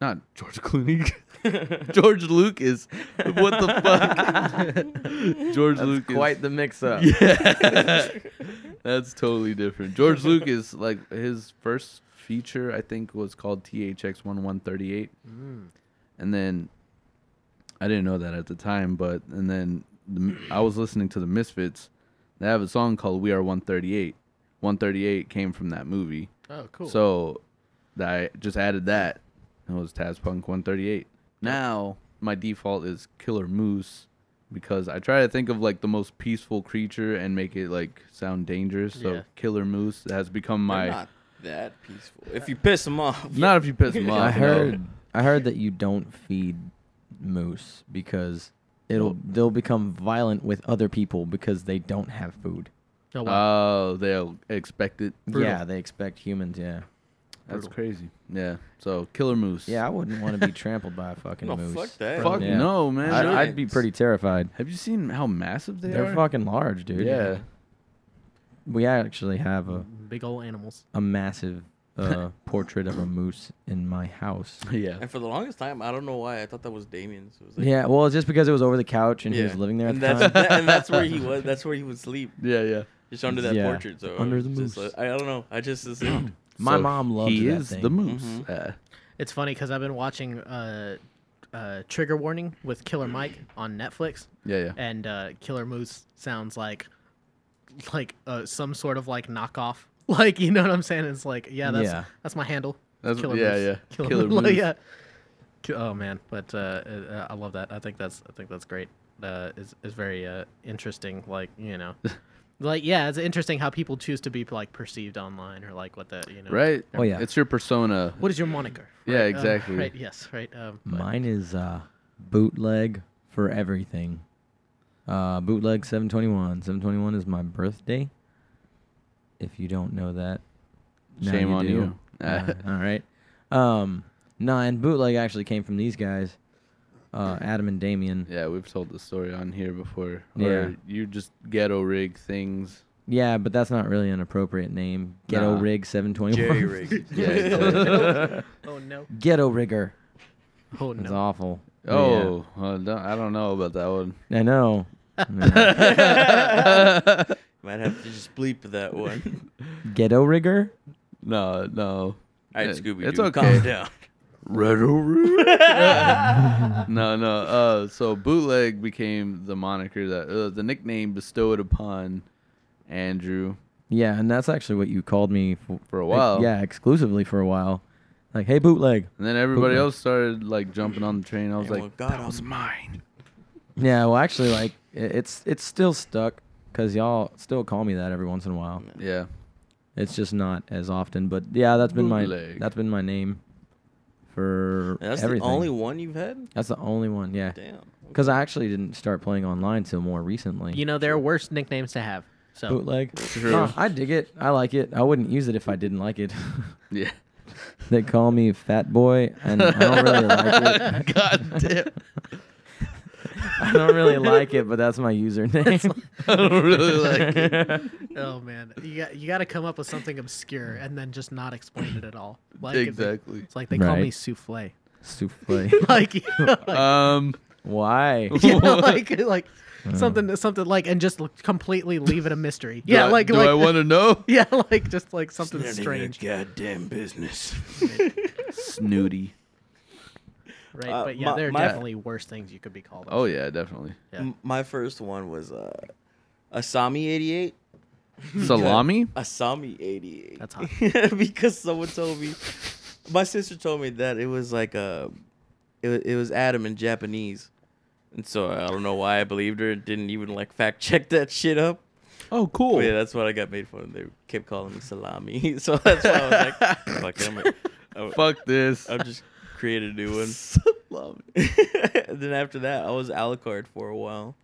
[SPEAKER 2] not *laughs* George Clooney. George Lucas. What the fuck? George
[SPEAKER 1] That's
[SPEAKER 2] Lucas.
[SPEAKER 1] quite the mix-up.
[SPEAKER 2] yeah. That's totally different. George Lucas, like his first feature, I think, was called THX one one thirty eight,
[SPEAKER 1] Mm.
[SPEAKER 2] and then I didn't know that at the time, but and then the, I was listening to the Misfits. They have a song called "We Are 138." 138 came from that movie.
[SPEAKER 4] oh cool
[SPEAKER 2] So that I just added that. and It was Taz Punk 138. Now my default is Killer Moose because I try to think of like the most peaceful creature and make it like sound dangerous. So
[SPEAKER 4] Yeah.
[SPEAKER 2] Killer Moose has become
[SPEAKER 3] They're
[SPEAKER 2] my not,
[SPEAKER 3] not that peaceful. If you piss them off,
[SPEAKER 2] if you piss him off.
[SPEAKER 1] I
[SPEAKER 2] no.
[SPEAKER 1] heard I heard that you don't feed moose because it'll they'll become violent with other people because they don't have food.
[SPEAKER 4] oh,
[SPEAKER 2] Oh,
[SPEAKER 4] wow.
[SPEAKER 2] they'll expect it.
[SPEAKER 1] Yeah, they expect humans, yeah.
[SPEAKER 2] That's
[SPEAKER 4] brutal.
[SPEAKER 2] crazy. Yeah. So Killer Moose.
[SPEAKER 1] Yeah, I wouldn't want to be trampled by a
[SPEAKER 3] *laughs*
[SPEAKER 1] fucking
[SPEAKER 3] no,
[SPEAKER 1] moose.
[SPEAKER 3] fuck that.
[SPEAKER 2] Fuck
[SPEAKER 1] Yeah.
[SPEAKER 2] no, man.
[SPEAKER 1] I'd,
[SPEAKER 3] Sure.
[SPEAKER 1] I'd be pretty terrified.
[SPEAKER 2] have you seen how massive they
[SPEAKER 1] They're
[SPEAKER 2] are?
[SPEAKER 1] fucking large, dude.
[SPEAKER 2] Yeah.
[SPEAKER 1] we actually have a
[SPEAKER 4] Big old animals.
[SPEAKER 1] a massive
[SPEAKER 2] *laughs*
[SPEAKER 1] uh, portrait of a moose in my house.
[SPEAKER 2] *laughs* Yeah.
[SPEAKER 3] And for the longest time, I don't know why I thought that was Damien's. It was like-
[SPEAKER 1] Yeah, well, it's just because it was over the couch and he was
[SPEAKER 3] Yeah.
[SPEAKER 1] living there at
[SPEAKER 3] and
[SPEAKER 1] the
[SPEAKER 2] *laughs*
[SPEAKER 3] that's
[SPEAKER 1] time.
[SPEAKER 3] that- and that's
[SPEAKER 1] *laughs*
[SPEAKER 3] where he was. That's where he would sleep,
[SPEAKER 2] Yeah, yeah.
[SPEAKER 3] just under that
[SPEAKER 1] Yeah.
[SPEAKER 3] portrait. So
[SPEAKER 1] Under
[SPEAKER 3] it's
[SPEAKER 1] the
[SPEAKER 3] just
[SPEAKER 1] moose.
[SPEAKER 3] like- I don't know. I just assumed.
[SPEAKER 1] My mom loves
[SPEAKER 2] he
[SPEAKER 1] that
[SPEAKER 2] is
[SPEAKER 1] thing.
[SPEAKER 2] the moose.
[SPEAKER 3] Mhm.
[SPEAKER 2] Uh,
[SPEAKER 4] It's funny because I've been watching uh, uh, Trigger Warning with Killer
[SPEAKER 2] *clears throat*
[SPEAKER 4] Mike on Netflix,
[SPEAKER 2] yeah, yeah.
[SPEAKER 4] and uh, Killer Moose sounds like like uh, some sort of like knockoff. *laughs* Like you know what I'm saying? It's like yeah, that's
[SPEAKER 1] Yeah.
[SPEAKER 4] that's my handle.
[SPEAKER 2] That's- yeah, yeah.
[SPEAKER 4] *laughs* Killer,
[SPEAKER 2] Killer
[SPEAKER 4] Moose. Like,
[SPEAKER 2] Moose.
[SPEAKER 4] yeah. Ki- Oh man, but uh, uh, I love that. I think that's I think that's great. Uh, is is very uh, interesting. Like
[SPEAKER 2] *laughs*
[SPEAKER 4] you know, like yeah, it's interesting how people choose to be like perceived online or like what the you know
[SPEAKER 2] Right?
[SPEAKER 1] Oh, yeah.
[SPEAKER 2] It's your persona.
[SPEAKER 4] What is your moniker?
[SPEAKER 2] Yeah,
[SPEAKER 4] Right, um,
[SPEAKER 2] exactly.
[SPEAKER 4] right. Yes. Right. Um, but- *laughs*
[SPEAKER 1] Mine is uh, bootleg for everything. Uh, bootleg 721. 721 is my birthday. If you don't know that, now
[SPEAKER 2] Shame on
[SPEAKER 1] do.
[SPEAKER 2] you. *laughs*
[SPEAKER 1] Uh, all right. Um, no, and bootleg actually came from these guys, uh, Adam and Damien.
[SPEAKER 2] Yeah, we've told the story on here before.
[SPEAKER 1] Yeah.
[SPEAKER 2] Where you just ghetto rig things.
[SPEAKER 1] Yeah, but that's not really an appropriate name. Ghetto
[SPEAKER 2] Nah.
[SPEAKER 1] Rig 721. *laughs*
[SPEAKER 3] Jerry rigged.
[SPEAKER 2] Yeah. exactly.
[SPEAKER 4] *laughs* oh
[SPEAKER 2] *laughs*
[SPEAKER 4] no.
[SPEAKER 1] Ghetto Rigger.
[SPEAKER 4] Oh
[SPEAKER 1] It's
[SPEAKER 4] no.
[SPEAKER 1] awful. But yeah.
[SPEAKER 2] oh, well, don't- I don't know about that
[SPEAKER 1] *laughs*
[SPEAKER 2] one.
[SPEAKER 1] I know. Yeah.
[SPEAKER 3] Might have to just bleep that
[SPEAKER 1] *laughs*
[SPEAKER 3] one.
[SPEAKER 1] Ghetto Rigger?
[SPEAKER 2] *laughs* No, no.
[SPEAKER 3] All right,
[SPEAKER 2] It-
[SPEAKER 3] Scooby Doo,
[SPEAKER 2] it's okay.
[SPEAKER 3] calm down.
[SPEAKER 2] Ghetto
[SPEAKER 1] *laughs*
[SPEAKER 2] no, no. Uh, so bootleg became the moniker that uh, the nickname bestowed upon Andrew
[SPEAKER 1] Yeah, and that's actually what you called me for.
[SPEAKER 2] for a while.
[SPEAKER 1] Yeah, exclusively for a while. Like, hey, bootleg.
[SPEAKER 2] And then everybody
[SPEAKER 1] Bootleg.
[SPEAKER 2] else started like jumping on the train. I was
[SPEAKER 3] Everyone
[SPEAKER 2] like,
[SPEAKER 3] got
[SPEAKER 2] that
[SPEAKER 3] on
[SPEAKER 2] was
[SPEAKER 3] the-
[SPEAKER 2] mine.
[SPEAKER 1] Yeah, well, actually, like, i- it's it's still stuck because y'all still call me that every once in a while.
[SPEAKER 2] Yeah.
[SPEAKER 1] It's just not as often, but yeah, that's been my
[SPEAKER 2] Bootleg.
[SPEAKER 1] that's been my name for
[SPEAKER 3] That's
[SPEAKER 1] everything.
[SPEAKER 3] the only one you've had.
[SPEAKER 1] that's the only one. Yeah,
[SPEAKER 3] Damn.
[SPEAKER 1] because I actually didn't start playing online till more recently.
[SPEAKER 4] You know there are worse nicknames to have.
[SPEAKER 1] *laughs*
[SPEAKER 4] So
[SPEAKER 1] bootleg.
[SPEAKER 2] True.
[SPEAKER 1] No, I dig it. I like it. I wouldn't use it if I didn't like
[SPEAKER 2] *laughs*
[SPEAKER 1] it. *laughs*
[SPEAKER 2] Yeah.
[SPEAKER 1] they call me Fat Boy, and I don't really like it.
[SPEAKER 2] *laughs* God damn.
[SPEAKER 1] *laughs* I don't really like it, but that's my username.
[SPEAKER 2] I
[SPEAKER 1] *laughs*
[SPEAKER 2] don't really like it.
[SPEAKER 4] oh man, you got you got to come up with something obscure and then just not explain it at all. Like if they-
[SPEAKER 2] exactly.
[SPEAKER 4] It's like they call me
[SPEAKER 1] Right.
[SPEAKER 4] souffle.
[SPEAKER 1] Souffle.
[SPEAKER 4] *laughs* like, *laughs* you know, like,
[SPEAKER 2] Um, *laughs*
[SPEAKER 1] Why?
[SPEAKER 4] you know, like *laughs* like
[SPEAKER 3] Mm.
[SPEAKER 4] something something like and just l- completely leave it a mystery. Yeah,
[SPEAKER 2] do I,
[SPEAKER 4] like
[SPEAKER 2] do
[SPEAKER 4] like *laughs*
[SPEAKER 2] I want to know?
[SPEAKER 4] yeah, like just like something strange.
[SPEAKER 3] Goddamn business.
[SPEAKER 2] Snooty.
[SPEAKER 4] Right,
[SPEAKER 3] Uh,
[SPEAKER 4] but yeah,
[SPEAKER 3] my-
[SPEAKER 4] there are
[SPEAKER 3] my-
[SPEAKER 4] definitely worse things you could be called.
[SPEAKER 2] Oh yeah, definitely.
[SPEAKER 4] Yeah.
[SPEAKER 3] M- My first one was uh, Asami eighty eight.
[SPEAKER 2] Salami.
[SPEAKER 3] Asami eighty eight. *laughs*
[SPEAKER 4] That's hot.
[SPEAKER 3] because someone told me, my sister told me that it was like a, it, wa- it was Adam in Japanese, and so I don't know why I believed her and didn't even like fact check that shit up.
[SPEAKER 2] Oh, cool.
[SPEAKER 3] But yeah, that's what I got made fun of. They kept calling me salami, *laughs* so that's why
[SPEAKER 1] *laughs*
[SPEAKER 3] I was like, fuck it, I'm, gonna- I'm,
[SPEAKER 2] Fuck this.
[SPEAKER 3] I'm just create a new one.
[SPEAKER 2] Salami.
[SPEAKER 3] *laughs* then after that, I was Alucard for a while.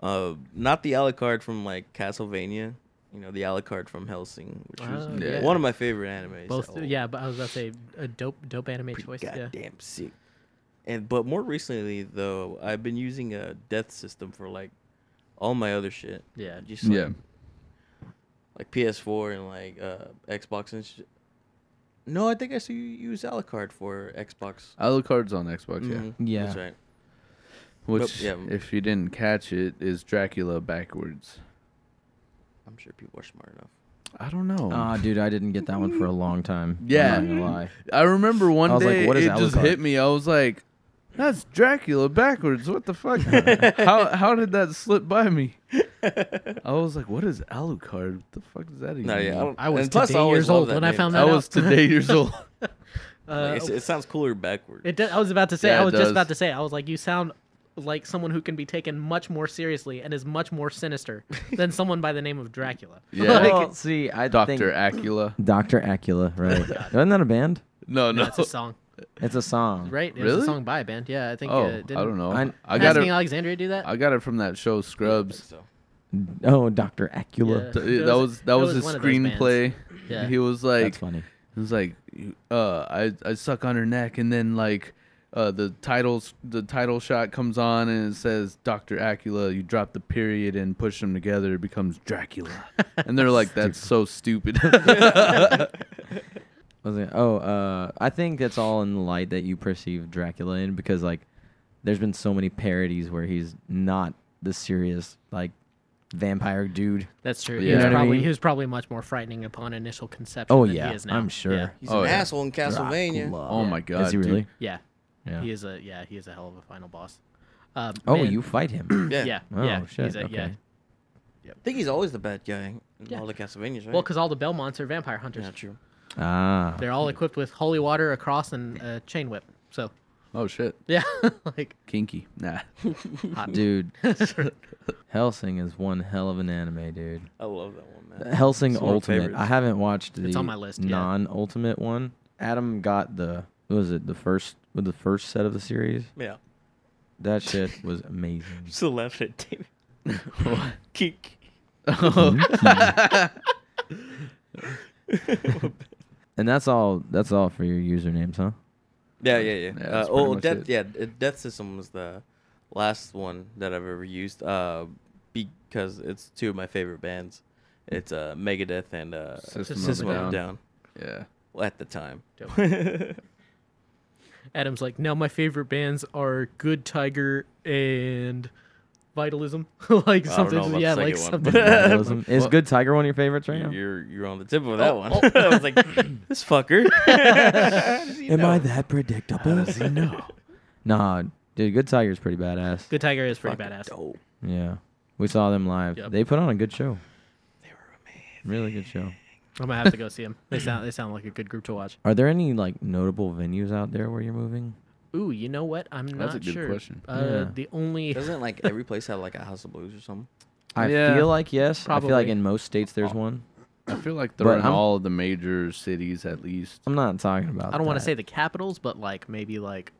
[SPEAKER 3] Uh, not the Alucard from like Castlevania, you know, the Alucard from Helsing, which was
[SPEAKER 4] Oh,
[SPEAKER 2] yeah.
[SPEAKER 3] one of my favorite animes.
[SPEAKER 4] Both,
[SPEAKER 3] Oh,
[SPEAKER 4] yeah, but I was about to say a dope, dope anime
[SPEAKER 3] pretty
[SPEAKER 4] choice. Yeah,
[SPEAKER 3] Goddamn sick. And but more recently though, I've been using a death system for like all my other shit.
[SPEAKER 4] yeah.
[SPEAKER 3] Just like,
[SPEAKER 2] Yeah.
[SPEAKER 3] like PS4 and like uh, Xbox and shit. No, I think I see you use Alucard for Xbox.
[SPEAKER 2] Alucard's on Xbox. Yeah.
[SPEAKER 3] Mhm,
[SPEAKER 1] Yeah.
[SPEAKER 3] that's right.
[SPEAKER 2] Which,
[SPEAKER 3] yeah.
[SPEAKER 2] if you didn't catch it, is Dracula backwards.
[SPEAKER 3] I'm sure people are smart enough.
[SPEAKER 2] I don't know.
[SPEAKER 1] Ah, dude, I didn't get that one for a long time.
[SPEAKER 2] Yeah.
[SPEAKER 1] I'm not gonna lie.
[SPEAKER 2] I remember one
[SPEAKER 1] I was like,
[SPEAKER 2] day
[SPEAKER 1] "What is
[SPEAKER 2] it just
[SPEAKER 1] Alucard?"
[SPEAKER 2] hit me. I was like, "That's Dracula backwards. What the fuck? how how did that slip by me?" I was like, "What is Alucard? What the fuck is that even?"
[SPEAKER 3] No, yeah, I,
[SPEAKER 2] mean?"
[SPEAKER 3] don't,
[SPEAKER 4] I was
[SPEAKER 3] and plus,
[SPEAKER 4] today
[SPEAKER 3] I always
[SPEAKER 4] years old
[SPEAKER 3] loved that
[SPEAKER 4] when I
[SPEAKER 3] name.
[SPEAKER 4] found
[SPEAKER 2] I
[SPEAKER 4] that
[SPEAKER 2] was today years old.
[SPEAKER 4] Uh,
[SPEAKER 3] Like, it's- it sounds cooler backwards.
[SPEAKER 4] It does, I was about to say.
[SPEAKER 2] Yeah,
[SPEAKER 4] I
[SPEAKER 2] it
[SPEAKER 4] was
[SPEAKER 2] does.
[SPEAKER 4] just about to say. I was like, you sound like someone who can be taken much more seriously and is much
[SPEAKER 3] *laughs*
[SPEAKER 4] more sinister than someone by the name of Dracula.
[SPEAKER 2] *laughs* Yeah.
[SPEAKER 4] Like,
[SPEAKER 1] Well, see, I think
[SPEAKER 2] Doctor Acula.
[SPEAKER 1] Doctor Acula,
[SPEAKER 2] *laughs*
[SPEAKER 1] right? Isn't that a band?
[SPEAKER 2] *clears throat* No, no.
[SPEAKER 4] that's a song,
[SPEAKER 1] It's a song.
[SPEAKER 4] right? It was
[SPEAKER 2] Really?
[SPEAKER 4] a song by a band. Yeah, I think.
[SPEAKER 2] Oh,
[SPEAKER 4] uh,
[SPEAKER 2] I
[SPEAKER 4] didn't
[SPEAKER 2] don't know. I,
[SPEAKER 1] I-
[SPEAKER 2] got
[SPEAKER 4] Asking
[SPEAKER 2] it.
[SPEAKER 4] Alexandria do that.
[SPEAKER 2] I got it from that show Scrubs.
[SPEAKER 3] so.
[SPEAKER 1] Oh, Doctor Acula.
[SPEAKER 4] Yeah.
[SPEAKER 2] Th-
[SPEAKER 4] It
[SPEAKER 2] that
[SPEAKER 4] was-
[SPEAKER 2] was
[SPEAKER 4] it
[SPEAKER 2] that was
[SPEAKER 4] was
[SPEAKER 2] his
[SPEAKER 4] one of those bands.
[SPEAKER 2] screenplay.
[SPEAKER 4] Yeah.
[SPEAKER 2] He
[SPEAKER 1] That's
[SPEAKER 2] was like,
[SPEAKER 1] funny.
[SPEAKER 2] It was like, uh, I I suck on her neck, and then like uh, the titles the title shot comes on and it says Doctor Acula. You drop the period and push them together. It becomes Dracula. and they're
[SPEAKER 4] *laughs*
[SPEAKER 2] like, that's so stupid.
[SPEAKER 1] Was it? Oh, uh, I think that's all in the light that you perceive Dracula in because like, there's been so many parodies where he's not the serious like vampire dude.
[SPEAKER 4] That's true.
[SPEAKER 2] Yeah.
[SPEAKER 4] He, was
[SPEAKER 2] You know what I
[SPEAKER 4] probably,
[SPEAKER 1] mean?
[SPEAKER 4] he was probably much more frightening upon initial conception.
[SPEAKER 1] Oh
[SPEAKER 4] than he
[SPEAKER 1] yeah,
[SPEAKER 4] is now.
[SPEAKER 1] I'm sure.
[SPEAKER 4] Yeah,
[SPEAKER 3] He's
[SPEAKER 2] Oh,
[SPEAKER 3] an
[SPEAKER 2] yeah.
[SPEAKER 3] asshole in Castlevania.
[SPEAKER 2] oh my god.
[SPEAKER 1] Is he
[SPEAKER 2] dude.
[SPEAKER 1] really?
[SPEAKER 4] yeah.
[SPEAKER 1] Yeah.
[SPEAKER 4] He is a yeah. He is a hell of a final boss. Um,
[SPEAKER 1] Oh,
[SPEAKER 4] man,
[SPEAKER 1] you fight him.
[SPEAKER 3] *coughs* Yeah.
[SPEAKER 4] Yeah.
[SPEAKER 1] Oh
[SPEAKER 4] yeah.
[SPEAKER 1] shit.
[SPEAKER 4] He's a,
[SPEAKER 1] okay.
[SPEAKER 4] Yeah.
[SPEAKER 3] I think he's always the bad guy in
[SPEAKER 4] Yeah.
[SPEAKER 3] all the Castlevanias, right?
[SPEAKER 4] Well, because all the Belmonts are vampire hunters.
[SPEAKER 3] yeah, true.
[SPEAKER 1] Ah.
[SPEAKER 4] They're all equipped with holy water, a cross, and a chain whip. So
[SPEAKER 2] *laughs* Oh shit.
[SPEAKER 4] yeah, *laughs* like
[SPEAKER 2] Kinky.
[SPEAKER 4] *laughs*
[SPEAKER 2] Nah.
[SPEAKER 1] Dude, Helsing is one hell of an anime, dude.
[SPEAKER 3] I love that one,
[SPEAKER 4] Uh,
[SPEAKER 3] man.
[SPEAKER 1] Helsing
[SPEAKER 3] It's one of my
[SPEAKER 1] Ultimate.
[SPEAKER 3] favorites.
[SPEAKER 1] I haven't watched the
[SPEAKER 4] It's on my list, yeah.
[SPEAKER 1] non-Ultimate one. Adam got the what was it the first with the first set of the series.
[SPEAKER 3] Yeah. *laughs*
[SPEAKER 1] That shit was
[SPEAKER 2] *laughs*
[SPEAKER 1] amazing.
[SPEAKER 3] Still laughing at David.
[SPEAKER 4] *laughs*
[SPEAKER 3] Kick.
[SPEAKER 4] Mm-hmm. Hmm.
[SPEAKER 1] And that's all. That's all for your usernames, huh?
[SPEAKER 3] Yeah, yeah, yeah.
[SPEAKER 2] Yeah,
[SPEAKER 3] uh,
[SPEAKER 2] that's pretty
[SPEAKER 3] oh,
[SPEAKER 2] much
[SPEAKER 3] death.
[SPEAKER 2] it.
[SPEAKER 3] Yeah, uh, death system was the last one that I've ever used. Uh, because it's two of my favorite bands. It's uh Megadeth and uh
[SPEAKER 2] System
[SPEAKER 4] of a
[SPEAKER 3] System of a
[SPEAKER 2] Down.
[SPEAKER 3] Down.
[SPEAKER 2] *laughs* yeah.
[SPEAKER 3] Well, at the time. *laughs*
[SPEAKER 4] Adam's like, now my favorite bands are Good Tiger and Vitalism. *laughs* like
[SPEAKER 3] I don't
[SPEAKER 4] something,
[SPEAKER 3] know about
[SPEAKER 4] yeah,
[SPEAKER 3] the
[SPEAKER 4] like
[SPEAKER 3] second one,
[SPEAKER 1] *laughs*
[SPEAKER 4] something.
[SPEAKER 3] but-
[SPEAKER 1] Vitalism. is
[SPEAKER 2] Well-
[SPEAKER 1] Good Tiger one of your favorites right now?
[SPEAKER 3] You're you're on the tip of *laughs* that
[SPEAKER 4] *laughs*
[SPEAKER 3] one.
[SPEAKER 4] Oh,
[SPEAKER 3] *laughs* I was like, this *laughs* fucker. *laughs*
[SPEAKER 1] Am I that predictable? Does he know? Nah, dude. Good Tiger's pretty badass.
[SPEAKER 4] *laughs* Good Tiger is pretty
[SPEAKER 3] Fucking
[SPEAKER 4] badass.
[SPEAKER 3] Dope.
[SPEAKER 2] Mm.
[SPEAKER 1] Yeah, we saw them live.
[SPEAKER 4] Yep.
[SPEAKER 1] They put on a good show. They were amazing. Really good show.
[SPEAKER 4] I'm gonna have to go see them. They sound they sound like a good group to watch.
[SPEAKER 1] Are there any like notable venues out there where you're moving?
[SPEAKER 4] Ooh, you know what? I'm
[SPEAKER 2] That's
[SPEAKER 4] not
[SPEAKER 2] a good
[SPEAKER 4] sure.
[SPEAKER 2] question.
[SPEAKER 4] Uh,
[SPEAKER 1] Yeah.
[SPEAKER 4] The only
[SPEAKER 3] Doesn't like
[SPEAKER 4] *laughs*
[SPEAKER 3] every place have like a House of Blues or something?
[SPEAKER 1] I
[SPEAKER 2] Yeah,
[SPEAKER 1] feel like yes. I feel like
[SPEAKER 4] probably.
[SPEAKER 1] in most states there's one.
[SPEAKER 2] I feel like they're in
[SPEAKER 1] I'm-
[SPEAKER 2] all the major cities at least.
[SPEAKER 1] I'm not talking about.
[SPEAKER 4] I don't want to
[SPEAKER 1] that.
[SPEAKER 4] say the capitals, but like maybe like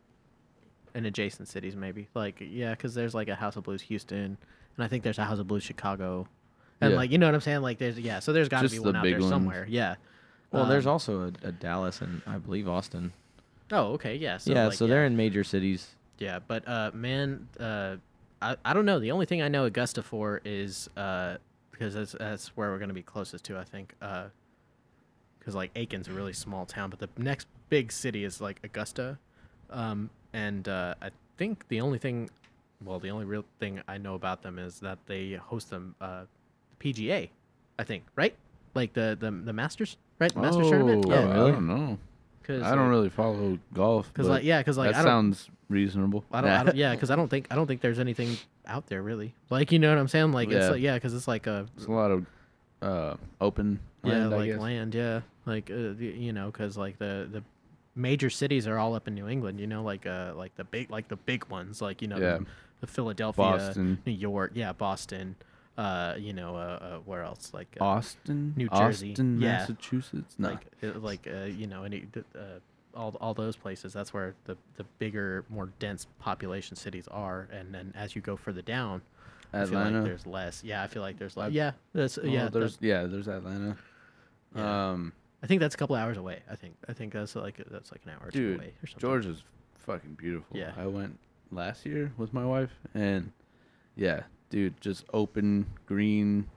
[SPEAKER 4] in adjacent cities, maybe like yeah, because there's like a House of Blues Houston, and I think there's a House of Blues Chicago, and
[SPEAKER 2] Yeah.
[SPEAKER 4] like you know what I'm saying? Like there's yeah, so there's got to
[SPEAKER 2] Just
[SPEAKER 4] be
[SPEAKER 2] the
[SPEAKER 4] one out
[SPEAKER 2] big
[SPEAKER 4] there
[SPEAKER 2] ones.
[SPEAKER 4] somewhere. Yeah.
[SPEAKER 1] Well, there's
[SPEAKER 4] Um,
[SPEAKER 1] also a, a Dallas and I believe Austin.
[SPEAKER 4] Oh, okay, yeah. So
[SPEAKER 1] yeah,
[SPEAKER 4] like,
[SPEAKER 1] so
[SPEAKER 4] yeah,
[SPEAKER 1] they're in major cities.
[SPEAKER 4] yeah, but uh, man, uh, I I don't know. The only thing I know Augusta for is uh, because that's that's where we're gonna be closest to, I think. Uh, because like Aiken's a really small town, but the next big city is like Augusta, um, and uh, I think the only thing, well, the only real thing I know about them is that they host them uh, PGA, I think, right? Like the the the Masters, right? The Masters tournament.
[SPEAKER 2] Oh,
[SPEAKER 1] Yeah, really?
[SPEAKER 2] I don't know.
[SPEAKER 4] 'Cause,
[SPEAKER 2] I don't
[SPEAKER 4] uh,
[SPEAKER 2] really follow golf.
[SPEAKER 4] Cause
[SPEAKER 2] but
[SPEAKER 4] like yeah, cause like
[SPEAKER 2] that
[SPEAKER 4] I don't,
[SPEAKER 2] sounds reasonable.
[SPEAKER 4] I don't,
[SPEAKER 2] *laughs*
[SPEAKER 4] I don't yeah, because I don't think I don't think there's anything out there really. Like you know what I'm saying? Like it's
[SPEAKER 2] Yeah.
[SPEAKER 4] like yeah, because it's like a
[SPEAKER 2] It's a lot of uh, open.
[SPEAKER 4] yeah,
[SPEAKER 2] land, I
[SPEAKER 4] like
[SPEAKER 2] guess.
[SPEAKER 4] land, yeah, like uh, the- you know, because like the the major cities are all up in New England. You know, like uh like the big like the big ones, like you know
[SPEAKER 2] Yeah.
[SPEAKER 4] the, the Philadelphia,
[SPEAKER 2] Boston.
[SPEAKER 4] New York, yeah, Boston. Uh, you know, uh, uh where else? Like uh,
[SPEAKER 2] Austin,
[SPEAKER 4] New Jersey.
[SPEAKER 2] Austin,
[SPEAKER 4] Yeah.
[SPEAKER 2] Massachusetts. No.
[SPEAKER 4] like uh, like uh, you know, any uh, all all those places. That's where the the bigger, more dense population cities are. And then as you go further down, I feel
[SPEAKER 2] Atlanta.
[SPEAKER 4] like there's less. Yeah, I feel like there's less.
[SPEAKER 2] I've-
[SPEAKER 4] Yeah, that's
[SPEAKER 2] Oh,
[SPEAKER 4] yeah. that-
[SPEAKER 2] there's yeah, there's Atlanta.
[SPEAKER 4] Yeah.
[SPEAKER 2] Um,
[SPEAKER 4] I think that's a couple hours away. I think I think that's like that's like an hour or two
[SPEAKER 2] dude,
[SPEAKER 4] away or something.
[SPEAKER 2] Georgia's fucking beautiful.
[SPEAKER 4] Yeah.
[SPEAKER 2] I went last year with my wife, and yeah, dude, just open green,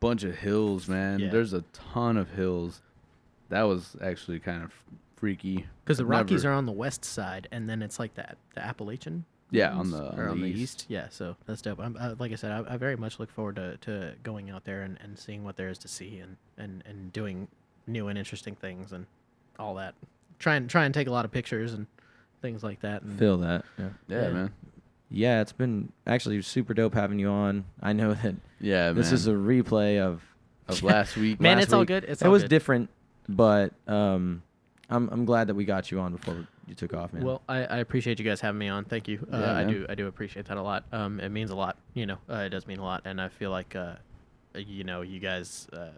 [SPEAKER 2] bunch of hills, man.
[SPEAKER 4] Yeah.
[SPEAKER 2] There's a ton of hills. That was actually kind of freaky.
[SPEAKER 4] because the Rockies are on the west side, and then it's like that the Appalachian.
[SPEAKER 2] yeah on
[SPEAKER 4] mountains
[SPEAKER 2] the,
[SPEAKER 4] or
[SPEAKER 2] on the east.
[SPEAKER 4] Yeah, so that's dope. I'm, uh, like I said, I, I very much look forward to, to going out there and, and seeing what there is to see and, and, and doing new and interesting things and all that. Try and try and take a lot of pictures and things like that. And
[SPEAKER 1] Feel that. Yeah.
[SPEAKER 2] Yeah,
[SPEAKER 4] Yeah.
[SPEAKER 2] man.
[SPEAKER 1] Yeah, it's been actually super dope having you on. I know that
[SPEAKER 2] Yeah,
[SPEAKER 1] this
[SPEAKER 2] man.
[SPEAKER 1] is a replay of
[SPEAKER 3] *laughs*
[SPEAKER 2] of last week.
[SPEAKER 4] Man,
[SPEAKER 1] last
[SPEAKER 4] it's all
[SPEAKER 1] week.
[SPEAKER 4] good. It's
[SPEAKER 1] it
[SPEAKER 4] all
[SPEAKER 1] was
[SPEAKER 4] good.
[SPEAKER 1] different, but um, I'm I'm glad that we got you on before you took off, man.
[SPEAKER 4] Well, I, I appreciate you guys having me on. Thank you. Uh,
[SPEAKER 2] Yeah,
[SPEAKER 4] I
[SPEAKER 2] man.
[SPEAKER 4] do I do appreciate that a lot. Um, it means a lot. You know, uh, it does mean a lot, and I feel like, uh, you know, you guys, uh,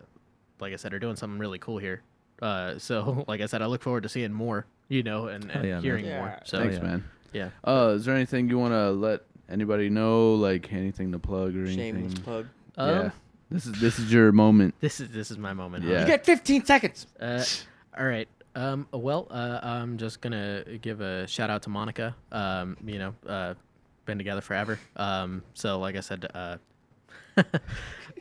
[SPEAKER 4] like I said, are doing something really cool here. Uh, *laughs* so like I said, I look forward to seeing more. You know, and, and
[SPEAKER 1] yeah, man.
[SPEAKER 4] hearing more.
[SPEAKER 3] Yeah.
[SPEAKER 4] So
[SPEAKER 2] Thanks,
[SPEAKER 1] yeah.
[SPEAKER 2] man.
[SPEAKER 4] yeah.
[SPEAKER 2] Uh, is there anything you want to let anybody know? Like anything to plug or
[SPEAKER 3] Shameless
[SPEAKER 2] anything?
[SPEAKER 3] plug.
[SPEAKER 4] Um,
[SPEAKER 2] yeah. This is this is your moment.
[SPEAKER 4] This is this is my moment.
[SPEAKER 2] Yeah.
[SPEAKER 3] You got 15 seconds.
[SPEAKER 4] Uh, all right. Um, well, uh, I'm just gonna give a shout out to Monica. Um, you know, uh, been together forever. Um, so like I said, uh, *laughs*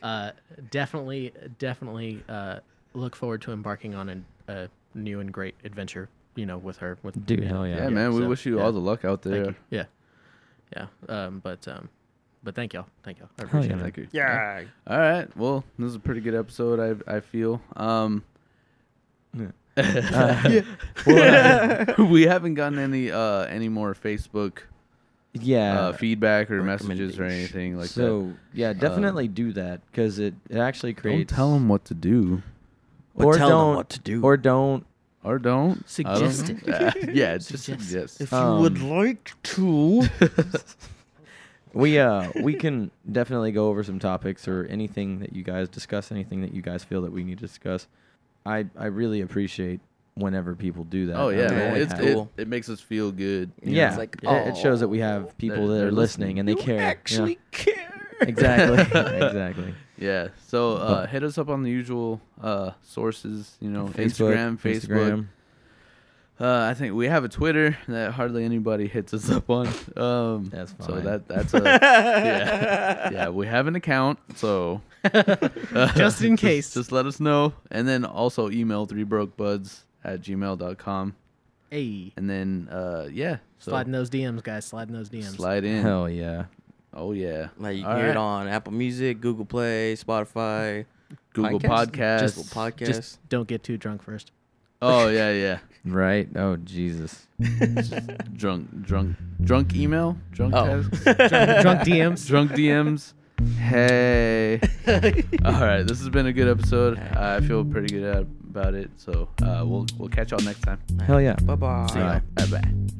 [SPEAKER 4] uh, definitely, definitely uh, look forward to embarking on a, a new and great adventure. You know, with her, with
[SPEAKER 1] Dude,
[SPEAKER 4] you know,
[SPEAKER 1] hell yeah.
[SPEAKER 2] Yeah, man. We
[SPEAKER 4] so,
[SPEAKER 2] wish you
[SPEAKER 4] yeah.
[SPEAKER 2] all the luck out there.
[SPEAKER 4] Thank you. Yeah, yeah. Um, but um, but thank y'all, thank y'all. I
[SPEAKER 1] Hell
[SPEAKER 4] appreciate
[SPEAKER 1] Oh, yeah,
[SPEAKER 4] it.
[SPEAKER 2] Thank you.
[SPEAKER 3] Yeah.
[SPEAKER 2] All right. Well, this is a pretty good episode. I I feel.
[SPEAKER 1] *laughs*
[SPEAKER 2] Um, uh,
[SPEAKER 3] *laughs* Uh,
[SPEAKER 2] *laughs* we haven't gotten any uh any more Facebook
[SPEAKER 1] Yeah.
[SPEAKER 2] uh, feedback or messages or
[SPEAKER 3] recommendation.
[SPEAKER 2] anything like
[SPEAKER 1] so yeah,
[SPEAKER 2] Um,
[SPEAKER 1] definitely do that because it, it actually
[SPEAKER 2] that. Don't
[SPEAKER 1] creates.
[SPEAKER 2] tell them what to do
[SPEAKER 3] But
[SPEAKER 1] or
[SPEAKER 3] tell
[SPEAKER 1] don't
[SPEAKER 3] them what to do.
[SPEAKER 1] or don't.
[SPEAKER 2] or don't. I don't-
[SPEAKER 4] Suggest
[SPEAKER 2] *laughs* yeah, just suggest.
[SPEAKER 4] Suggest it.
[SPEAKER 2] Oh.
[SPEAKER 3] if you would
[SPEAKER 1] um,
[SPEAKER 3] like
[SPEAKER 2] *laughs*
[SPEAKER 3] to,
[SPEAKER 1] *laughs* We uh we can definitely go over some topics or anything that you guys discuss, anything that you guys feel that we need to discuss. I I really appreciate whenever people do that.
[SPEAKER 2] Oh
[SPEAKER 1] I'm
[SPEAKER 2] yeah,
[SPEAKER 1] really
[SPEAKER 2] man. It's,
[SPEAKER 1] happy.
[SPEAKER 2] it,
[SPEAKER 3] Cool.
[SPEAKER 2] it makes us feel good.
[SPEAKER 3] you know,
[SPEAKER 1] yeah,
[SPEAKER 3] it's like, oh.
[SPEAKER 1] it- it, shows that we have people
[SPEAKER 2] they're-
[SPEAKER 1] that
[SPEAKER 2] they're
[SPEAKER 1] are listening,
[SPEAKER 2] listening.
[SPEAKER 1] and they
[SPEAKER 3] you
[SPEAKER 1] care. you know?
[SPEAKER 3] actually care.
[SPEAKER 2] *laughs*
[SPEAKER 3] *laughs*
[SPEAKER 1] Exactly. exactly.
[SPEAKER 2] Yeah. So uh, hit us up on the usual uh, sources. You know, Instagram, Facebook.
[SPEAKER 1] Instagram.
[SPEAKER 2] Uh, I think we have a Twitter that hardly anybody hits us up on. Um,
[SPEAKER 1] That's
[SPEAKER 2] So
[SPEAKER 1] fine.
[SPEAKER 2] that that's a
[SPEAKER 1] *laughs*
[SPEAKER 2] yeah, yeah. We have an account, so
[SPEAKER 4] Just in
[SPEAKER 2] *laughs*
[SPEAKER 4] case.
[SPEAKER 2] just, just let us know, and then also email three broke buds at gmail.com.
[SPEAKER 4] Hey,
[SPEAKER 2] and then uh, yeah, so
[SPEAKER 4] sliding those DMs, guys. Sliding those DMs.
[SPEAKER 2] slide in.
[SPEAKER 1] Hell yeah.
[SPEAKER 2] Oh yeah,
[SPEAKER 3] Like you can
[SPEAKER 2] All
[SPEAKER 3] hear
[SPEAKER 2] right.
[SPEAKER 3] it on Apple Music, Google Play, Spotify,
[SPEAKER 2] Google Podcasts.
[SPEAKER 3] Just
[SPEAKER 2] Just-
[SPEAKER 3] Podcast.
[SPEAKER 4] Just don't get too drunk
[SPEAKER 1] *laughs*
[SPEAKER 4] first.
[SPEAKER 2] Oh yeah, yeah.
[SPEAKER 1] Right. Oh Jesus.
[SPEAKER 3] *laughs*
[SPEAKER 2] drunk, drunk, drunk email, drunk
[SPEAKER 3] Oh.
[SPEAKER 2] text,
[SPEAKER 4] Drunk, drunk DMs.
[SPEAKER 2] *laughs* drunk DMs. Hey. All right, this has been a good episode. I feel pretty good about it. So uh, we'll we'll catch y'all next time.
[SPEAKER 1] Hell yeah.
[SPEAKER 3] Bye bye.
[SPEAKER 2] Bye bye.